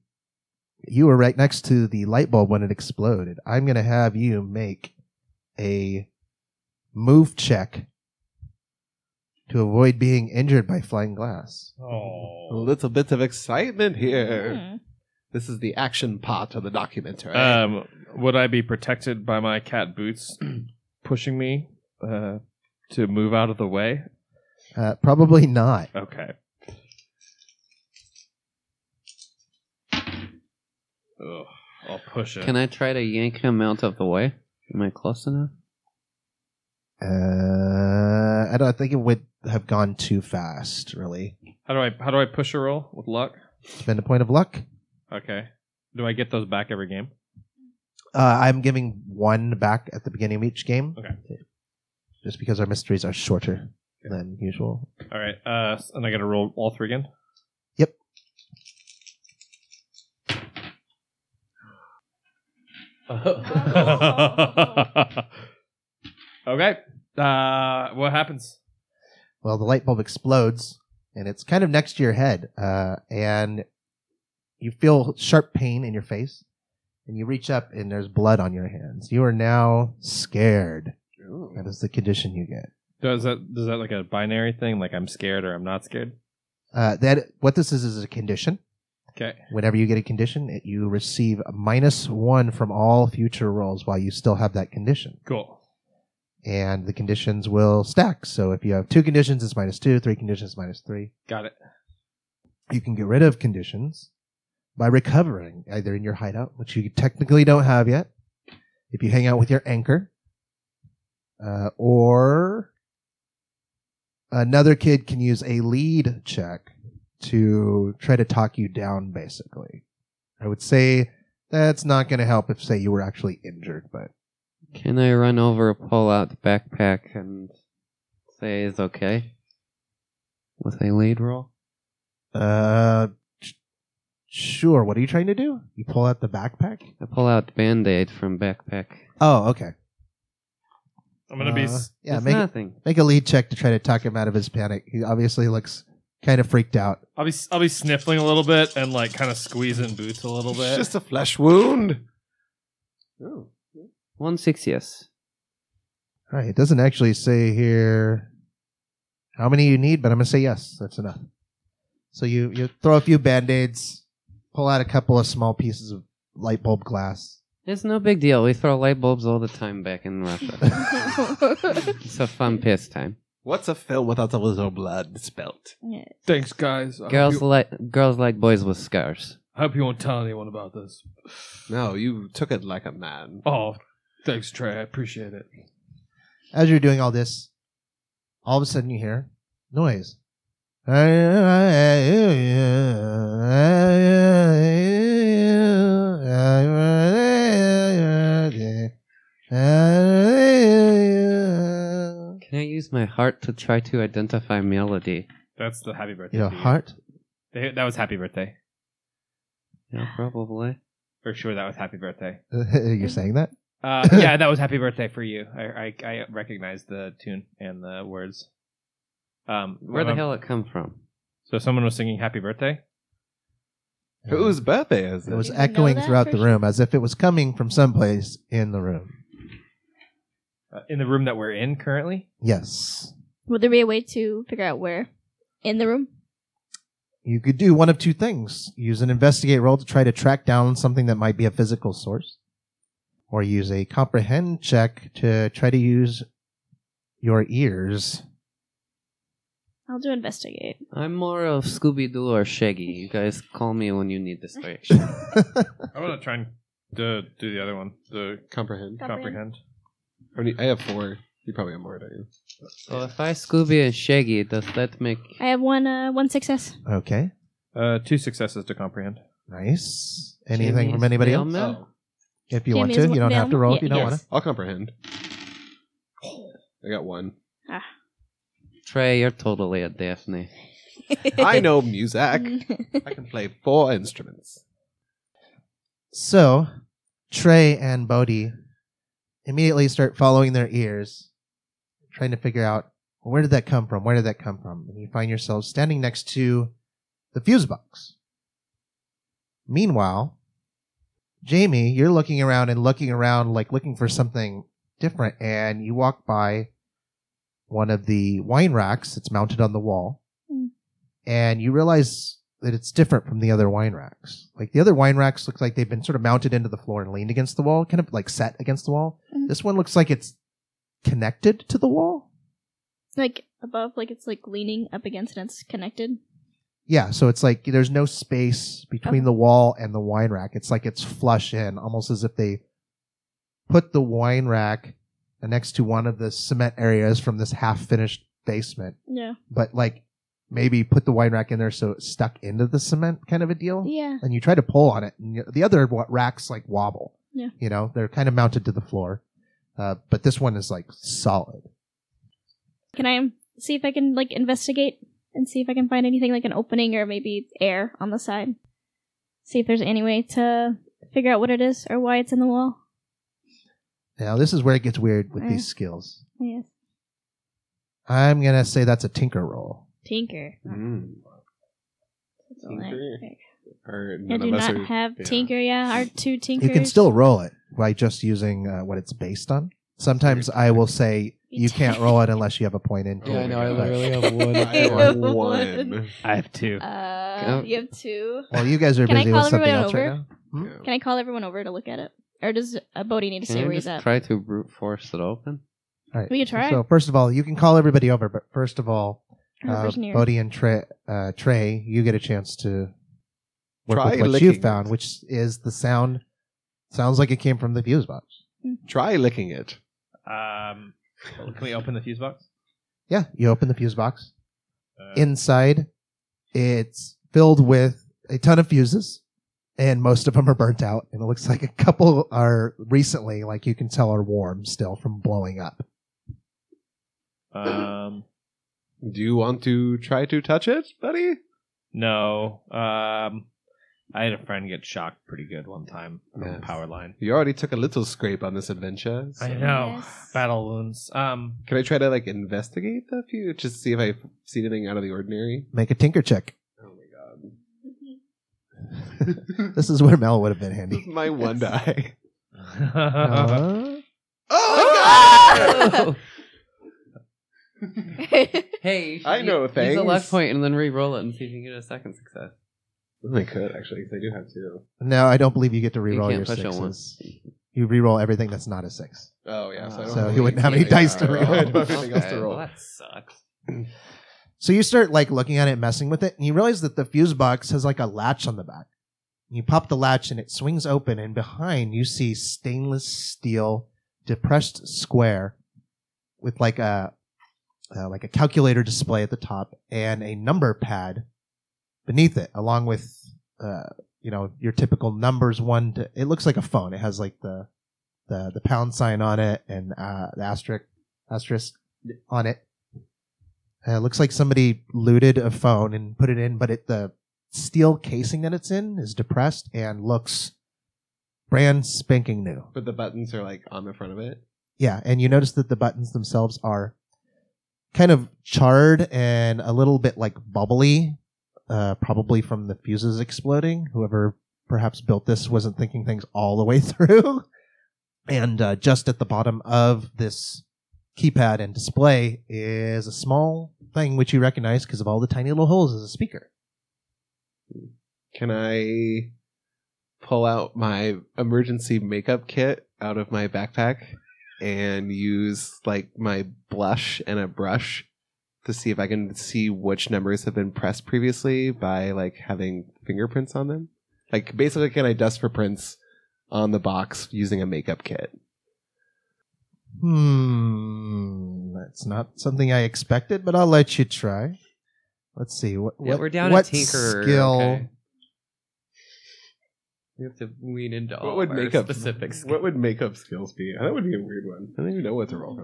[SPEAKER 1] you were right next to the light bulb when it exploded. I'm going to have you make a move check to avoid being injured by flying glass.
[SPEAKER 3] A
[SPEAKER 8] Oh.
[SPEAKER 3] little bit of excitement here.
[SPEAKER 4] Hmm.
[SPEAKER 3] This is the action part of the documentary.
[SPEAKER 5] Um, would I be protected by my cat boots pushing me uh, to move out of the way?
[SPEAKER 1] Uh, probably not.
[SPEAKER 5] Okay. Ugh, I'll push it.
[SPEAKER 2] Can I try to yank him out of the way? Am I close enough?
[SPEAKER 1] Uh, I don't think it would have gone too fast, really.
[SPEAKER 5] how do I how do I push a roll with luck?
[SPEAKER 1] Spend a point of luck.
[SPEAKER 5] Okay. Do I get those back every game?
[SPEAKER 1] Uh, I'm giving one back at the beginning of each game.
[SPEAKER 5] Okay.
[SPEAKER 1] Just because our mysteries are shorter than usual.
[SPEAKER 5] All right. Uh, s- and I got to roll all three again.
[SPEAKER 1] Yep.
[SPEAKER 5] okay. Uh, what happens?
[SPEAKER 1] Well, the light bulb explodes, and it's kind of next to your head, uh, and you feel sharp pain in your face, and you reach up, and there's blood on your hands. You are now scared.
[SPEAKER 3] Ooh.
[SPEAKER 1] That is the condition you get.
[SPEAKER 5] Does that does that like a binary thing? Like I'm scared or I'm not scared?
[SPEAKER 1] Uh, that what this is is a condition.
[SPEAKER 5] Okay.
[SPEAKER 1] Whenever you get a condition, it, you receive a minus one from all future rolls while you still have that condition,
[SPEAKER 5] Cool.
[SPEAKER 1] and the conditions will stack. So if you have two conditions, it's minus two. Three conditions, minus three.
[SPEAKER 5] Got it.
[SPEAKER 1] you can get rid of conditions by recovering either in your hideout, which you technically don't have yet, if you hang out with your anchor, Uh, or another kid can use a lead check to try to talk you down, basically. I would say that's not going to help if, say, you were actually injured, but
[SPEAKER 2] Can I run over, pull out the backpack, and say it's okay? With a lead roll?
[SPEAKER 1] uh, sh- sure. What are you trying to do? You pull out the backpack?
[SPEAKER 2] I pull out band aid from backpack.
[SPEAKER 1] Oh, okay.
[SPEAKER 5] I'm gonna be.
[SPEAKER 1] Uh,
[SPEAKER 5] s-
[SPEAKER 1] yeah,
[SPEAKER 2] It's
[SPEAKER 1] make it,
[SPEAKER 2] nothing.
[SPEAKER 1] make a lead check to try to talk him out of his panic. He obviously looks kind of freaked out.
[SPEAKER 5] I'll be. s- I'll be sniffling a little bit and like kind of squeezing boots a little
[SPEAKER 3] It's
[SPEAKER 5] bit.
[SPEAKER 3] just a flesh wound.
[SPEAKER 2] One success.
[SPEAKER 1] All right. It doesn't actually say here how many you need, but I'm gonna say yes. That's enough. So you you throw a few band aids, pull out a couple of small pieces of light bulb glass.
[SPEAKER 2] It's no big deal. We throw light bulbs all the time back in Russia. it's a fun piss time.
[SPEAKER 3] What's a film without a little blood spelt?
[SPEAKER 5] Thanks, guys. I hope
[SPEAKER 2] Girls
[SPEAKER 5] Uh, you-
[SPEAKER 2] like girls like boys with scars.
[SPEAKER 5] I hope you won't tell anyone about this.
[SPEAKER 3] No, you took it like a man.
[SPEAKER 5] Oh, thanks, Trey. I appreciate it.
[SPEAKER 1] As you're doing all this, all of a sudden you hear noise.
[SPEAKER 2] Can I use my heart to try to identify melody?
[SPEAKER 5] That's the happy birthday.
[SPEAKER 1] Your
[SPEAKER 5] to you.
[SPEAKER 1] heart
[SPEAKER 5] They- that was happy birthday
[SPEAKER 2] Yeah, probably.
[SPEAKER 5] for sure. That was happy birthday.
[SPEAKER 1] You're saying that?
[SPEAKER 8] Uh, yeah, that was happy birthday for you. I, I I recognize the tune and the words. Um,
[SPEAKER 2] Where
[SPEAKER 5] Uh-huh.
[SPEAKER 2] the
[SPEAKER 8] um,
[SPEAKER 2] hell it come from?
[SPEAKER 8] So someone was singing happy birthday.
[SPEAKER 3] Whose birthday is
[SPEAKER 1] It
[SPEAKER 3] it?
[SPEAKER 1] was
[SPEAKER 4] Did you know
[SPEAKER 1] echoing
[SPEAKER 4] that
[SPEAKER 1] throughout
[SPEAKER 4] for
[SPEAKER 1] the
[SPEAKER 4] sure?
[SPEAKER 1] room as if it was coming from someplace in the room.
[SPEAKER 8] Uh, in the room that we're in currently.
[SPEAKER 1] Yes.
[SPEAKER 4] Would there be a way to figure out where in the room?
[SPEAKER 1] You could do one of two things. Use an investigate roll to try to track down something that might be a physical source, or use a comprehend check to try to use your ears.
[SPEAKER 4] I'll do investigate.
[SPEAKER 2] I'm more of Scooby Doo or Shaggy. You guys call me when you need distraction.
[SPEAKER 5] I want to try and do, do the other one. The
[SPEAKER 3] Comprehend.
[SPEAKER 5] comprehend.
[SPEAKER 3] I, mean, I have four. You probably have more, don't you?
[SPEAKER 2] so if I Scooby and Shaggy, does that make
[SPEAKER 4] I have one uh, one success.
[SPEAKER 1] okay.
[SPEAKER 5] Uh, two successes to comprehend.
[SPEAKER 1] Nice. Anything
[SPEAKER 2] Jamie
[SPEAKER 1] from anybody
[SPEAKER 2] Bale
[SPEAKER 1] else?
[SPEAKER 2] Mel?
[SPEAKER 1] If you want
[SPEAKER 4] Jamie
[SPEAKER 1] to,
[SPEAKER 4] is
[SPEAKER 1] you don't
[SPEAKER 4] Bale-
[SPEAKER 1] have to roll if
[SPEAKER 4] yeah,
[SPEAKER 1] you don't
[SPEAKER 4] yes.
[SPEAKER 1] want to.
[SPEAKER 3] Oh, I'll comprehend. I got one.
[SPEAKER 2] Trey, you're totally a Daphne.
[SPEAKER 3] I know music.
[SPEAKER 4] Mm-hmm.
[SPEAKER 3] I can play four instruments.
[SPEAKER 1] So, Trey and Bodhi immediately start following their ears, trying to figure out well, where did that come from? Where did that come from? And you find yourself standing next to the fuse box. Meanwhile, Jamie, you're looking around and looking around, like looking for something different, and you walk by one of the wine racks that's mounted on the wall,
[SPEAKER 4] Mm.
[SPEAKER 1] and you realize that it's different from the other wine racks. Like the other wine racks look like they've been sort of mounted into the floor and leaned against the wall, kind of like set against the wall.
[SPEAKER 4] Mhm.
[SPEAKER 1] This one looks like it's connected to the wall.
[SPEAKER 4] like above, like it's like leaning up against and it's connected.
[SPEAKER 1] Yeah, so it's like there's no space between
[SPEAKER 4] Okay.
[SPEAKER 1] the wall and the wine rack. It's like it's flush in, almost as if they put the wine rack next to one of the cement areas from this half finished basement,
[SPEAKER 4] Yeah.
[SPEAKER 1] but like maybe put the wine rack in there so it's stuck into the cement kind of a deal.
[SPEAKER 4] Yeah.
[SPEAKER 1] And you try to pull on it, and y- the other wa- racks like wobble.
[SPEAKER 4] Yeah.
[SPEAKER 1] You know, they're kind of mounted to the floor, uh, but this one is like solid.
[SPEAKER 4] Can I um, see if I can like investigate and see if I can find anything like an opening or maybe air on the side? See if there's any way to figure out what it is or why it's in the wall.
[SPEAKER 1] Now, this is where it gets weird with
[SPEAKER 4] Mm.
[SPEAKER 1] these skills.
[SPEAKER 4] Yes.
[SPEAKER 1] I'm going to say that's a tinker roll.
[SPEAKER 4] Tinker.
[SPEAKER 3] Mm-hmm. Mm. Tinker. Or
[SPEAKER 4] I
[SPEAKER 3] none
[SPEAKER 4] do
[SPEAKER 3] of us
[SPEAKER 4] not
[SPEAKER 3] are-
[SPEAKER 4] have
[SPEAKER 3] yeah.
[SPEAKER 4] Tinker. Yeah, our two Tinkers.
[SPEAKER 1] You can still roll it by just using uh, what it's based on. Sometimes I will say you can't roll it unless you have a point in.
[SPEAKER 5] Yeah, I know, I
[SPEAKER 1] But-
[SPEAKER 5] literally
[SPEAKER 4] have one.
[SPEAKER 3] I have one.
[SPEAKER 8] I have two.
[SPEAKER 4] Uh, you have two.
[SPEAKER 1] Well, you guys are
[SPEAKER 4] Can I
[SPEAKER 1] busy
[SPEAKER 4] call
[SPEAKER 1] with something
[SPEAKER 4] everybody
[SPEAKER 1] else right now. Hmm?
[SPEAKER 3] Yeah.
[SPEAKER 4] Can I call everyone over to look at it, or does uh, Bodhi need to
[SPEAKER 2] Can
[SPEAKER 4] stay where
[SPEAKER 2] I
[SPEAKER 4] he's
[SPEAKER 2] just
[SPEAKER 4] at?
[SPEAKER 2] try to brute force it open?
[SPEAKER 1] All right.
[SPEAKER 4] We could try.
[SPEAKER 1] So first of all, you can call everybody over, but first of all, uh,
[SPEAKER 4] Whoever's near.
[SPEAKER 1] Bodhi and Trey, uh, Trey, you get a chance to work
[SPEAKER 3] Try
[SPEAKER 1] with what
[SPEAKER 3] licking
[SPEAKER 1] you
[SPEAKER 3] it.
[SPEAKER 1] found, which is the sound. Sounds like it came from the fuse box.
[SPEAKER 3] Try licking it.
[SPEAKER 8] Um, Can we open the fuse box?
[SPEAKER 1] Yeah, you open the fuse box.
[SPEAKER 8] Uh,
[SPEAKER 1] Inside, it's filled with a ton of fuses, and most of them are burnt out. And it looks like a couple are recently, like you can tell, are warm still from blowing up.
[SPEAKER 8] um,
[SPEAKER 3] Do you want to try to touch it, buddy?
[SPEAKER 8] no. Um, I had a friend get shocked pretty good one time from
[SPEAKER 3] Yes.
[SPEAKER 8] a power line.
[SPEAKER 3] You already took a little scrape on this adventure. so-
[SPEAKER 8] I know
[SPEAKER 4] Yes.
[SPEAKER 8] battle wounds. Um,
[SPEAKER 3] Can I try to like investigate the few just to see if I see anything out of the ordinary?
[SPEAKER 1] Make a tinker check.
[SPEAKER 3] Oh my god.
[SPEAKER 1] This is where Mel would have been handy.
[SPEAKER 3] my one die.
[SPEAKER 8] Uh-huh.
[SPEAKER 1] Uh,
[SPEAKER 3] Oh my god!
[SPEAKER 2] hey, you should
[SPEAKER 3] I know
[SPEAKER 2] use,
[SPEAKER 3] things.
[SPEAKER 2] Use a luck point and then re-roll it and see if you can get a second success.
[SPEAKER 3] Oh, I could actually, because I do have two.
[SPEAKER 1] no, I don't believe you get to reroll
[SPEAKER 2] can't
[SPEAKER 1] your
[SPEAKER 2] push a one.
[SPEAKER 1] sixes. You reroll everything that's not a six.
[SPEAKER 3] Oh yeah, so, I don't
[SPEAKER 1] So
[SPEAKER 3] have
[SPEAKER 1] he
[SPEAKER 3] any-
[SPEAKER 1] wouldn't have any
[SPEAKER 3] yeah,
[SPEAKER 1] dice to
[SPEAKER 3] I don't
[SPEAKER 1] roll.
[SPEAKER 3] have anything else to
[SPEAKER 2] Okay,
[SPEAKER 3] roll.
[SPEAKER 2] well, that sucks.
[SPEAKER 1] So you start like looking at it, messing with it, and you realize that the fuse box has like a latch on the back. You pop the latch and it swings open, and behind you see stainless steel depressed square with like a uh, like a calculator display at the top and a number pad beneath it, along with uh, you know your typical numbers. One, to, it looks like a phone. It has like the the the pound sign on it and uh, the asterisk asterisk on it. Uh, it looks like somebody looted a phone and put it in, but it, the steel casing that it's in is depressed and looks brand spanking new.
[SPEAKER 3] But the buttons are like on the front of it.
[SPEAKER 1] Yeah, and you notice that the buttons themselves are kind of charred and a little bit like bubbly, uh, probably from the fuses exploding. Whoever perhaps built this wasn't thinking things all the way through. And uh, just at the bottom of this keypad and display is a small thing which you recognize because of all the tiny little holes as a speaker.
[SPEAKER 3] Can I pull out my emergency makeup kit out of my backpack and use like my blush and a brush to see if I can see which numbers have been pressed previously by like having fingerprints on them? Like basically can I dust for prints on the box using a makeup kit?
[SPEAKER 1] Hmm, that's not something I expected, but I'll let you try. Let's see what
[SPEAKER 2] Yeah,
[SPEAKER 1] what,
[SPEAKER 2] we're down
[SPEAKER 1] what
[SPEAKER 2] a tinker.
[SPEAKER 1] skill.
[SPEAKER 2] Okay. We have to lean into all of our Oh, specific skills.
[SPEAKER 3] What would makeup skills be? That would be a weird one. I don't even know what to roll for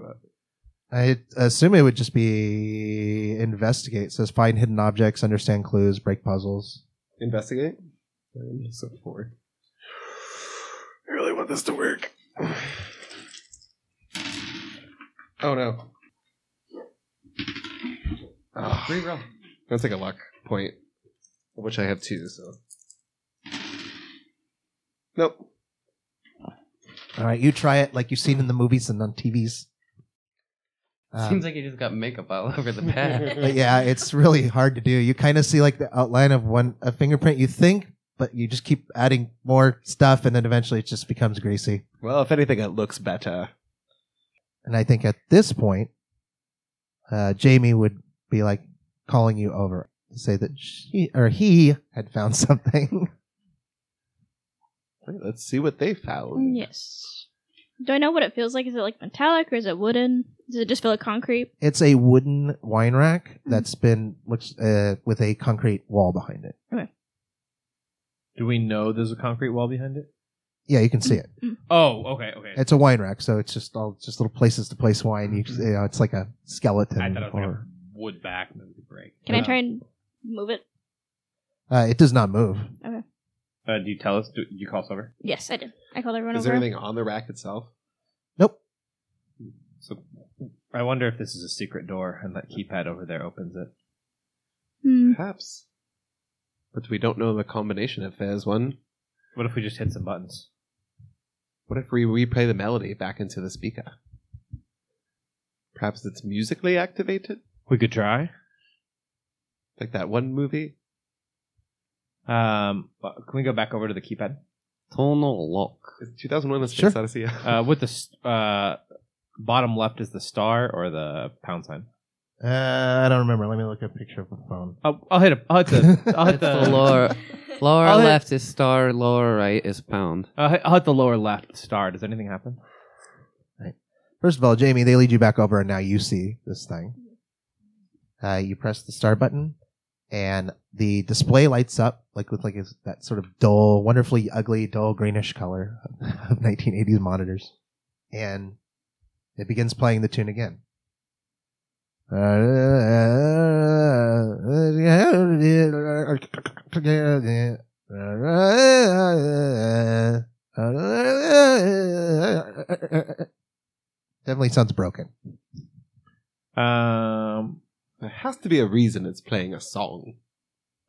[SPEAKER 3] that.
[SPEAKER 1] I assume it would just be investigate. It says find hidden objects, understand clues, break puzzles.
[SPEAKER 3] Investigate. And So four. I really want this to work. Oh no. Oh, Reroll. That's like a luck point, which I have two. So. Nope.
[SPEAKER 1] All right, you try it like you've seen in the movies and on TVs. Um,
[SPEAKER 2] Seems like you just got makeup all over the pad.
[SPEAKER 1] but yeah, it's really hard to do. You kind of see like the outline of one a fingerprint you think, but you just keep adding more stuff, and then eventually it just becomes greasy.
[SPEAKER 3] Well, if anything, it looks better.
[SPEAKER 1] And I think at this point, uh, Jamie would be like calling you over to say that she or he had found something.
[SPEAKER 3] All right, let's see what they
[SPEAKER 4] Mm,
[SPEAKER 3] found.
[SPEAKER 4] yes. Do I know what it feels like? Is it like metallic or is it wooden? Does it just feel like concrete?
[SPEAKER 1] It's a wooden wine rack
[SPEAKER 8] Mm-hmm.
[SPEAKER 1] that's been looks uh, with a concrete wall behind it.
[SPEAKER 8] do we know there's a concrete wall behind it?
[SPEAKER 1] Yeah, you can see
[SPEAKER 8] Mm-hmm.
[SPEAKER 1] it.
[SPEAKER 5] Oh, okay, okay.
[SPEAKER 1] It's a wine rack, so it's just all just little places to place wine. You, just- you know, it's like a skeleton.
[SPEAKER 8] Mm-hmm. I thought it was like a
[SPEAKER 1] or-
[SPEAKER 8] wood back maybe break.
[SPEAKER 4] Can I
[SPEAKER 8] Yeah.
[SPEAKER 4] try and move it?
[SPEAKER 1] uh, it does not move.
[SPEAKER 8] Uh, do you tell us? Do you call us over?
[SPEAKER 4] Yes, I did. I called everyone
[SPEAKER 3] Is
[SPEAKER 4] over.
[SPEAKER 3] there anything on the rack itself?
[SPEAKER 1] Nope.
[SPEAKER 8] So I wonder if this is a secret door and that keypad over there opens it.
[SPEAKER 4] Hmm.
[SPEAKER 3] Perhaps. But we don't know the combination if there's one.
[SPEAKER 8] What if we just hit some buttons?
[SPEAKER 3] What if we replay the melody back into the speaker? Perhaps it's musically activated,
[SPEAKER 8] We could try.
[SPEAKER 3] like that one movie.
[SPEAKER 8] Um, but can we go back over to the keypad
[SPEAKER 2] Tonal lock.
[SPEAKER 3] Is 2001: A Space
[SPEAKER 1] Sure.
[SPEAKER 3] Odyssey.
[SPEAKER 8] uh, with the s- uh, bottom left is the star or the pound sign?
[SPEAKER 1] Uh, I don't remember. Let me look at a picture of the phone.
[SPEAKER 8] I'll, I'll hit a. I'll hit the. I'll hit
[SPEAKER 2] That's
[SPEAKER 8] the.
[SPEAKER 2] the lower. Lower
[SPEAKER 8] I'll hit-
[SPEAKER 2] left is star. Lower right is pound.
[SPEAKER 8] I'll hit, I'll hit the lower left star. Does anything happen?
[SPEAKER 1] First of all, Jamie, they lead you back over, and now you see this thing. Uh, you press the start button, and the display lights up like with like is that sort of dull, wonderfully ugly, dull greenish color of 1980s monitors, and it begins playing the tune again. Definitely sounds broken.
[SPEAKER 8] Um,
[SPEAKER 3] There has to be a reason it's playing a song.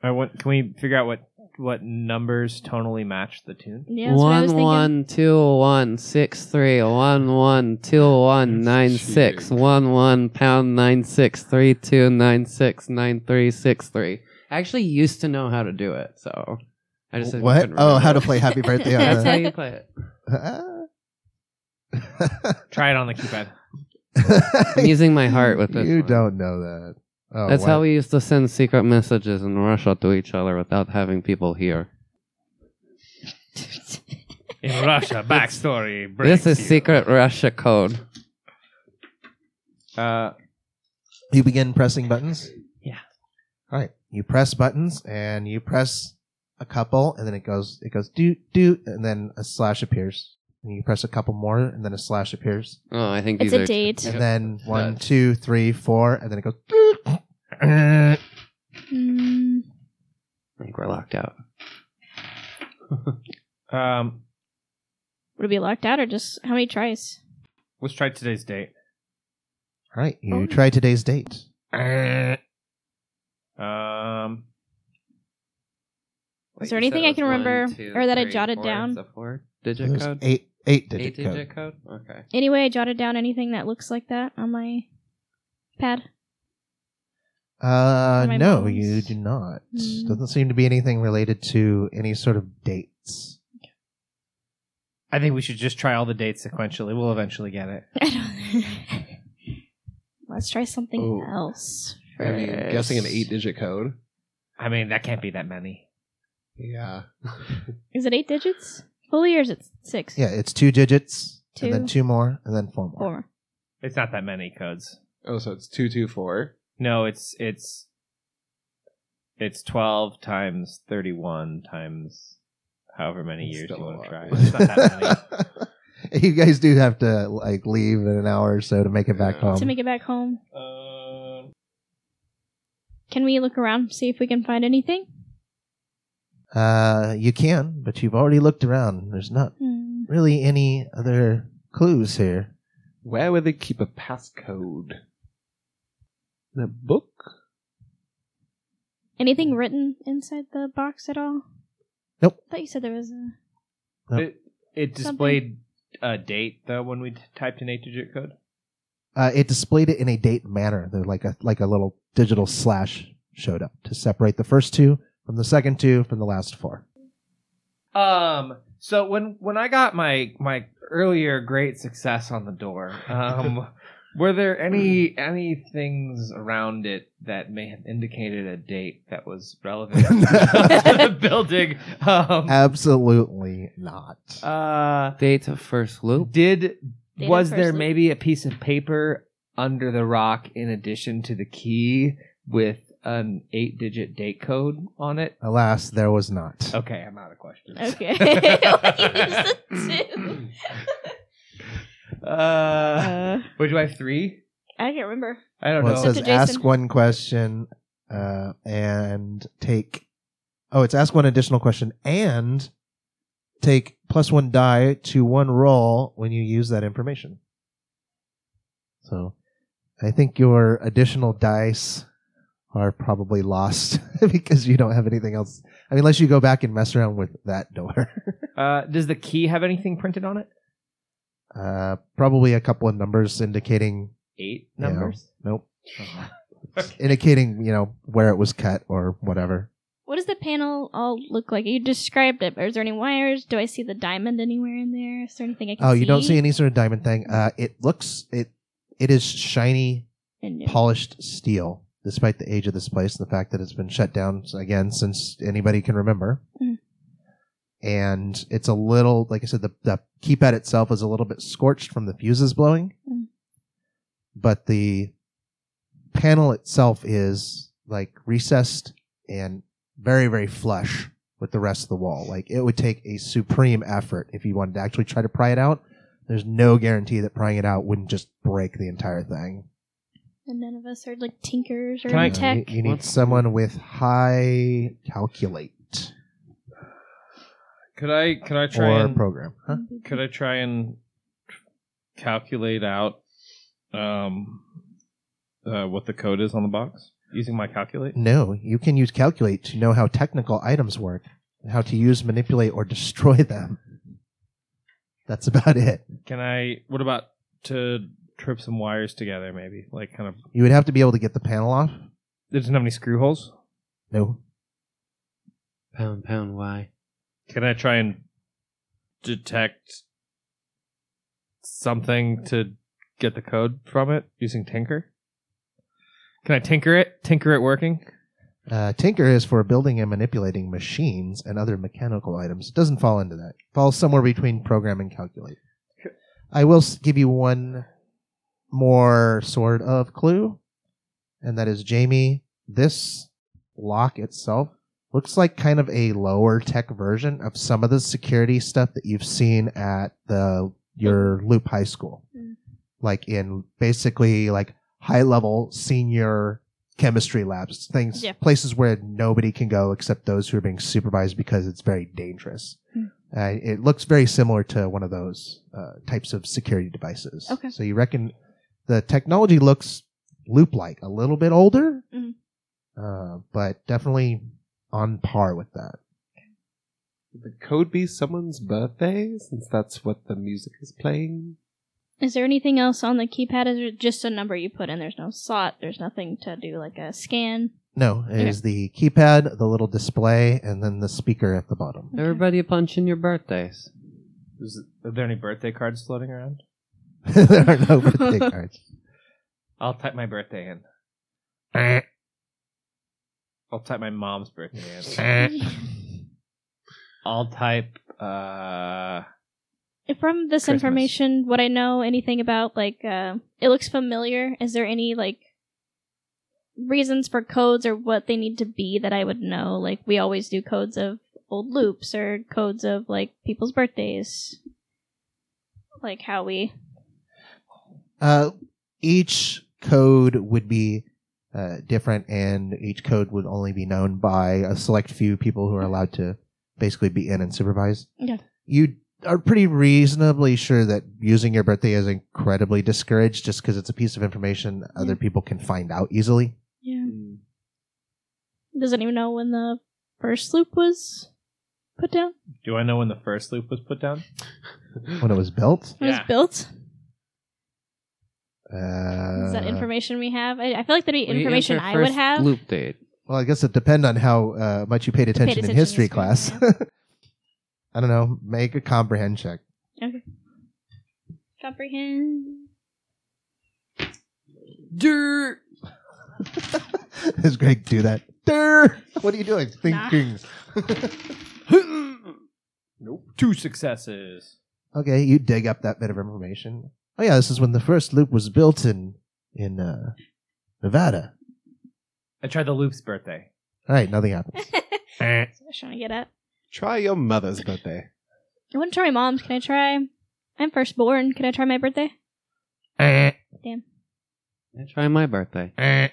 [SPEAKER 8] I want. Can we figure out what what numbers tonally match the tune?
[SPEAKER 4] Yeah, that's what I was
[SPEAKER 2] One
[SPEAKER 4] thinking.
[SPEAKER 2] one two one six three one one two one nine six one one pound nine six three two nine six nine three six three. I actually used to know how to do it, so I just
[SPEAKER 1] What?
[SPEAKER 2] couldn't
[SPEAKER 1] Oh,
[SPEAKER 2] remember.
[SPEAKER 1] how to play Happy Birthday? on
[SPEAKER 2] That's
[SPEAKER 1] the-
[SPEAKER 2] how you play it.
[SPEAKER 8] Try it on the keypad.
[SPEAKER 2] I'm using my heart with this.
[SPEAKER 1] You
[SPEAKER 2] one.
[SPEAKER 1] don't know that. Oh,
[SPEAKER 2] That's how
[SPEAKER 1] wow.
[SPEAKER 2] we used to send secret messages in Russia to each other without having people hear.
[SPEAKER 8] In Russia, backstory.
[SPEAKER 2] this is secret Russia code.
[SPEAKER 8] Uh,
[SPEAKER 1] You begin pressing buttons?
[SPEAKER 8] Yeah.
[SPEAKER 1] All right. You press buttons and you press a couple and then it goes, it goes doot doot and then a slash appears. And you press a couple more and then a slash appears.
[SPEAKER 2] Oh, I think
[SPEAKER 4] It's
[SPEAKER 2] these
[SPEAKER 4] a
[SPEAKER 2] are
[SPEAKER 4] date.
[SPEAKER 1] And
[SPEAKER 2] Yep.
[SPEAKER 1] then one,
[SPEAKER 2] Nuts.
[SPEAKER 1] two, three, four, and then it goes doot.
[SPEAKER 4] Mm,
[SPEAKER 2] I think we're locked out.
[SPEAKER 8] um,
[SPEAKER 4] would it be locked out or just how many tries?
[SPEAKER 8] let's try today's date.
[SPEAKER 1] All right. You
[SPEAKER 4] Oh.
[SPEAKER 1] try today's date.
[SPEAKER 8] Um,
[SPEAKER 4] Is there anything I can remember or that I jotted down?
[SPEAKER 2] four
[SPEAKER 1] It
[SPEAKER 2] digit
[SPEAKER 1] was
[SPEAKER 2] code?
[SPEAKER 1] eight, eight digit
[SPEAKER 2] Eight
[SPEAKER 1] code.
[SPEAKER 2] digit code? Okay.
[SPEAKER 4] Anyway, I jotted down anything that looks like that on my pad.
[SPEAKER 1] Uh,
[SPEAKER 4] my
[SPEAKER 1] no,
[SPEAKER 4] mom's.
[SPEAKER 1] you do not.
[SPEAKER 4] Hmm.
[SPEAKER 1] Doesn't seem to be anything related to any sort of dates.
[SPEAKER 8] I think we should just try all the dates sequentially. We'll eventually get it.
[SPEAKER 4] I don't. Let's try something
[SPEAKER 3] Oh.
[SPEAKER 4] else.
[SPEAKER 3] I mean,
[SPEAKER 4] first.
[SPEAKER 3] guessing an eight-digit code.
[SPEAKER 8] I mean, that can't be that many.
[SPEAKER 3] Yeah.
[SPEAKER 4] Is it eight digits? Fully or is it six?
[SPEAKER 1] Yeah, it's two digits, and then
[SPEAKER 4] Two.
[SPEAKER 1] two more, and then four more.
[SPEAKER 4] Four.
[SPEAKER 8] It's not that many codes.
[SPEAKER 3] Oh, so it's two two four.
[SPEAKER 8] No, it's it's it's twelve times thirty-one times however many
[SPEAKER 3] It's
[SPEAKER 8] years
[SPEAKER 3] still
[SPEAKER 8] you
[SPEAKER 3] a
[SPEAKER 8] want
[SPEAKER 3] lot.
[SPEAKER 8] to try. It's not that many.
[SPEAKER 1] you guys do have to like leave in an hour or so to make it back
[SPEAKER 3] Yeah.
[SPEAKER 1] home.
[SPEAKER 4] to make it back home.
[SPEAKER 8] Uh,
[SPEAKER 4] Can we look around, see if we can find anything?
[SPEAKER 1] uh, you can, but you've already looked around. There's not
[SPEAKER 4] Hmm.
[SPEAKER 1] really any other clues here.
[SPEAKER 3] Where would they keep a passcode? In a book?
[SPEAKER 4] Anything written inside the box at all?
[SPEAKER 1] Nope.
[SPEAKER 4] I thought you said there was a.
[SPEAKER 1] Nope.
[SPEAKER 8] It, it
[SPEAKER 4] Something-
[SPEAKER 8] displayed a date though when we t- typed an eight-digit code.
[SPEAKER 1] Uh, it displayed it in a date manner. There, like a like a little digital slash showed up to separate the first two from the second two from the last four.
[SPEAKER 5] Um. So when when I got my my earlier great success on the door, um, were there any any things around it that may have indicated a date that was relevant to the building? Um.
[SPEAKER 1] Absolutely not.
[SPEAKER 5] Uh.
[SPEAKER 2] Date of first loop?
[SPEAKER 5] Did
[SPEAKER 4] Data
[SPEAKER 5] was there
[SPEAKER 4] first loop.
[SPEAKER 5] maybe a piece of paper under the rock in addition to the key with an eight digit date code on it?
[SPEAKER 1] Alas, there was not.
[SPEAKER 5] Okay, I'm out of questions.
[SPEAKER 4] Okay. Like, you said two.
[SPEAKER 5] Uh,
[SPEAKER 4] Uh,
[SPEAKER 5] what do I have? Three?
[SPEAKER 4] I can't remember.
[SPEAKER 5] I don't
[SPEAKER 1] Well,
[SPEAKER 5] know.
[SPEAKER 1] it says
[SPEAKER 4] Mr. Jason.
[SPEAKER 1] ask one question uh, and take. Oh, it's ask one additional question and take plus one die to one roll when you use that information. So, I think your additional dice are probably lost because you don't have anything else. I mean, unless you go back and mess around with that door.
[SPEAKER 5] Uh, does the key have anything printed on it?
[SPEAKER 1] Uh, probably a couple of numbers indicating
[SPEAKER 5] Eight
[SPEAKER 1] Yeah. Uh-huh.
[SPEAKER 5] numbers.
[SPEAKER 1] nope, indicating you know where it was cut or whatever.
[SPEAKER 4] What does the panel all look like? You described it, but is there any wires? Do I see the diamond anywhere in there? Is there anything I can
[SPEAKER 1] Oh,
[SPEAKER 4] see?
[SPEAKER 1] you don't see any sort of diamond thing. Uh, it looks it it is shiny,
[SPEAKER 4] And no.
[SPEAKER 1] polished steel, despite the age of this place and the fact that it's been shut down again since anybody can remember.
[SPEAKER 4] Mhm.
[SPEAKER 1] And it's a little, like I said, the, the keypad itself is a little bit scorched from the fuses blowing,
[SPEAKER 4] Mhm.
[SPEAKER 1] but the panel itself is like recessed and very, very flush with the rest of the wall. Like it would take a supreme effort if you wanted to actually try to pry it out. There's no guarantee that prying it out wouldn't just break the entire thing.
[SPEAKER 4] And none of us are like tinkers or
[SPEAKER 8] Can I-
[SPEAKER 4] in tech.
[SPEAKER 1] You, you need someone with high calculate
[SPEAKER 5] Could I could I
[SPEAKER 1] or
[SPEAKER 5] try and
[SPEAKER 1] program. Huh?
[SPEAKER 5] could I try and calculate out um uh, what the code is on the box using my calculate?
[SPEAKER 1] No, you can use calculate to know how technical items work and how to use, manipulate, or destroy them. That's about it.
[SPEAKER 5] Can I? What about to trip some wires together? Maybe like kind of.
[SPEAKER 1] You would have to be able to get the panel off.
[SPEAKER 5] It doesn't have any screw holes.
[SPEAKER 1] No,
[SPEAKER 3] Pound, pound, why?
[SPEAKER 5] Can I try and detect something to get the code from it using Tinker? Can I tinker it? Tinker it working?
[SPEAKER 1] Uh, tinker is for building and manipulating machines and other mechanical items. It doesn't fall into that. It falls somewhere between program and calculate. I will s- give you one more sort of clue, and that is Jamie. This lock itself looks like kind of a lower tech version of some of the security stuff that you've seen at the your Loop High School,
[SPEAKER 4] Mm.
[SPEAKER 1] like in basically like high level senior chemistry labs, things,
[SPEAKER 4] Yeah.
[SPEAKER 1] places where nobody can go except those who are being supervised because it's very dangerous.
[SPEAKER 4] Hmm.
[SPEAKER 1] Uh, it looks very similar to one of those uh, types of security devices.
[SPEAKER 4] Okay.
[SPEAKER 1] So you reckon the technology looks loop like, a little bit older,
[SPEAKER 4] Mhm.
[SPEAKER 1] uh, but definitely on par with that.
[SPEAKER 3] Would the code be someone's birthday since that's what the music is playing?
[SPEAKER 4] Is there anything else on the keypad? Is it just a number you put in? There's no slot. There's nothing to do like a scan.
[SPEAKER 1] No, it is the keypad, the little display, and then the speaker at the bottom.
[SPEAKER 4] Okay.
[SPEAKER 2] Everybody punch in your birthdays.
[SPEAKER 5] Is, are there any birthday cards floating around?
[SPEAKER 1] there are no birthday cards.
[SPEAKER 5] I'll type my birthday in. I'll type my mom's birthday in. I'll type uh
[SPEAKER 4] From this
[SPEAKER 5] Christmas.
[SPEAKER 4] information, what I know anything about, like, uh, it looks familiar. Is there any, like, reasons for codes or what they need to be that I would know? Like, we always do codes of old loops or codes of, like, people's birthdays. Like, how we.
[SPEAKER 1] Uh, each code would be uh, different, and each code would only be known by a select few people who are allowed to basically be in and supervise.
[SPEAKER 4] Mm-hmm. Yeah.
[SPEAKER 1] You are pretty reasonably sure that using your birthday is incredibly discouraged just because it's a piece of information other people can find out easily.
[SPEAKER 4] Yeah.
[SPEAKER 2] Hmm.
[SPEAKER 4] Doesn't even know when the first loop was put down,
[SPEAKER 5] do I know when the first loop was put down?
[SPEAKER 1] When it was built,
[SPEAKER 4] when it
[SPEAKER 5] Yeah.
[SPEAKER 4] was built.
[SPEAKER 1] uh,
[SPEAKER 4] Is that information we have? I, I feel like there'd be
[SPEAKER 2] Will you
[SPEAKER 4] information
[SPEAKER 2] answer
[SPEAKER 4] I would
[SPEAKER 2] first
[SPEAKER 4] have.
[SPEAKER 2] Loop date.
[SPEAKER 1] Well, I guess it depend on how uh, much you paid attention,
[SPEAKER 4] attention
[SPEAKER 1] in history
[SPEAKER 4] in
[SPEAKER 1] class.
[SPEAKER 4] history,
[SPEAKER 1] I don't know. Make a comprehend check.
[SPEAKER 4] Comprehend.
[SPEAKER 2] Dirt.
[SPEAKER 1] Does Greg do that? Durr! What are you doing?
[SPEAKER 4] Nah.
[SPEAKER 1] Thinking.
[SPEAKER 5] Nope. Two successes.
[SPEAKER 1] okay, you dig up that bit of information. Oh yeah, this is when the first loop was built in in uh, Nevada.
[SPEAKER 5] I tried the loop's birthday.
[SPEAKER 1] All right, nothing happens.
[SPEAKER 4] That's what I'm trying to get at.
[SPEAKER 3] Try your mother's birthday.
[SPEAKER 4] I want to try my mom's. Can I try? I'm firstborn. Can I try my birthday?
[SPEAKER 2] I try my birthday.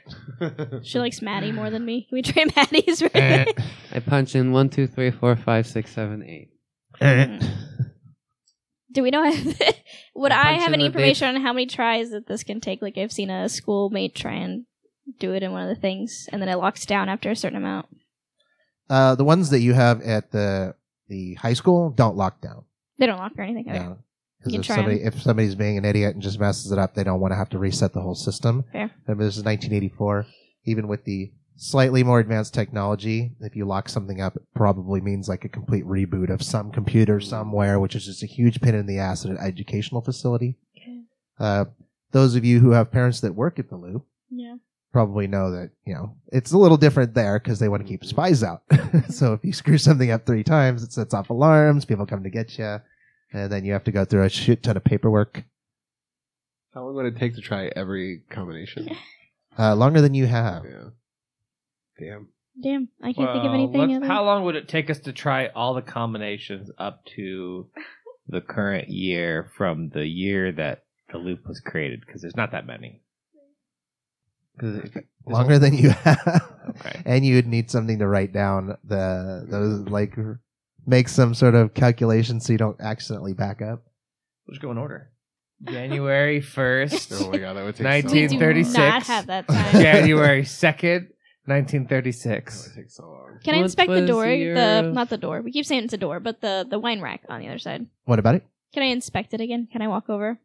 [SPEAKER 4] She likes Maddie more than me. Can we try Maddie's
[SPEAKER 2] Eh.
[SPEAKER 4] birthday?
[SPEAKER 2] I punch in one, two, three, four, five, six, seven, eight.
[SPEAKER 4] Do we know? would
[SPEAKER 2] Punch
[SPEAKER 4] I have
[SPEAKER 2] in
[SPEAKER 4] any
[SPEAKER 2] the date.
[SPEAKER 4] information on how many tries that this can take? Like I've seen a schoolmate try and do it in one of the things, and then it locks down after a certain amount.
[SPEAKER 1] uh, the ones that you have at the the high school don't lock down.
[SPEAKER 4] They don't lock or anything. Okay.
[SPEAKER 1] No. 'Cause
[SPEAKER 4] You
[SPEAKER 1] if
[SPEAKER 4] try
[SPEAKER 1] somebody if somebody's being an idiot and just messes it up, they don't want to have to reset the whole system.
[SPEAKER 4] Fair.
[SPEAKER 1] Remember, this is 1984. Even with the slightly more advanced technology, if you lock something up, it probably means like a complete reboot of some
[SPEAKER 4] Mm.
[SPEAKER 1] computer somewhere, which is just a huge pain in the ass at an educational facility.
[SPEAKER 4] Okay.
[SPEAKER 1] Uh, those of you who have parents that work at the Loop
[SPEAKER 4] Yeah.
[SPEAKER 1] probably know that you know it's a little different there because they want to keep spies out. so if you screw something up three times, it sets off alarms. People come to get you, and then you have to go through a shit ton of paperwork.
[SPEAKER 3] How long would it take to try every combination?
[SPEAKER 1] Uh, longer than you have.
[SPEAKER 3] Yeah. Damn.
[SPEAKER 4] Damn, I can't think of
[SPEAKER 8] Well,
[SPEAKER 4] anything.
[SPEAKER 8] let's-
[SPEAKER 4] Other.
[SPEAKER 8] How long would it take us to try all the combinations up to the current year from the year that the loop was created? Because there's not that many. 'Cause it- there's
[SPEAKER 1] Longer than you have.
[SPEAKER 8] only- okay.
[SPEAKER 1] and you'd need something to write down the those like make some sort of calculation so you don't accidentally back up.
[SPEAKER 8] Let's go in order. January first,
[SPEAKER 3] Oh my god, that would take
[SPEAKER 4] we
[SPEAKER 3] so
[SPEAKER 4] do
[SPEAKER 3] long.
[SPEAKER 8] 1936.
[SPEAKER 4] not have that time.
[SPEAKER 8] January second, nineteen
[SPEAKER 3] That would
[SPEAKER 8] thirty-six.
[SPEAKER 3] take so long.
[SPEAKER 4] Can I
[SPEAKER 2] What
[SPEAKER 4] inspect the
[SPEAKER 2] was
[SPEAKER 4] door?
[SPEAKER 2] your-
[SPEAKER 4] The not the door. We keep saying it's a door, but the the wine rack on the other side.
[SPEAKER 1] What about it?
[SPEAKER 4] Can I inspect it again? Can I walk over?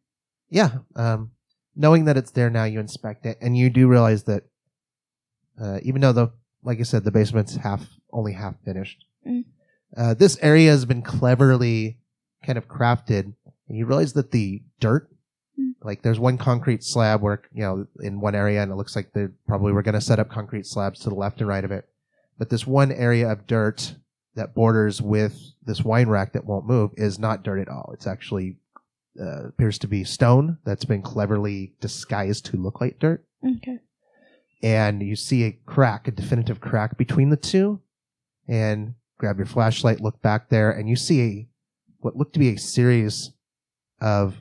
[SPEAKER 1] Yeah. Um, knowing that it's there now, you inspect it, and you do realize that uh, even though the like I said, the basement's half only half finished.
[SPEAKER 4] Mm.
[SPEAKER 1] Uh, this area has been cleverly kind of crafted, and you realize that the dirt,
[SPEAKER 4] Mm.
[SPEAKER 1] like there's one concrete slab where you know in one area, and it looks like they probably were going to set up concrete slabs to the left and right of it, but this one area of dirt that borders with this wine rack that won't move is not dirt at all. It's actually uh, appears to be stone that's been cleverly disguised to look like dirt
[SPEAKER 4] Okay.
[SPEAKER 1] and you see a crack, a definitive crack between the two. And grab your flashlight, look back there, and you see a, what looked to be a series of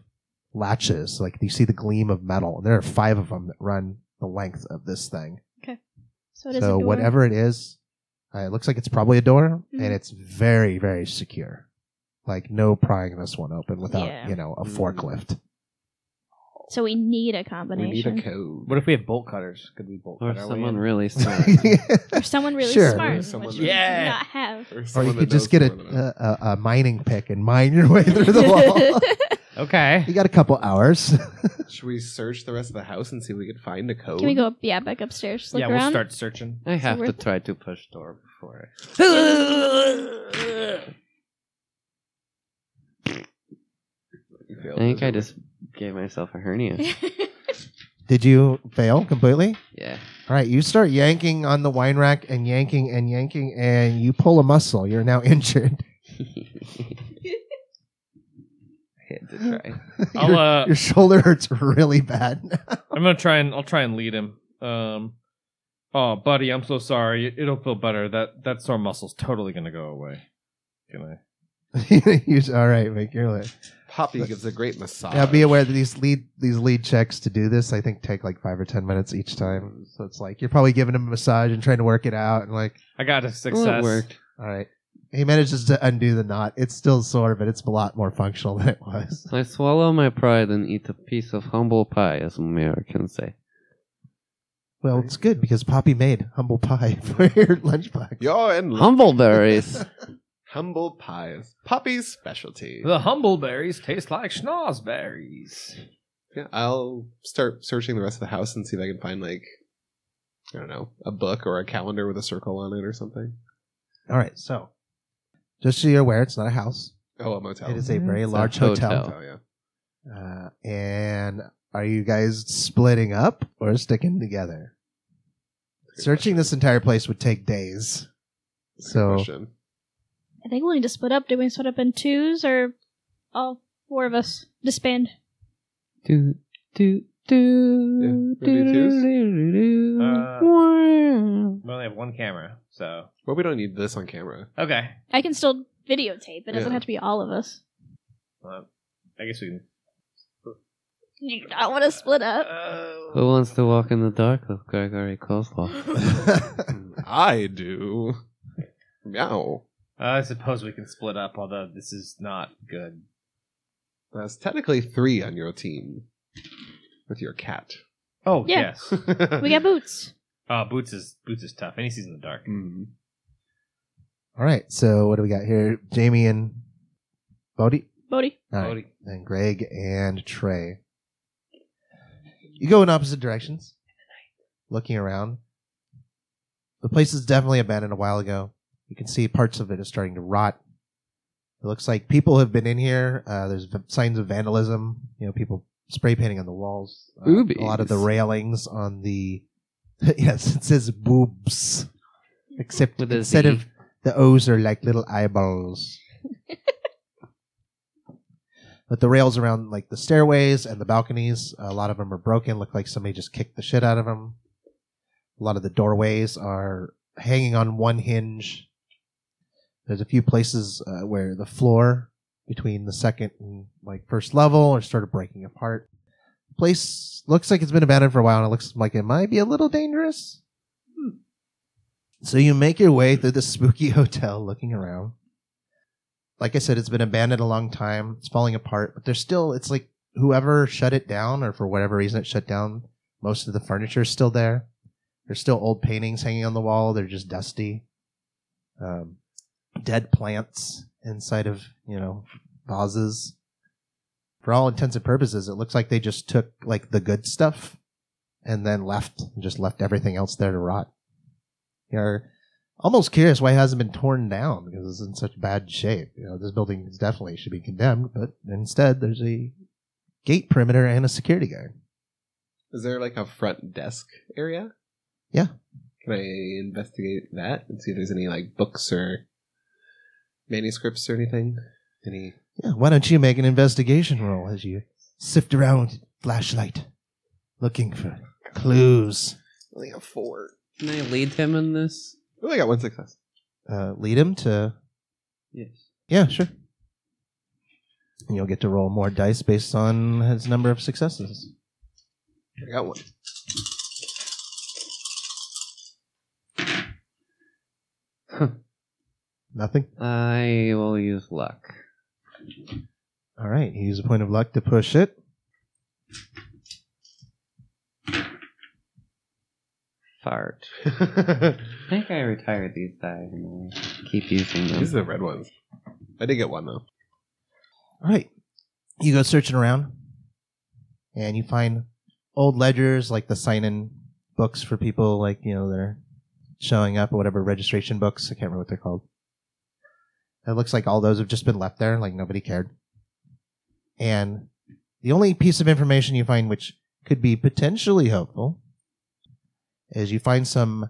[SPEAKER 1] latches. Like you see the gleam of metal. And there are five of them that run the length of this thing.
[SPEAKER 4] So it is a
[SPEAKER 1] so
[SPEAKER 4] door.
[SPEAKER 1] whatever it is, uh, it looks like it's probably a door,
[SPEAKER 4] Mhm.
[SPEAKER 1] and it's very, very secure. Like no prying this one open without
[SPEAKER 4] Yeah.
[SPEAKER 1] you know a
[SPEAKER 3] Mm.
[SPEAKER 1] forklift.
[SPEAKER 4] So we need a
[SPEAKER 3] We need
[SPEAKER 4] combination.
[SPEAKER 3] a code.
[SPEAKER 8] What if we have bolt cutters? Could we bolt
[SPEAKER 2] Or
[SPEAKER 8] cut our way
[SPEAKER 2] someone
[SPEAKER 8] in?
[SPEAKER 2] really smart.
[SPEAKER 4] or someone really
[SPEAKER 1] Sure.
[SPEAKER 4] smart,
[SPEAKER 3] Someone
[SPEAKER 4] which
[SPEAKER 3] that-
[SPEAKER 4] we do
[SPEAKER 8] Yeah.
[SPEAKER 4] not have.
[SPEAKER 1] or you
[SPEAKER 3] someone that
[SPEAKER 1] could just
[SPEAKER 3] knows
[SPEAKER 1] get a,
[SPEAKER 3] more than us.
[SPEAKER 1] a, a a mining pick and mine your way through the wall.
[SPEAKER 8] Okay.
[SPEAKER 1] You got a couple hours. uh,
[SPEAKER 3] Should we search the rest of the house and see if we could find a code?
[SPEAKER 4] Can we go? Yeah, back upstairs. Look
[SPEAKER 8] yeah,
[SPEAKER 4] around.
[SPEAKER 8] we'll start searching.
[SPEAKER 2] I have to
[SPEAKER 4] worth
[SPEAKER 2] try to push door before.
[SPEAKER 3] You
[SPEAKER 2] I,
[SPEAKER 3] feel
[SPEAKER 2] I think I
[SPEAKER 3] miserable.
[SPEAKER 2] just gave myself a hernia.
[SPEAKER 1] Did you fail completely?
[SPEAKER 2] Yeah.
[SPEAKER 1] All right, you start yanking on the wine rack and yanking and yanking, and you pull a muscle. You're now injured.
[SPEAKER 2] I had to try.
[SPEAKER 5] I'll,
[SPEAKER 1] your,
[SPEAKER 5] uh,
[SPEAKER 1] your shoulder hurts really bad.
[SPEAKER 5] I'm gonna try and I'll try and lead him. Um, oh, buddy, I'm so sorry. It, it'll feel better. That that sore muscle's totally gonna go away. Can I?
[SPEAKER 1] You- all right, make your list.
[SPEAKER 3] Poppy gives a great massage.
[SPEAKER 1] Now be aware that these lead these lead checks to do this, I think, take like five or ten minutes each time. So it's like you're probably giving him a massage and trying to work it out, and like,
[SPEAKER 5] I got a
[SPEAKER 2] Well,
[SPEAKER 5] success.
[SPEAKER 2] it worked.
[SPEAKER 1] all right. He manages to undo the knot. It's still sore, but it's a lot more functional than it was.
[SPEAKER 2] I swallow my pride and eat a piece of humble pie, as Americans say.
[SPEAKER 1] Well, it's good because Poppy made humble pie for your lunchbox.
[SPEAKER 3] You're
[SPEAKER 2] Hmm.
[SPEAKER 3] in luck.
[SPEAKER 2] Humbleberries.
[SPEAKER 3] humble pies. Poppy's specialty.
[SPEAKER 5] The humbleberries taste like schnozberries.
[SPEAKER 3] Yeah, I'll start searching the rest of the house and see if I can find like I don't know a book or a calendar with a circle on it or something.
[SPEAKER 1] All right, so just so you're aware, it's not a house.
[SPEAKER 3] Oh, a motel.
[SPEAKER 1] It is a very
[SPEAKER 2] It's a
[SPEAKER 1] large hotel.
[SPEAKER 3] Motel, Oh, yeah.
[SPEAKER 1] Uh, and are you guys splitting up or sticking together?
[SPEAKER 3] Good
[SPEAKER 1] Searching
[SPEAKER 3] question.
[SPEAKER 1] this entire place would take days.
[SPEAKER 3] Good
[SPEAKER 1] So-
[SPEAKER 3] question.
[SPEAKER 4] I think we'll need to split up. Do we split up in twos or all four of us disband?
[SPEAKER 2] do, do, do,
[SPEAKER 3] Yeah, maybe twos.
[SPEAKER 2] do, do.
[SPEAKER 8] Uh,
[SPEAKER 2] Wow.
[SPEAKER 8] We only have one camera, so
[SPEAKER 3] Well, we don't need this on camera.
[SPEAKER 8] okay.
[SPEAKER 4] I can still videotape. It doesn't
[SPEAKER 3] Yeah.
[SPEAKER 4] have to be all of us.
[SPEAKER 8] Well, I guess we can.
[SPEAKER 4] You do not want to split up.
[SPEAKER 8] uh,
[SPEAKER 2] Who wants to walk in the dark with Gregory Kozlov?
[SPEAKER 3] Mm, I do. Meow.
[SPEAKER 8] I suppose we can split up, although this is not good.
[SPEAKER 3] That's technically three on your team with your cat.
[SPEAKER 8] Oh
[SPEAKER 4] Yeah.
[SPEAKER 8] yes,
[SPEAKER 4] we got boots.
[SPEAKER 8] uh, boots is boots is tough. And he sees in the dark.
[SPEAKER 3] Mm.
[SPEAKER 1] All right, so what do we got here? Jamie and Bodie?
[SPEAKER 4] Bodhi.
[SPEAKER 1] All right,
[SPEAKER 8] Bodhi.
[SPEAKER 1] And Greg and Trey. You go in opposite directions, looking around. The place is definitely abandoned a while ago. You can see parts of it is starting to rot. It looks like people have been in here. Uh, there's v- signs of vandalism. You know, people spray painting on the walls. Uh, a lot of the
[SPEAKER 2] Boobies.
[SPEAKER 1] railings on the. yes, it says boobs. Except
[SPEAKER 2] With a
[SPEAKER 1] instead
[SPEAKER 2] Z.
[SPEAKER 1] of the O's are like little eyeballs. But the rails around like the stairways and the balconies, a lot of them are broken. Look like somebody just kicked the shit out of them. A lot of the doorways are hanging on one hinge. There's a few places uh, where the floor between the second and like first level are started breaking apart. Place looks like it's been abandoned for a while, and it looks like it might be a little dangerous. So you make your way through the spooky hotel, looking around. Like I said, it's been abandoned a long time. It's falling apart, but there's still. It's like whoever shut it down, or for whatever reason it shut down. Most of the furniture is still there. There's still old paintings hanging on the wall. They're just dusty. Um, dead plants inside of you know vases. For all intents and purposes, it looks like they just took like the good stuff and then left, and just left everything else there to rot. You're almost curious why it hasn't been torn down because it's in such bad shape. You know, this building is definitely should be condemned, but instead there's a gate perimeter and a security guard.
[SPEAKER 3] Is there like a front desk area?
[SPEAKER 1] Yeah.
[SPEAKER 3] Can I investigate that and see if there's any like books or manuscripts or anything? Any
[SPEAKER 1] Yeah, why don't you make an investigation roll as you sift around with flashlight, looking for clues.
[SPEAKER 3] I only got four.
[SPEAKER 2] Can I lead him in this?
[SPEAKER 3] I only got one success.
[SPEAKER 1] Uh, lead him to
[SPEAKER 2] Yes.
[SPEAKER 1] yeah, sure. And you'll get to roll more dice based on his number of successes.
[SPEAKER 3] I got one.
[SPEAKER 1] Nothing.
[SPEAKER 2] I will use luck.
[SPEAKER 1] All right, you use a point of luck to push it.
[SPEAKER 2] Fart.
[SPEAKER 3] These
[SPEAKER 2] I think I retired these guys and I keep using them.
[SPEAKER 3] are the red ones. I did get one though.
[SPEAKER 1] All right. You go searching around and you find old ledgers like the sign in books for people like, you know, that are showing up or whatever registration books. I can't remember what they're called. It looks like all those have just been left there, like nobody cared. And the only piece of information you find which could be potentially helpful is you find some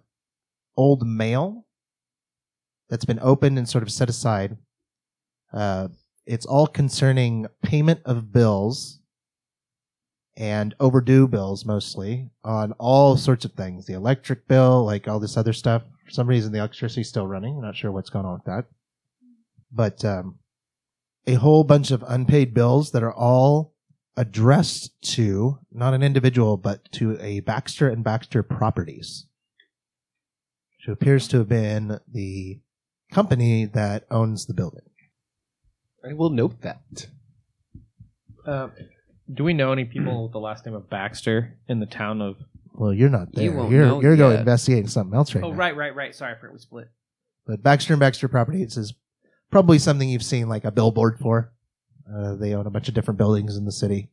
[SPEAKER 1] old mail that's been opened and sort of set aside. Uh, it's all concerning payment of bills and overdue bills mostly on all sorts of things the electric bill like all this other stuff for some reason the electricity's still running I'm not sure what's going on with that but um, a whole bunch of unpaid bills that are all addressed to not an individual but to a baxter and baxter properties which appears to have been the company that owns the building
[SPEAKER 3] I will note that.
[SPEAKER 8] Uh, do we know any people with the last name of Baxter in the town of?
[SPEAKER 1] Well, you're not there.
[SPEAKER 2] You
[SPEAKER 1] You
[SPEAKER 2] won't
[SPEAKER 1] are
[SPEAKER 2] know
[SPEAKER 1] you're going
[SPEAKER 2] yet.
[SPEAKER 1] investigating something else right
[SPEAKER 5] Oh,
[SPEAKER 1] now.
[SPEAKER 5] right, right, right. Sorry, I forgot we split.
[SPEAKER 1] But Baxter and Baxter Properties is probably something you've seen like a billboard for. Uh, they own a bunch of different buildings in the city.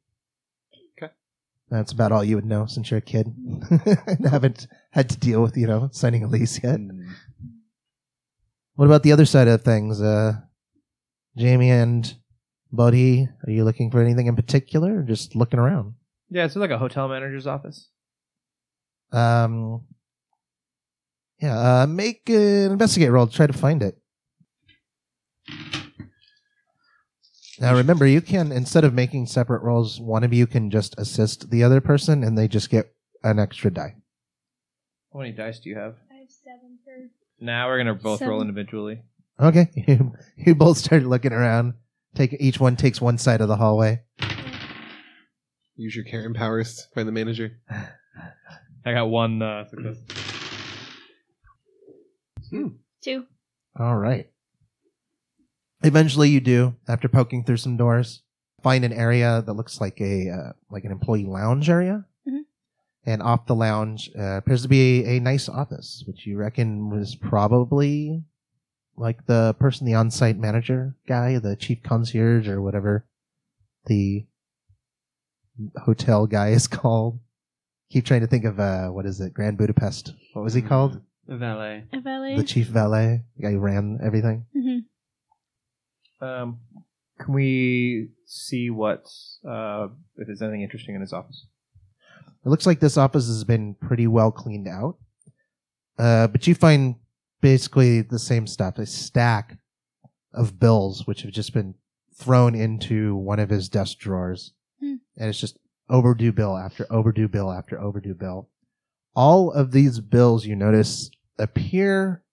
[SPEAKER 3] Okay.
[SPEAKER 1] That's about all you would know since you're a kid and haven't had to deal with you know signing a lease yet.
[SPEAKER 2] Mm-hmm.
[SPEAKER 1] What about the other side of things? Uh, Jamie and Buddy, are you looking for anything in particular? Or just looking around.
[SPEAKER 5] Yeah, it's like a hotel manager's office.
[SPEAKER 1] Um, yeah, uh, make an investigate roll to try to find it. Now remember, you can instead of making separate rolls, one of you can just assist the other person, and they just get an extra die.
[SPEAKER 5] How many dice do you have?
[SPEAKER 4] I have seven per.
[SPEAKER 8] Now nah, we're gonna both roll
[SPEAKER 4] Seven.
[SPEAKER 8] individually.
[SPEAKER 1] Okay, you, you both start looking around. Take each one takes one side of the hallway.
[SPEAKER 3] Use your Karen powers. Find the manager.
[SPEAKER 8] I got one uh, success.
[SPEAKER 4] Two.
[SPEAKER 1] All right. Eventually, you do after poking through some doors, find an area that looks like a uh, like an employee lounge area,
[SPEAKER 4] Mhm.
[SPEAKER 1] and off the lounge uh, appears to be a nice office, which you reckon was probably like the person, the on-site manager guy, the chief concierge, or whatever the hotel guy is called. Keep trying to think of uh, what is it, Grand Budapest? What was he called?
[SPEAKER 2] Valet.
[SPEAKER 4] A valet.
[SPEAKER 1] The chief valet, the guy who ran everything.
[SPEAKER 4] Mhm.
[SPEAKER 8] Um, can we see what uh, if there's anything interesting in his office?
[SPEAKER 1] It looks like this office has been pretty well cleaned out. Uh, but you find basically the same stuff a stack of bills, which have just been thrown into one of his desk drawers.
[SPEAKER 4] Hmm.
[SPEAKER 1] And it's just overdue bill after overdue bill after overdue bill. All of these bills you notice appear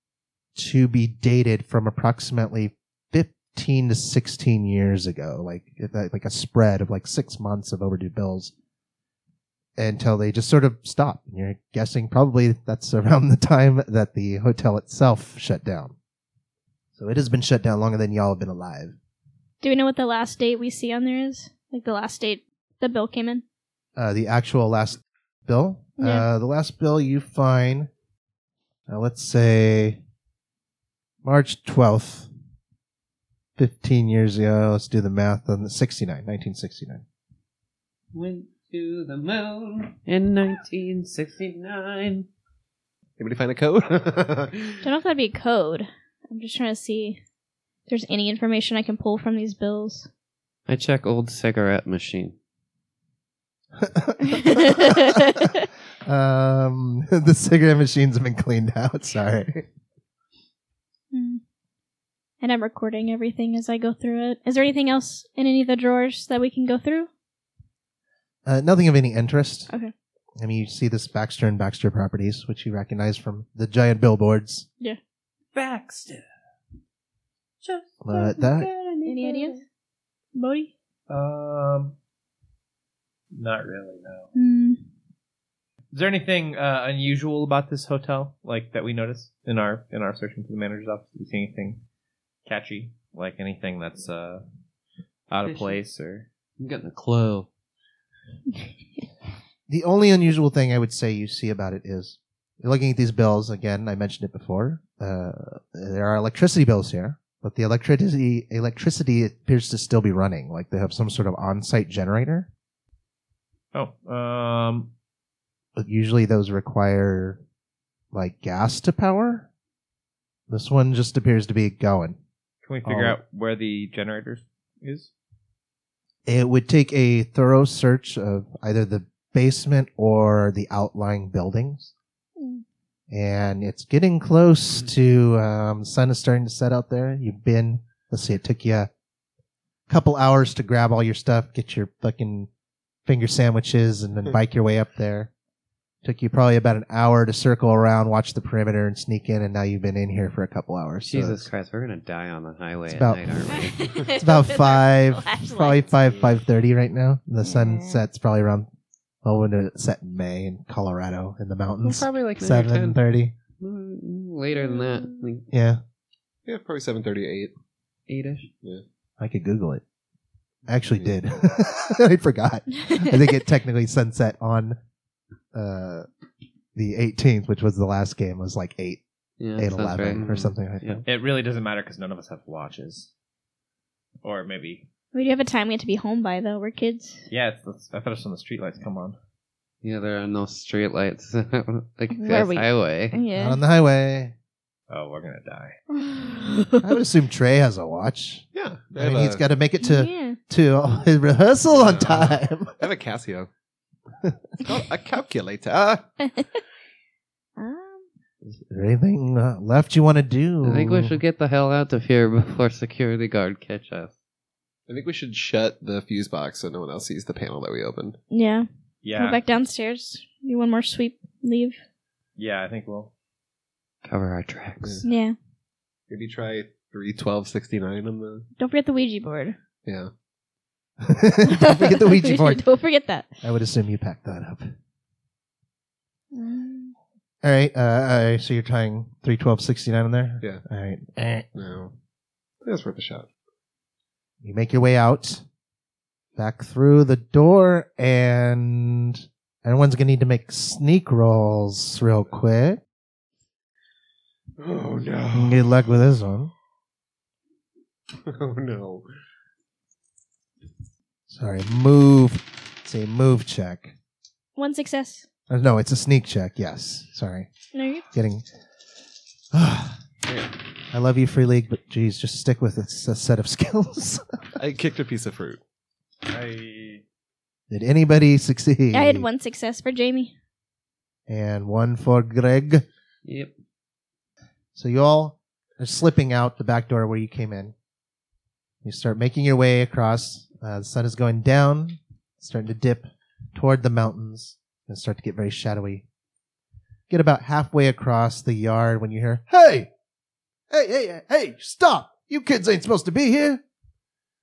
[SPEAKER 1] to be dated from approximately 15 to 16 years ago, like like a spread of like 6 months of overdue bills until they just sort of stop. And you're guessing probably that's around the time that the hotel itself shut down. So it has been shut down longer than y'all have been alive.
[SPEAKER 4] Do we know what the last date we see on there is? Like the last date the bill came in?
[SPEAKER 1] Uh, the actual last bill,
[SPEAKER 4] Yeah.
[SPEAKER 1] uh, the last bill you find, uh, let's say March 12th, 15 years ago. Let's do the math on the 69, 1969.
[SPEAKER 2] Went to the moon in 1969.
[SPEAKER 3] Anybody find a code?
[SPEAKER 4] Don't know if that'd be a code. I'm just trying to see if there's any information I can pull from these bills.
[SPEAKER 2] I check old cigarette machine.
[SPEAKER 4] Hmm.
[SPEAKER 1] um, the cigarette machine's been cleaned out. Sorry.
[SPEAKER 4] Hmm. And I'm recording everything as I go through it. Is there anything else in any of the drawers that we can go through?
[SPEAKER 1] Uh, nothing of any interest.
[SPEAKER 4] Okay.
[SPEAKER 1] I mean, you see this Baxter and Baxter properties, which you recognize from the giant billboards.
[SPEAKER 2] Baxter.
[SPEAKER 1] But that,
[SPEAKER 4] Any ideas? Bodhi?
[SPEAKER 8] Um, not really. No.
[SPEAKER 4] Hmm.
[SPEAKER 8] Is there anything uh, unusual about this hotel, like that we noticed in our in our searching for the manager's office? Did we see anything catchy, like anything that's uh, out of
[SPEAKER 2] Fishy.
[SPEAKER 8] place or?
[SPEAKER 2] I'm getting a clue.
[SPEAKER 1] the only unusual thing I would say you see about it is you're looking at these bills again. I mentioned it before. Uh, there are electricity bills here, but the electricity electricity appears to still be running. Like they have some sort of on-site generator.
[SPEAKER 8] Oh, um,
[SPEAKER 1] But usually those require like gas to power. This one just appears to be going.
[SPEAKER 8] can we figure
[SPEAKER 1] Oh.
[SPEAKER 8] out where the generator is?
[SPEAKER 1] It would take a thorough search of either the basement or the outlying buildings.
[SPEAKER 4] Mm.
[SPEAKER 1] And it's getting close to um, the sun is starting to set out there. You've been, let's see, it took you a couple hours to grab all your stuff, get your fucking finger sandwiches, and then bike your way up there. Took you probably about an hour to circle around, watch the perimeter, and sneak in. And now you've been in here for a couple hours. So
[SPEAKER 2] Jesus Christ, we're gonna die on the highway
[SPEAKER 1] It's
[SPEAKER 2] at
[SPEAKER 1] about-
[SPEAKER 2] night, aren't we?
[SPEAKER 1] It's about five, probably five, five thirty right now. The sun
[SPEAKER 4] Yeah.
[SPEAKER 1] sets probably around. Well, when it set in May in Colorado in the
[SPEAKER 2] Well,
[SPEAKER 1] mountains,
[SPEAKER 2] probably like nine or
[SPEAKER 1] seven
[SPEAKER 2] 10.
[SPEAKER 1] thirty.
[SPEAKER 2] Mm, Later than that, like
[SPEAKER 1] Yeah,
[SPEAKER 3] yeah, probably seven thirty-eight.
[SPEAKER 2] eight-ish.
[SPEAKER 1] I could Google it. I actually did. I forgot. I think it technically sunset on uh, the 18th, which was the last game. Was like eight,
[SPEAKER 2] Yeah,
[SPEAKER 1] eight
[SPEAKER 2] sounds
[SPEAKER 1] eleven
[SPEAKER 2] right.
[SPEAKER 1] or something like
[SPEAKER 2] Yeah.
[SPEAKER 1] that.
[SPEAKER 8] It really doesn't matter because none of us have watches, or maybe
[SPEAKER 4] we do have a time we have to be home by, though. We're kids.
[SPEAKER 8] yeah. It's, it's, I thought it was when the streetlights come on.
[SPEAKER 2] Yeah, there are no streetlights. like
[SPEAKER 4] Where
[SPEAKER 2] this
[SPEAKER 4] we-
[SPEAKER 2] highway.
[SPEAKER 1] Not on the highway.
[SPEAKER 8] Oh, we're gonna die.
[SPEAKER 1] I would assume Trey has a watch.
[SPEAKER 3] Yeah, I
[SPEAKER 1] I
[SPEAKER 3] have,
[SPEAKER 1] mean, he's
[SPEAKER 3] a-
[SPEAKER 1] got to make it to
[SPEAKER 4] yeah.
[SPEAKER 1] to his rehearsal on
[SPEAKER 3] Yeah.
[SPEAKER 1] time.
[SPEAKER 3] I have a Casio. it's called a calculator. Ah!
[SPEAKER 4] Um,
[SPEAKER 1] Is there anything uh, left you want to do?
[SPEAKER 2] I think we should get the hell out of here before security guard catch us.
[SPEAKER 3] I think we should shut the fuse box so no one else sees the panel that we opened.
[SPEAKER 4] yeah.
[SPEAKER 8] Yeah,
[SPEAKER 4] Go back downstairs. Do one more sweep. Leave.
[SPEAKER 8] yeah. I think we'll.
[SPEAKER 2] Cover our tracks.
[SPEAKER 4] Yeah.
[SPEAKER 3] Maybe try three twelve sixty nine on the.
[SPEAKER 4] Don't forget the Ouija board.
[SPEAKER 3] Yeah.
[SPEAKER 1] Don't forget the Ouija board.
[SPEAKER 4] Don't forget that.
[SPEAKER 1] I would assume you packed that up.
[SPEAKER 4] Um,
[SPEAKER 1] All right. Uh, all right, so you're trying three twelve sixty nine in there.
[SPEAKER 3] Yeah.
[SPEAKER 1] All right. Eh.
[SPEAKER 3] No. That's worth a shot.
[SPEAKER 1] You make your way out, back through the door, and everyone's gonna need to make sneak rolls real quick.
[SPEAKER 3] Oh
[SPEAKER 1] Good luck with this one.
[SPEAKER 3] oh no.
[SPEAKER 1] Sorry. Move. It's a move check.
[SPEAKER 4] One success.
[SPEAKER 1] Uh, no, it's a sneak check. Yes. Sorry.
[SPEAKER 4] No, you're
[SPEAKER 1] Getting. I love you, Free League, but geez, just stick with it. It's a set of skills.
[SPEAKER 3] I kicked a piece of fruit.
[SPEAKER 8] I
[SPEAKER 1] Did anybody succeed?
[SPEAKER 4] I had one success for Jamie.
[SPEAKER 1] And one for Greg.
[SPEAKER 2] Yep.
[SPEAKER 1] So you all are slipping out the back door where you came in. You start making your way across. Uh, the sun is going down, starting to dip toward the mountains, and start to get very shadowy. Get about halfway across the yard when you hear, "Hey, hey, hey, hey! Stop! You kids ain't supposed to be here."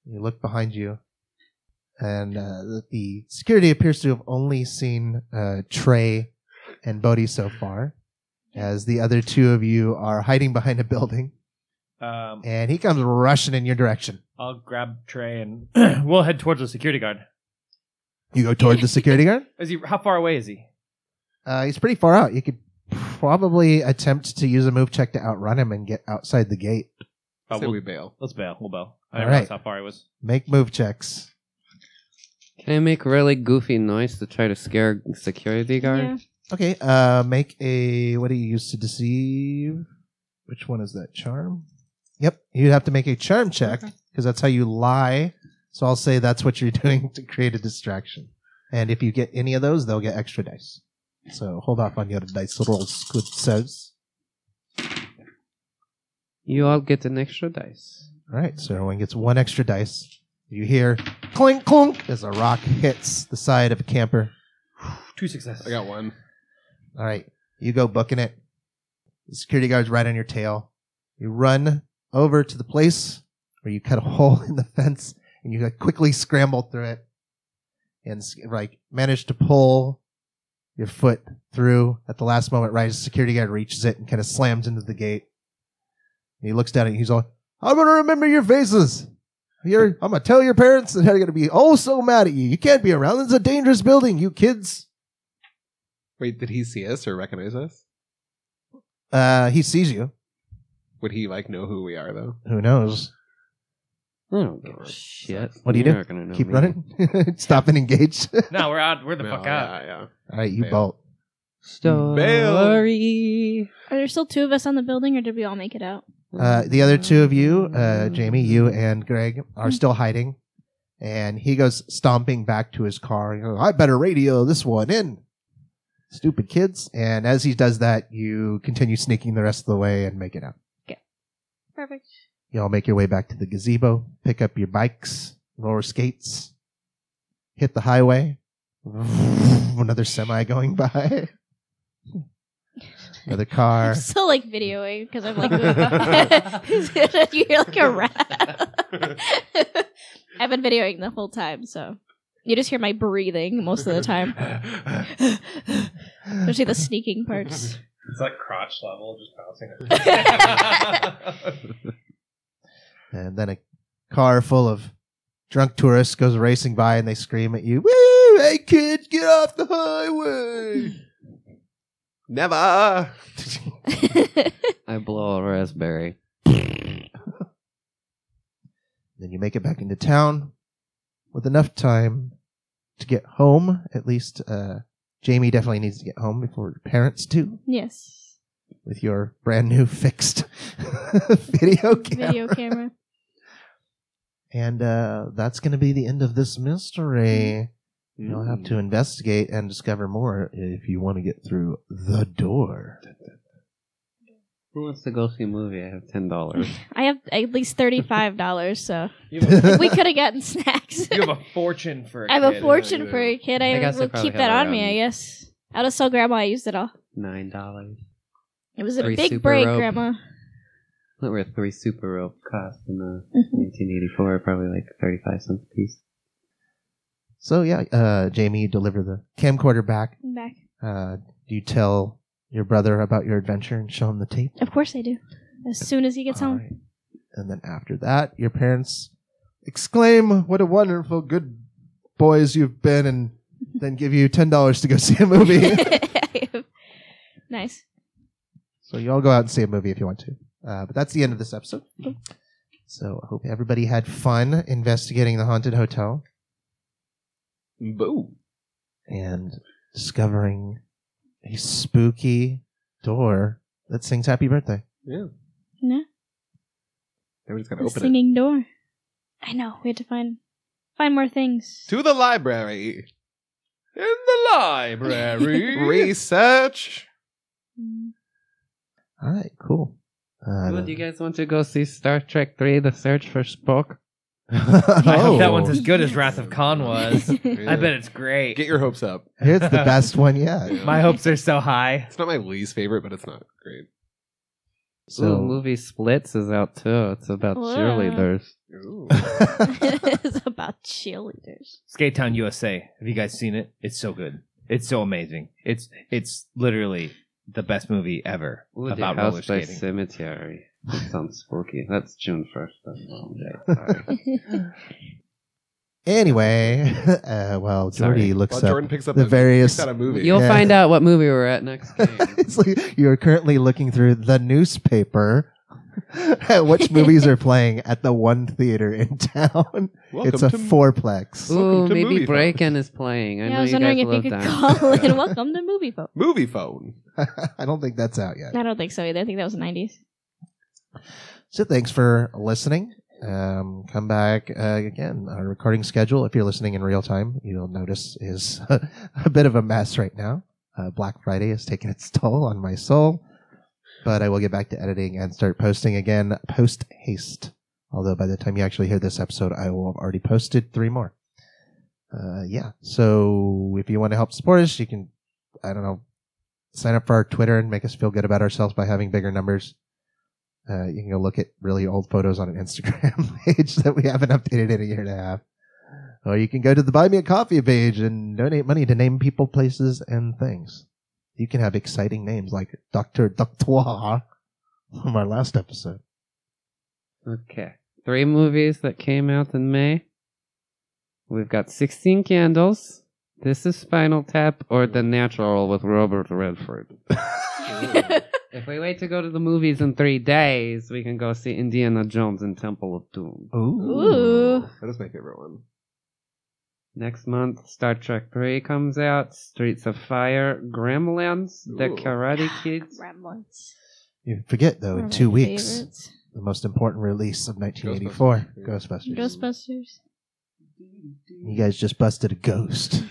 [SPEAKER 1] You look behind you, and uh, the- the security appears to have only seen uh, Trey and Bodhi so far, as the other two of you are hiding behind a building,
[SPEAKER 9] Um,
[SPEAKER 1] and he comes rushing in your direction.
[SPEAKER 9] I'll grab Trey and we'll head towards the security guard.
[SPEAKER 1] You go toward the security guard.
[SPEAKER 9] Is he? How far away is he?
[SPEAKER 1] Uh, he's pretty far out. You could probably attempt to use a move check to outrun him and get outside the gate.
[SPEAKER 5] Uh,
[SPEAKER 9] Oh,
[SPEAKER 3] Say
[SPEAKER 9] we'll-
[SPEAKER 3] we bail.
[SPEAKER 9] Let's bail. We'll bail. I
[SPEAKER 1] All
[SPEAKER 9] didn't realize
[SPEAKER 1] right.
[SPEAKER 9] how far he was.
[SPEAKER 1] Make move checks.
[SPEAKER 2] Can I make really goofy noise to try to scare security guard?
[SPEAKER 4] Yeah.
[SPEAKER 1] Okay. Uh, make a what do you use to deceive? Which one is that charm? Yep, you'd have to make a charm check because that's how you lie. So I'll say that's what you're doing to create a distraction. And if you get any of those, they'll get extra dice. So hold off on your dice rolls. Good says.
[SPEAKER 2] You all get an extra dice.
[SPEAKER 1] All right, so everyone gets one extra dice. You hear clink clunk as a rock hits the side of a camper.
[SPEAKER 9] Two successes.
[SPEAKER 3] I got one.
[SPEAKER 1] All right, you go booking it. The security guard's right on your tail. You run over to the place where you cut a hole in the fence, and you like, quickly scramble through it, and s- like manage to pull your foot through at the last moment. Right as the security guard reaches it and kind of slams into the gate. And he looks down at you. He's all, "I'm gonna remember your faces. You're, I'm gonna tell your parents, and they're gonna be oh so mad at you. You can't be around. This is a dangerous building, you kids."
[SPEAKER 3] Wait, did he see us or recognize us?
[SPEAKER 1] Uh, he sees you.
[SPEAKER 3] Would he like know who we are though?
[SPEAKER 1] Who knows?
[SPEAKER 2] I don't
[SPEAKER 4] Oh,
[SPEAKER 2] give a shit.
[SPEAKER 1] What do you
[SPEAKER 2] You're
[SPEAKER 1] do?
[SPEAKER 2] not gonna know
[SPEAKER 1] Keep
[SPEAKER 2] me.
[SPEAKER 1] running. Stop and engage.
[SPEAKER 9] No, we're out. We're the
[SPEAKER 3] No,
[SPEAKER 9] fuck out.
[SPEAKER 3] yeah, yeah.
[SPEAKER 1] All right, you
[SPEAKER 3] Bail.
[SPEAKER 1] bolt.
[SPEAKER 2] Story.
[SPEAKER 4] Are there still two of us on the building, or did we all make it out?
[SPEAKER 1] Uh, the other two of you, uh, Jamie, you and Greg, are still hiding. And he goes stomping back to his car. He goes, I better radio this one in. Stupid kids. And as he does that, you continue sneaking the rest of the way and make it out.
[SPEAKER 4] Perfect.
[SPEAKER 1] Y'all make your way back to the gazebo, pick up your bikes, roller skates, hit the highway. Another semi going by. Another car.
[SPEAKER 4] I'm still like videoing because I'm like, ooh. you hear like a rat. I've been videoing the whole time, so you just hear my breathing most of the time. Especially the sneaking parts.
[SPEAKER 9] It's like crotch level, just bouncing.
[SPEAKER 1] And then a car full of drunk tourists goes racing by and they scream at you, Woo! Hey kids, get off the highway!
[SPEAKER 3] Never.
[SPEAKER 2] I blow a raspberry.
[SPEAKER 1] Then you make it back into town with enough time to get home. At least uh, Jamie definitely needs to get home before her parents do
[SPEAKER 4] yes.
[SPEAKER 1] with your brand new fixed video camera.
[SPEAKER 4] Video camera.
[SPEAKER 1] And uh, that's going to be the end of this mystery. You'll have to investigate and discover more if you want to get through the door.
[SPEAKER 2] Who wants to go see a movie? I have ten dollars.
[SPEAKER 4] I have at least thirty-five dollars, so
[SPEAKER 5] You have,
[SPEAKER 4] we could have gotten snacks.
[SPEAKER 5] a, you have a fortune for. A
[SPEAKER 4] I have
[SPEAKER 5] kid.
[SPEAKER 4] a fortune for a kid. I,
[SPEAKER 2] I guess I
[SPEAKER 4] will
[SPEAKER 2] probably
[SPEAKER 4] keep that
[SPEAKER 2] have
[SPEAKER 4] on me.
[SPEAKER 2] around-
[SPEAKER 4] I guess. I'll just tell Grandma I used it all.
[SPEAKER 2] Nine dollars.
[SPEAKER 4] It was a
[SPEAKER 2] Three
[SPEAKER 4] big
[SPEAKER 2] super
[SPEAKER 4] break,
[SPEAKER 2] rope.
[SPEAKER 4] Grandma.
[SPEAKER 2] What were three super rope cost in the 1984? Probably like 35 cents a piece.
[SPEAKER 1] So yeah, uh, Jamie, you deliver the camcorder back.
[SPEAKER 4] Back.
[SPEAKER 1] Uh, do you tell your brother about your adventure and show him the tape?
[SPEAKER 4] Of course I do. As soon as he gets home.
[SPEAKER 1] Alright. And then after that, your parents exclaim, "What a wonderful good boys you've been!" and then give you ten dollars to go see a movie.
[SPEAKER 4] nice.
[SPEAKER 1] so you all go out and see a movie if you want to. Uh, but that's the end of this episode. So I hope everybody had fun investigating the haunted hotel
[SPEAKER 3] Boo.
[SPEAKER 1] and discovering a spooky door that sings "Happy Birthday."
[SPEAKER 3] Yeah.
[SPEAKER 4] No.
[SPEAKER 3] Everybody's gonna
[SPEAKER 4] The
[SPEAKER 3] open
[SPEAKER 4] singing door. I know. We had to find find more things.
[SPEAKER 3] it. To the library.
[SPEAKER 5] in the library.
[SPEAKER 3] Research.
[SPEAKER 4] Mm.
[SPEAKER 1] All right, cool. Uh,
[SPEAKER 2] Well, do you guys want to go see Star Trek 3 The Search for Spock?
[SPEAKER 5] I hope that
[SPEAKER 1] Oh.
[SPEAKER 5] one's as good as Wrath of Khan was. I bet it's great.
[SPEAKER 3] Get your hopes up.
[SPEAKER 1] It's the best one yet.
[SPEAKER 5] My hopes are so high.
[SPEAKER 3] It's not my least favorite, but it's not great.
[SPEAKER 2] So the
[SPEAKER 1] So
[SPEAKER 2] movie Splits is out too. It's about
[SPEAKER 4] Wow.
[SPEAKER 2] cheerleaders.
[SPEAKER 3] Ooh.
[SPEAKER 4] it's about cheerleaders.
[SPEAKER 9] Skate Town USA. Have you guys seen it? It's so good. It's so amazing. It's it's literally the best movie ever
[SPEAKER 2] Ooh, the
[SPEAKER 9] about roller
[SPEAKER 2] House by
[SPEAKER 9] skating.
[SPEAKER 2] Cemetery. That sounds spooky. That's June first. That's the wrong day. Sorry.
[SPEAKER 1] anyway, uh, well,
[SPEAKER 2] Sorry.
[SPEAKER 1] Jordy looks
[SPEAKER 3] Well,
[SPEAKER 1] up
[SPEAKER 3] Jordan picks up
[SPEAKER 1] the
[SPEAKER 3] a-
[SPEAKER 1] various.
[SPEAKER 3] It's not a movie.
[SPEAKER 2] You'll
[SPEAKER 1] Yeah.
[SPEAKER 2] find out what movie we're at next game.
[SPEAKER 1] it's like you're currently looking through the newspaper at which movies are playing at the one theater in town.
[SPEAKER 3] Welcome
[SPEAKER 1] it's a
[SPEAKER 3] to-
[SPEAKER 1] fourplex.
[SPEAKER 2] Ooh,
[SPEAKER 3] Welcome to Movie
[SPEAKER 2] maybe
[SPEAKER 3] Phone.
[SPEAKER 2] Breakin is playing. I
[SPEAKER 4] yeah,
[SPEAKER 2] know
[SPEAKER 4] I was
[SPEAKER 2] you
[SPEAKER 4] wondering
[SPEAKER 2] guys
[SPEAKER 4] if you
[SPEAKER 2] love
[SPEAKER 4] could
[SPEAKER 2] that.
[SPEAKER 4] call in. Welcome to Movie Phone.
[SPEAKER 3] movie phone.
[SPEAKER 1] I don't think that's out yet.
[SPEAKER 4] I don't think so either. I think that was nineties.
[SPEAKER 1] So thanks for listening. Um, come back uh, again. Our recording schedule, if you're listening in real time, you'll notice is a bit of a mess right now. Uh, Black Friday has taken its toll on my soul, but I will get back to editing and start posting again post haste. Although by the time you actually hear this episode, I will have already posted three more. Uh, yeah. So if you want to help support us, you can, I don't know, sign up for our Twitter and make us feel good about ourselves by having bigger numbers. Uh, you can go look at really old photos on an Instagram page that we haven't updated in a year and a half. Or you can go to the Buy Me a Coffee page and donate money to name people, places, and things. You can have exciting names like Dr. Doctoire from our last episode.
[SPEAKER 2] Okay. Three movies that came out in May. We've got 16 Candles. This is Spinal Tap or The Natural with Robert Redford. if we wait to go to the movies in three days, we can go see Indiana Jones and Temple of Doom.
[SPEAKER 4] Ooh.
[SPEAKER 3] That is my favorite one.
[SPEAKER 2] Next month, Star Trek 3 comes out, Streets of Fire, Gremlins, The
[SPEAKER 3] Ooh.
[SPEAKER 2] Karate Kid,
[SPEAKER 4] Gremlins.
[SPEAKER 1] You forget, though,
[SPEAKER 4] One
[SPEAKER 1] in
[SPEAKER 4] of
[SPEAKER 1] Oh, two
[SPEAKER 4] my
[SPEAKER 1] weeks,
[SPEAKER 4] favorites.
[SPEAKER 1] the most important release of 1984 Ghostbusters.
[SPEAKER 4] Ghostbusters.
[SPEAKER 1] You guys just busted a ghost.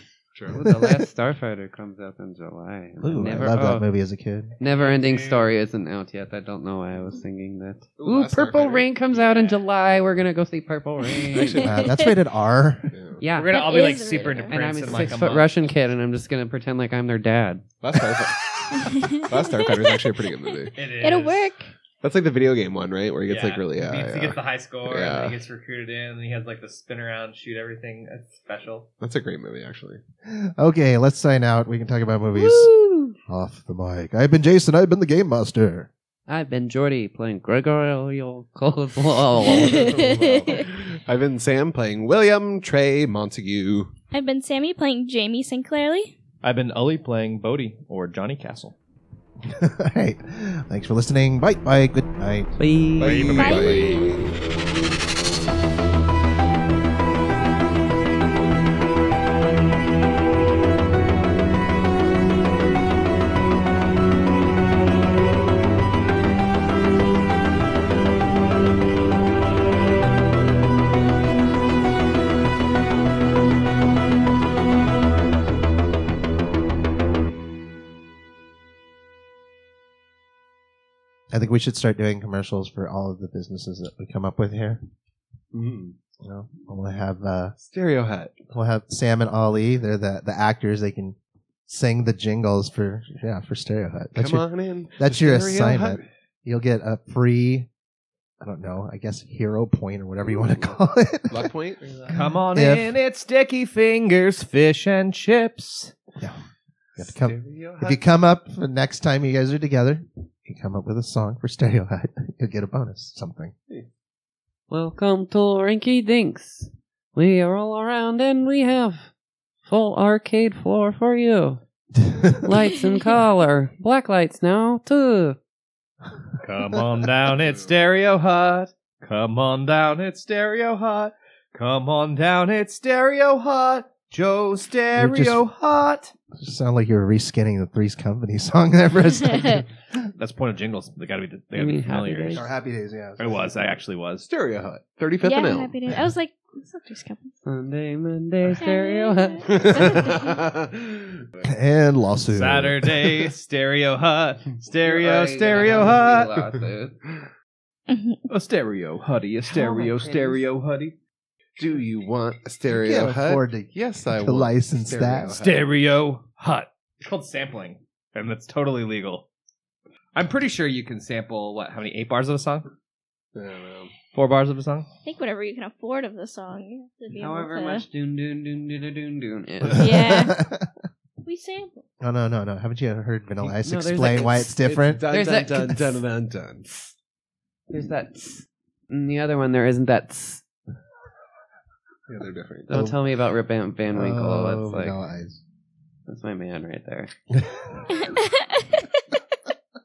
[SPEAKER 2] Ooh, The Last Starfighter comes out in July.
[SPEAKER 1] Ooh,
[SPEAKER 2] Never-
[SPEAKER 1] I loved
[SPEAKER 2] oh.
[SPEAKER 1] that movie as a kid.
[SPEAKER 2] Never Ending Story isn't out yet. I don't know why I was singing that.
[SPEAKER 3] Ooh,
[SPEAKER 2] Ooh,
[SPEAKER 3] Last
[SPEAKER 2] Purple
[SPEAKER 3] Starfighter.
[SPEAKER 2] Rain comes out in July. We're gonna go see Purple
[SPEAKER 3] Actually-
[SPEAKER 2] Rain.
[SPEAKER 1] Uh, that's rated R.
[SPEAKER 3] Yeah.
[SPEAKER 2] yeah.
[SPEAKER 9] We're gonna
[SPEAKER 4] That
[SPEAKER 9] all be like
[SPEAKER 4] is
[SPEAKER 9] super
[SPEAKER 4] really good.
[SPEAKER 2] And I'm
[SPEAKER 9] depressed
[SPEAKER 2] a
[SPEAKER 9] in like
[SPEAKER 2] six
[SPEAKER 9] a
[SPEAKER 2] foot
[SPEAKER 9] month.
[SPEAKER 2] Russian kid, and I'm just gonna pretend like I'm their dad.
[SPEAKER 3] Last Starfighter. Last Starfighter is actually a pretty good movie.
[SPEAKER 9] It is.
[SPEAKER 4] It'll work.
[SPEAKER 3] That's like the video game one, right? Where he gets
[SPEAKER 9] Yeah.
[SPEAKER 3] like really
[SPEAKER 9] He
[SPEAKER 3] yeah,
[SPEAKER 9] beats- he
[SPEAKER 3] yeah.
[SPEAKER 9] gets the high score,
[SPEAKER 3] Yeah.
[SPEAKER 9] and he gets recruited in, and he has like the spin around, shoot everything. That's special.
[SPEAKER 3] That's a great movie, actually.
[SPEAKER 1] Okay, let's sign out. We can talk about movies
[SPEAKER 4] Woo.
[SPEAKER 1] off the mic. I've been Jason. I've been the Game Master.
[SPEAKER 2] I've been Jordy playing Gregorial Coldwell.
[SPEAKER 3] I've been Sam playing William Trey Montague.
[SPEAKER 4] I've been Sammy playing Jamie Sinclairly.
[SPEAKER 8] I've been Ully playing Bodie or Johnny Castle.
[SPEAKER 1] All right. Thanks for listening. Bye. Bye. Good night.
[SPEAKER 3] Bye.
[SPEAKER 1] I think we should start doing commercials for all of the businesses that we come up with here.
[SPEAKER 3] Mm.
[SPEAKER 1] You know, we'll have uh,
[SPEAKER 3] Stereo Hut.
[SPEAKER 1] we'll have Sam and Ollie. They're the the actors. They can sing the jingles for yeah for Stereo Hut. That's
[SPEAKER 3] Come
[SPEAKER 1] your,
[SPEAKER 3] on in.
[SPEAKER 1] that's your
[SPEAKER 3] Stereo Hut.
[SPEAKER 1] assignment. You'll get a free. I don't know. I guess hero point or whatever you want to call it.
[SPEAKER 3] Luck point.
[SPEAKER 9] Come on
[SPEAKER 1] If-
[SPEAKER 9] in, it's Sticky Fingers, fish and chips.
[SPEAKER 1] You have to come-
[SPEAKER 3] Stereo
[SPEAKER 1] If you
[SPEAKER 3] Hut.
[SPEAKER 1] come up the next time you guys are together, you come up with a song for Stereo Hut, you'll get a bonus something.
[SPEAKER 2] Welcome to Rinky Dinks. We are all around, and we have full arcade floor for you. Lights and color, black lights now too.
[SPEAKER 9] Come on down, it's Stereo Hut. Come on down, it's Stereo Hut. Come on down, it's Stereo Hut. Joe Stereo Hut.
[SPEAKER 1] You sound like you're reskinning the Three's Company song there for a second.
[SPEAKER 8] That's point of jingles. They gotta be. They
[SPEAKER 2] You
[SPEAKER 8] gotta be
[SPEAKER 2] mean Happy
[SPEAKER 8] familiar.
[SPEAKER 2] Days?
[SPEAKER 1] Or Happy Days, yeah.
[SPEAKER 8] It was. I actually was.
[SPEAKER 3] Stereo Hut. 35th
[SPEAKER 4] yeah,
[SPEAKER 3] and L.
[SPEAKER 4] happy to. I was like, it's not just coming.
[SPEAKER 2] Sunday, Monday, Stereo Hut.
[SPEAKER 1] And lawsuit.
[SPEAKER 9] Saturday, Stereo Hut. Stereo,
[SPEAKER 2] Stereo,
[SPEAKER 9] Stereo Hut.
[SPEAKER 2] hot.
[SPEAKER 9] A stereo huddy, a
[SPEAKER 5] Oh,
[SPEAKER 2] stereo,
[SPEAKER 9] stereo huddy.
[SPEAKER 3] Do you want a stereo
[SPEAKER 1] can't
[SPEAKER 3] hut?
[SPEAKER 1] afford to-
[SPEAKER 3] yes, I
[SPEAKER 1] to
[SPEAKER 3] want
[SPEAKER 1] license
[SPEAKER 3] stereo
[SPEAKER 1] that.
[SPEAKER 3] hut.
[SPEAKER 10] Stereo Hut. It's called sampling, and that's totally legal. I'm pretty sure you can sample what? How many? Eight bars of a song?
[SPEAKER 3] I don't know.
[SPEAKER 10] Four bars of a song?
[SPEAKER 4] I think whatever you can afford of the song. you have to be able
[SPEAKER 2] However
[SPEAKER 4] to-
[SPEAKER 2] much doon doon doon doon doon doon doon is.
[SPEAKER 4] Yeah. We sample.
[SPEAKER 1] no, no, no, no. Haven't you heard Vanilla Ice
[SPEAKER 2] No, there's
[SPEAKER 1] explain
[SPEAKER 2] like-
[SPEAKER 1] why it's different?
[SPEAKER 3] dun,
[SPEAKER 2] There's
[SPEAKER 3] dun,
[SPEAKER 2] that-
[SPEAKER 3] dun, dun, dun, dun.
[SPEAKER 2] There's that. tss. In the other one, there isn't that. tss.
[SPEAKER 3] Yeah, they're different.
[SPEAKER 2] Don't tell me about Rip Van, Van Winkle.
[SPEAKER 1] Oh,
[SPEAKER 2] that's like
[SPEAKER 1] Vanilla Ice.
[SPEAKER 2] that's my man right there.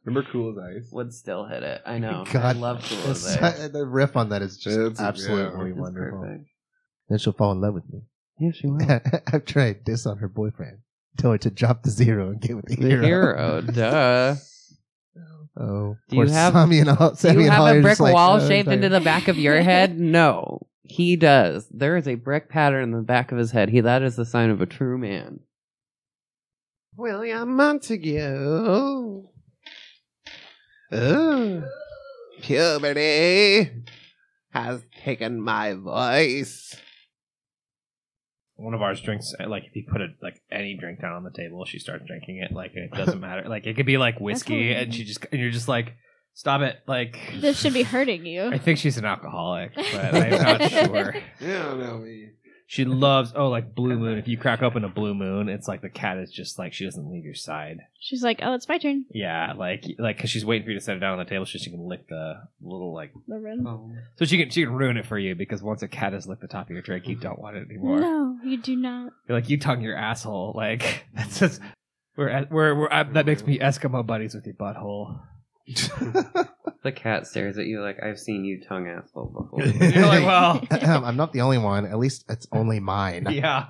[SPEAKER 3] Remember Cool as Ice?
[SPEAKER 2] Would still hit it. I know. I
[SPEAKER 1] God,
[SPEAKER 2] love Cool
[SPEAKER 1] it's-
[SPEAKER 2] as Ice.
[SPEAKER 1] the riff on that is just
[SPEAKER 3] It's-
[SPEAKER 1] absolutely
[SPEAKER 2] It's
[SPEAKER 1] wonderful.
[SPEAKER 2] perfect.
[SPEAKER 1] Then she'll fall in love with me.
[SPEAKER 2] Yeah, she will.
[SPEAKER 1] After I diss on her boyfriend, tell her to drop the zero and get with the
[SPEAKER 2] The
[SPEAKER 1] hero.
[SPEAKER 2] hero, duh.
[SPEAKER 1] Oh,
[SPEAKER 2] Do
[SPEAKER 1] poor
[SPEAKER 2] you have-
[SPEAKER 1] Sami and all,
[SPEAKER 2] Do
[SPEAKER 1] Sami
[SPEAKER 2] you
[SPEAKER 1] and
[SPEAKER 2] have
[SPEAKER 1] Holly
[SPEAKER 2] a
[SPEAKER 1] are
[SPEAKER 2] brick
[SPEAKER 1] just like,
[SPEAKER 2] wall
[SPEAKER 1] "Oh,
[SPEAKER 2] shaped
[SPEAKER 1] sorry."
[SPEAKER 2] into the back of your head? No, he does. There is a brick pattern in the back of his head. He that is the sign of a true man.
[SPEAKER 3] William Montague. Oh, puberty has taken my voice.
[SPEAKER 5] One of ours drinks, uh, like if you put a, like any drink down on the table, she starts drinking it. Like it doesn't matter. Like it could be like whiskey,
[SPEAKER 4] what-
[SPEAKER 5] and she just and you're just like, stop it. Like
[SPEAKER 4] this should be hurting you.
[SPEAKER 5] I think she's an alcoholic, but I'm not sure.
[SPEAKER 3] Yeah, no, me.
[SPEAKER 5] She loves oh like Blue Moon. If you crack open a Blue Moon, it's like the cat is just like she doesn't leave your side.
[SPEAKER 4] She's like, oh, it's my turn.
[SPEAKER 5] Yeah, like like because she's waiting for you to set it down on the table so she can lick the little like
[SPEAKER 4] The room.
[SPEAKER 3] Oh.
[SPEAKER 5] so she can she can ruin it for you because once a cat has licked the top of your drink, you don't want it anymore.
[SPEAKER 4] No, you do not.
[SPEAKER 5] You're like you tongue your asshole. Like that's just we're at, we're we're I, that makes me Eskimo buddies with your butthole.
[SPEAKER 2] The cat stares at you like I've seen you tongue asshole before.
[SPEAKER 5] You're like well
[SPEAKER 1] I'm not the only one. At least it's only mine.
[SPEAKER 5] yeah.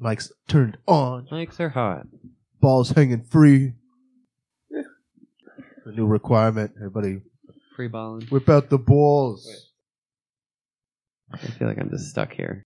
[SPEAKER 1] Mike's turned on,
[SPEAKER 2] Legs are hot.
[SPEAKER 1] balls hanging free. The new requirement, everybody.
[SPEAKER 2] Free balling.
[SPEAKER 1] Whip out the balls.
[SPEAKER 2] I feel like I'm just stuck here.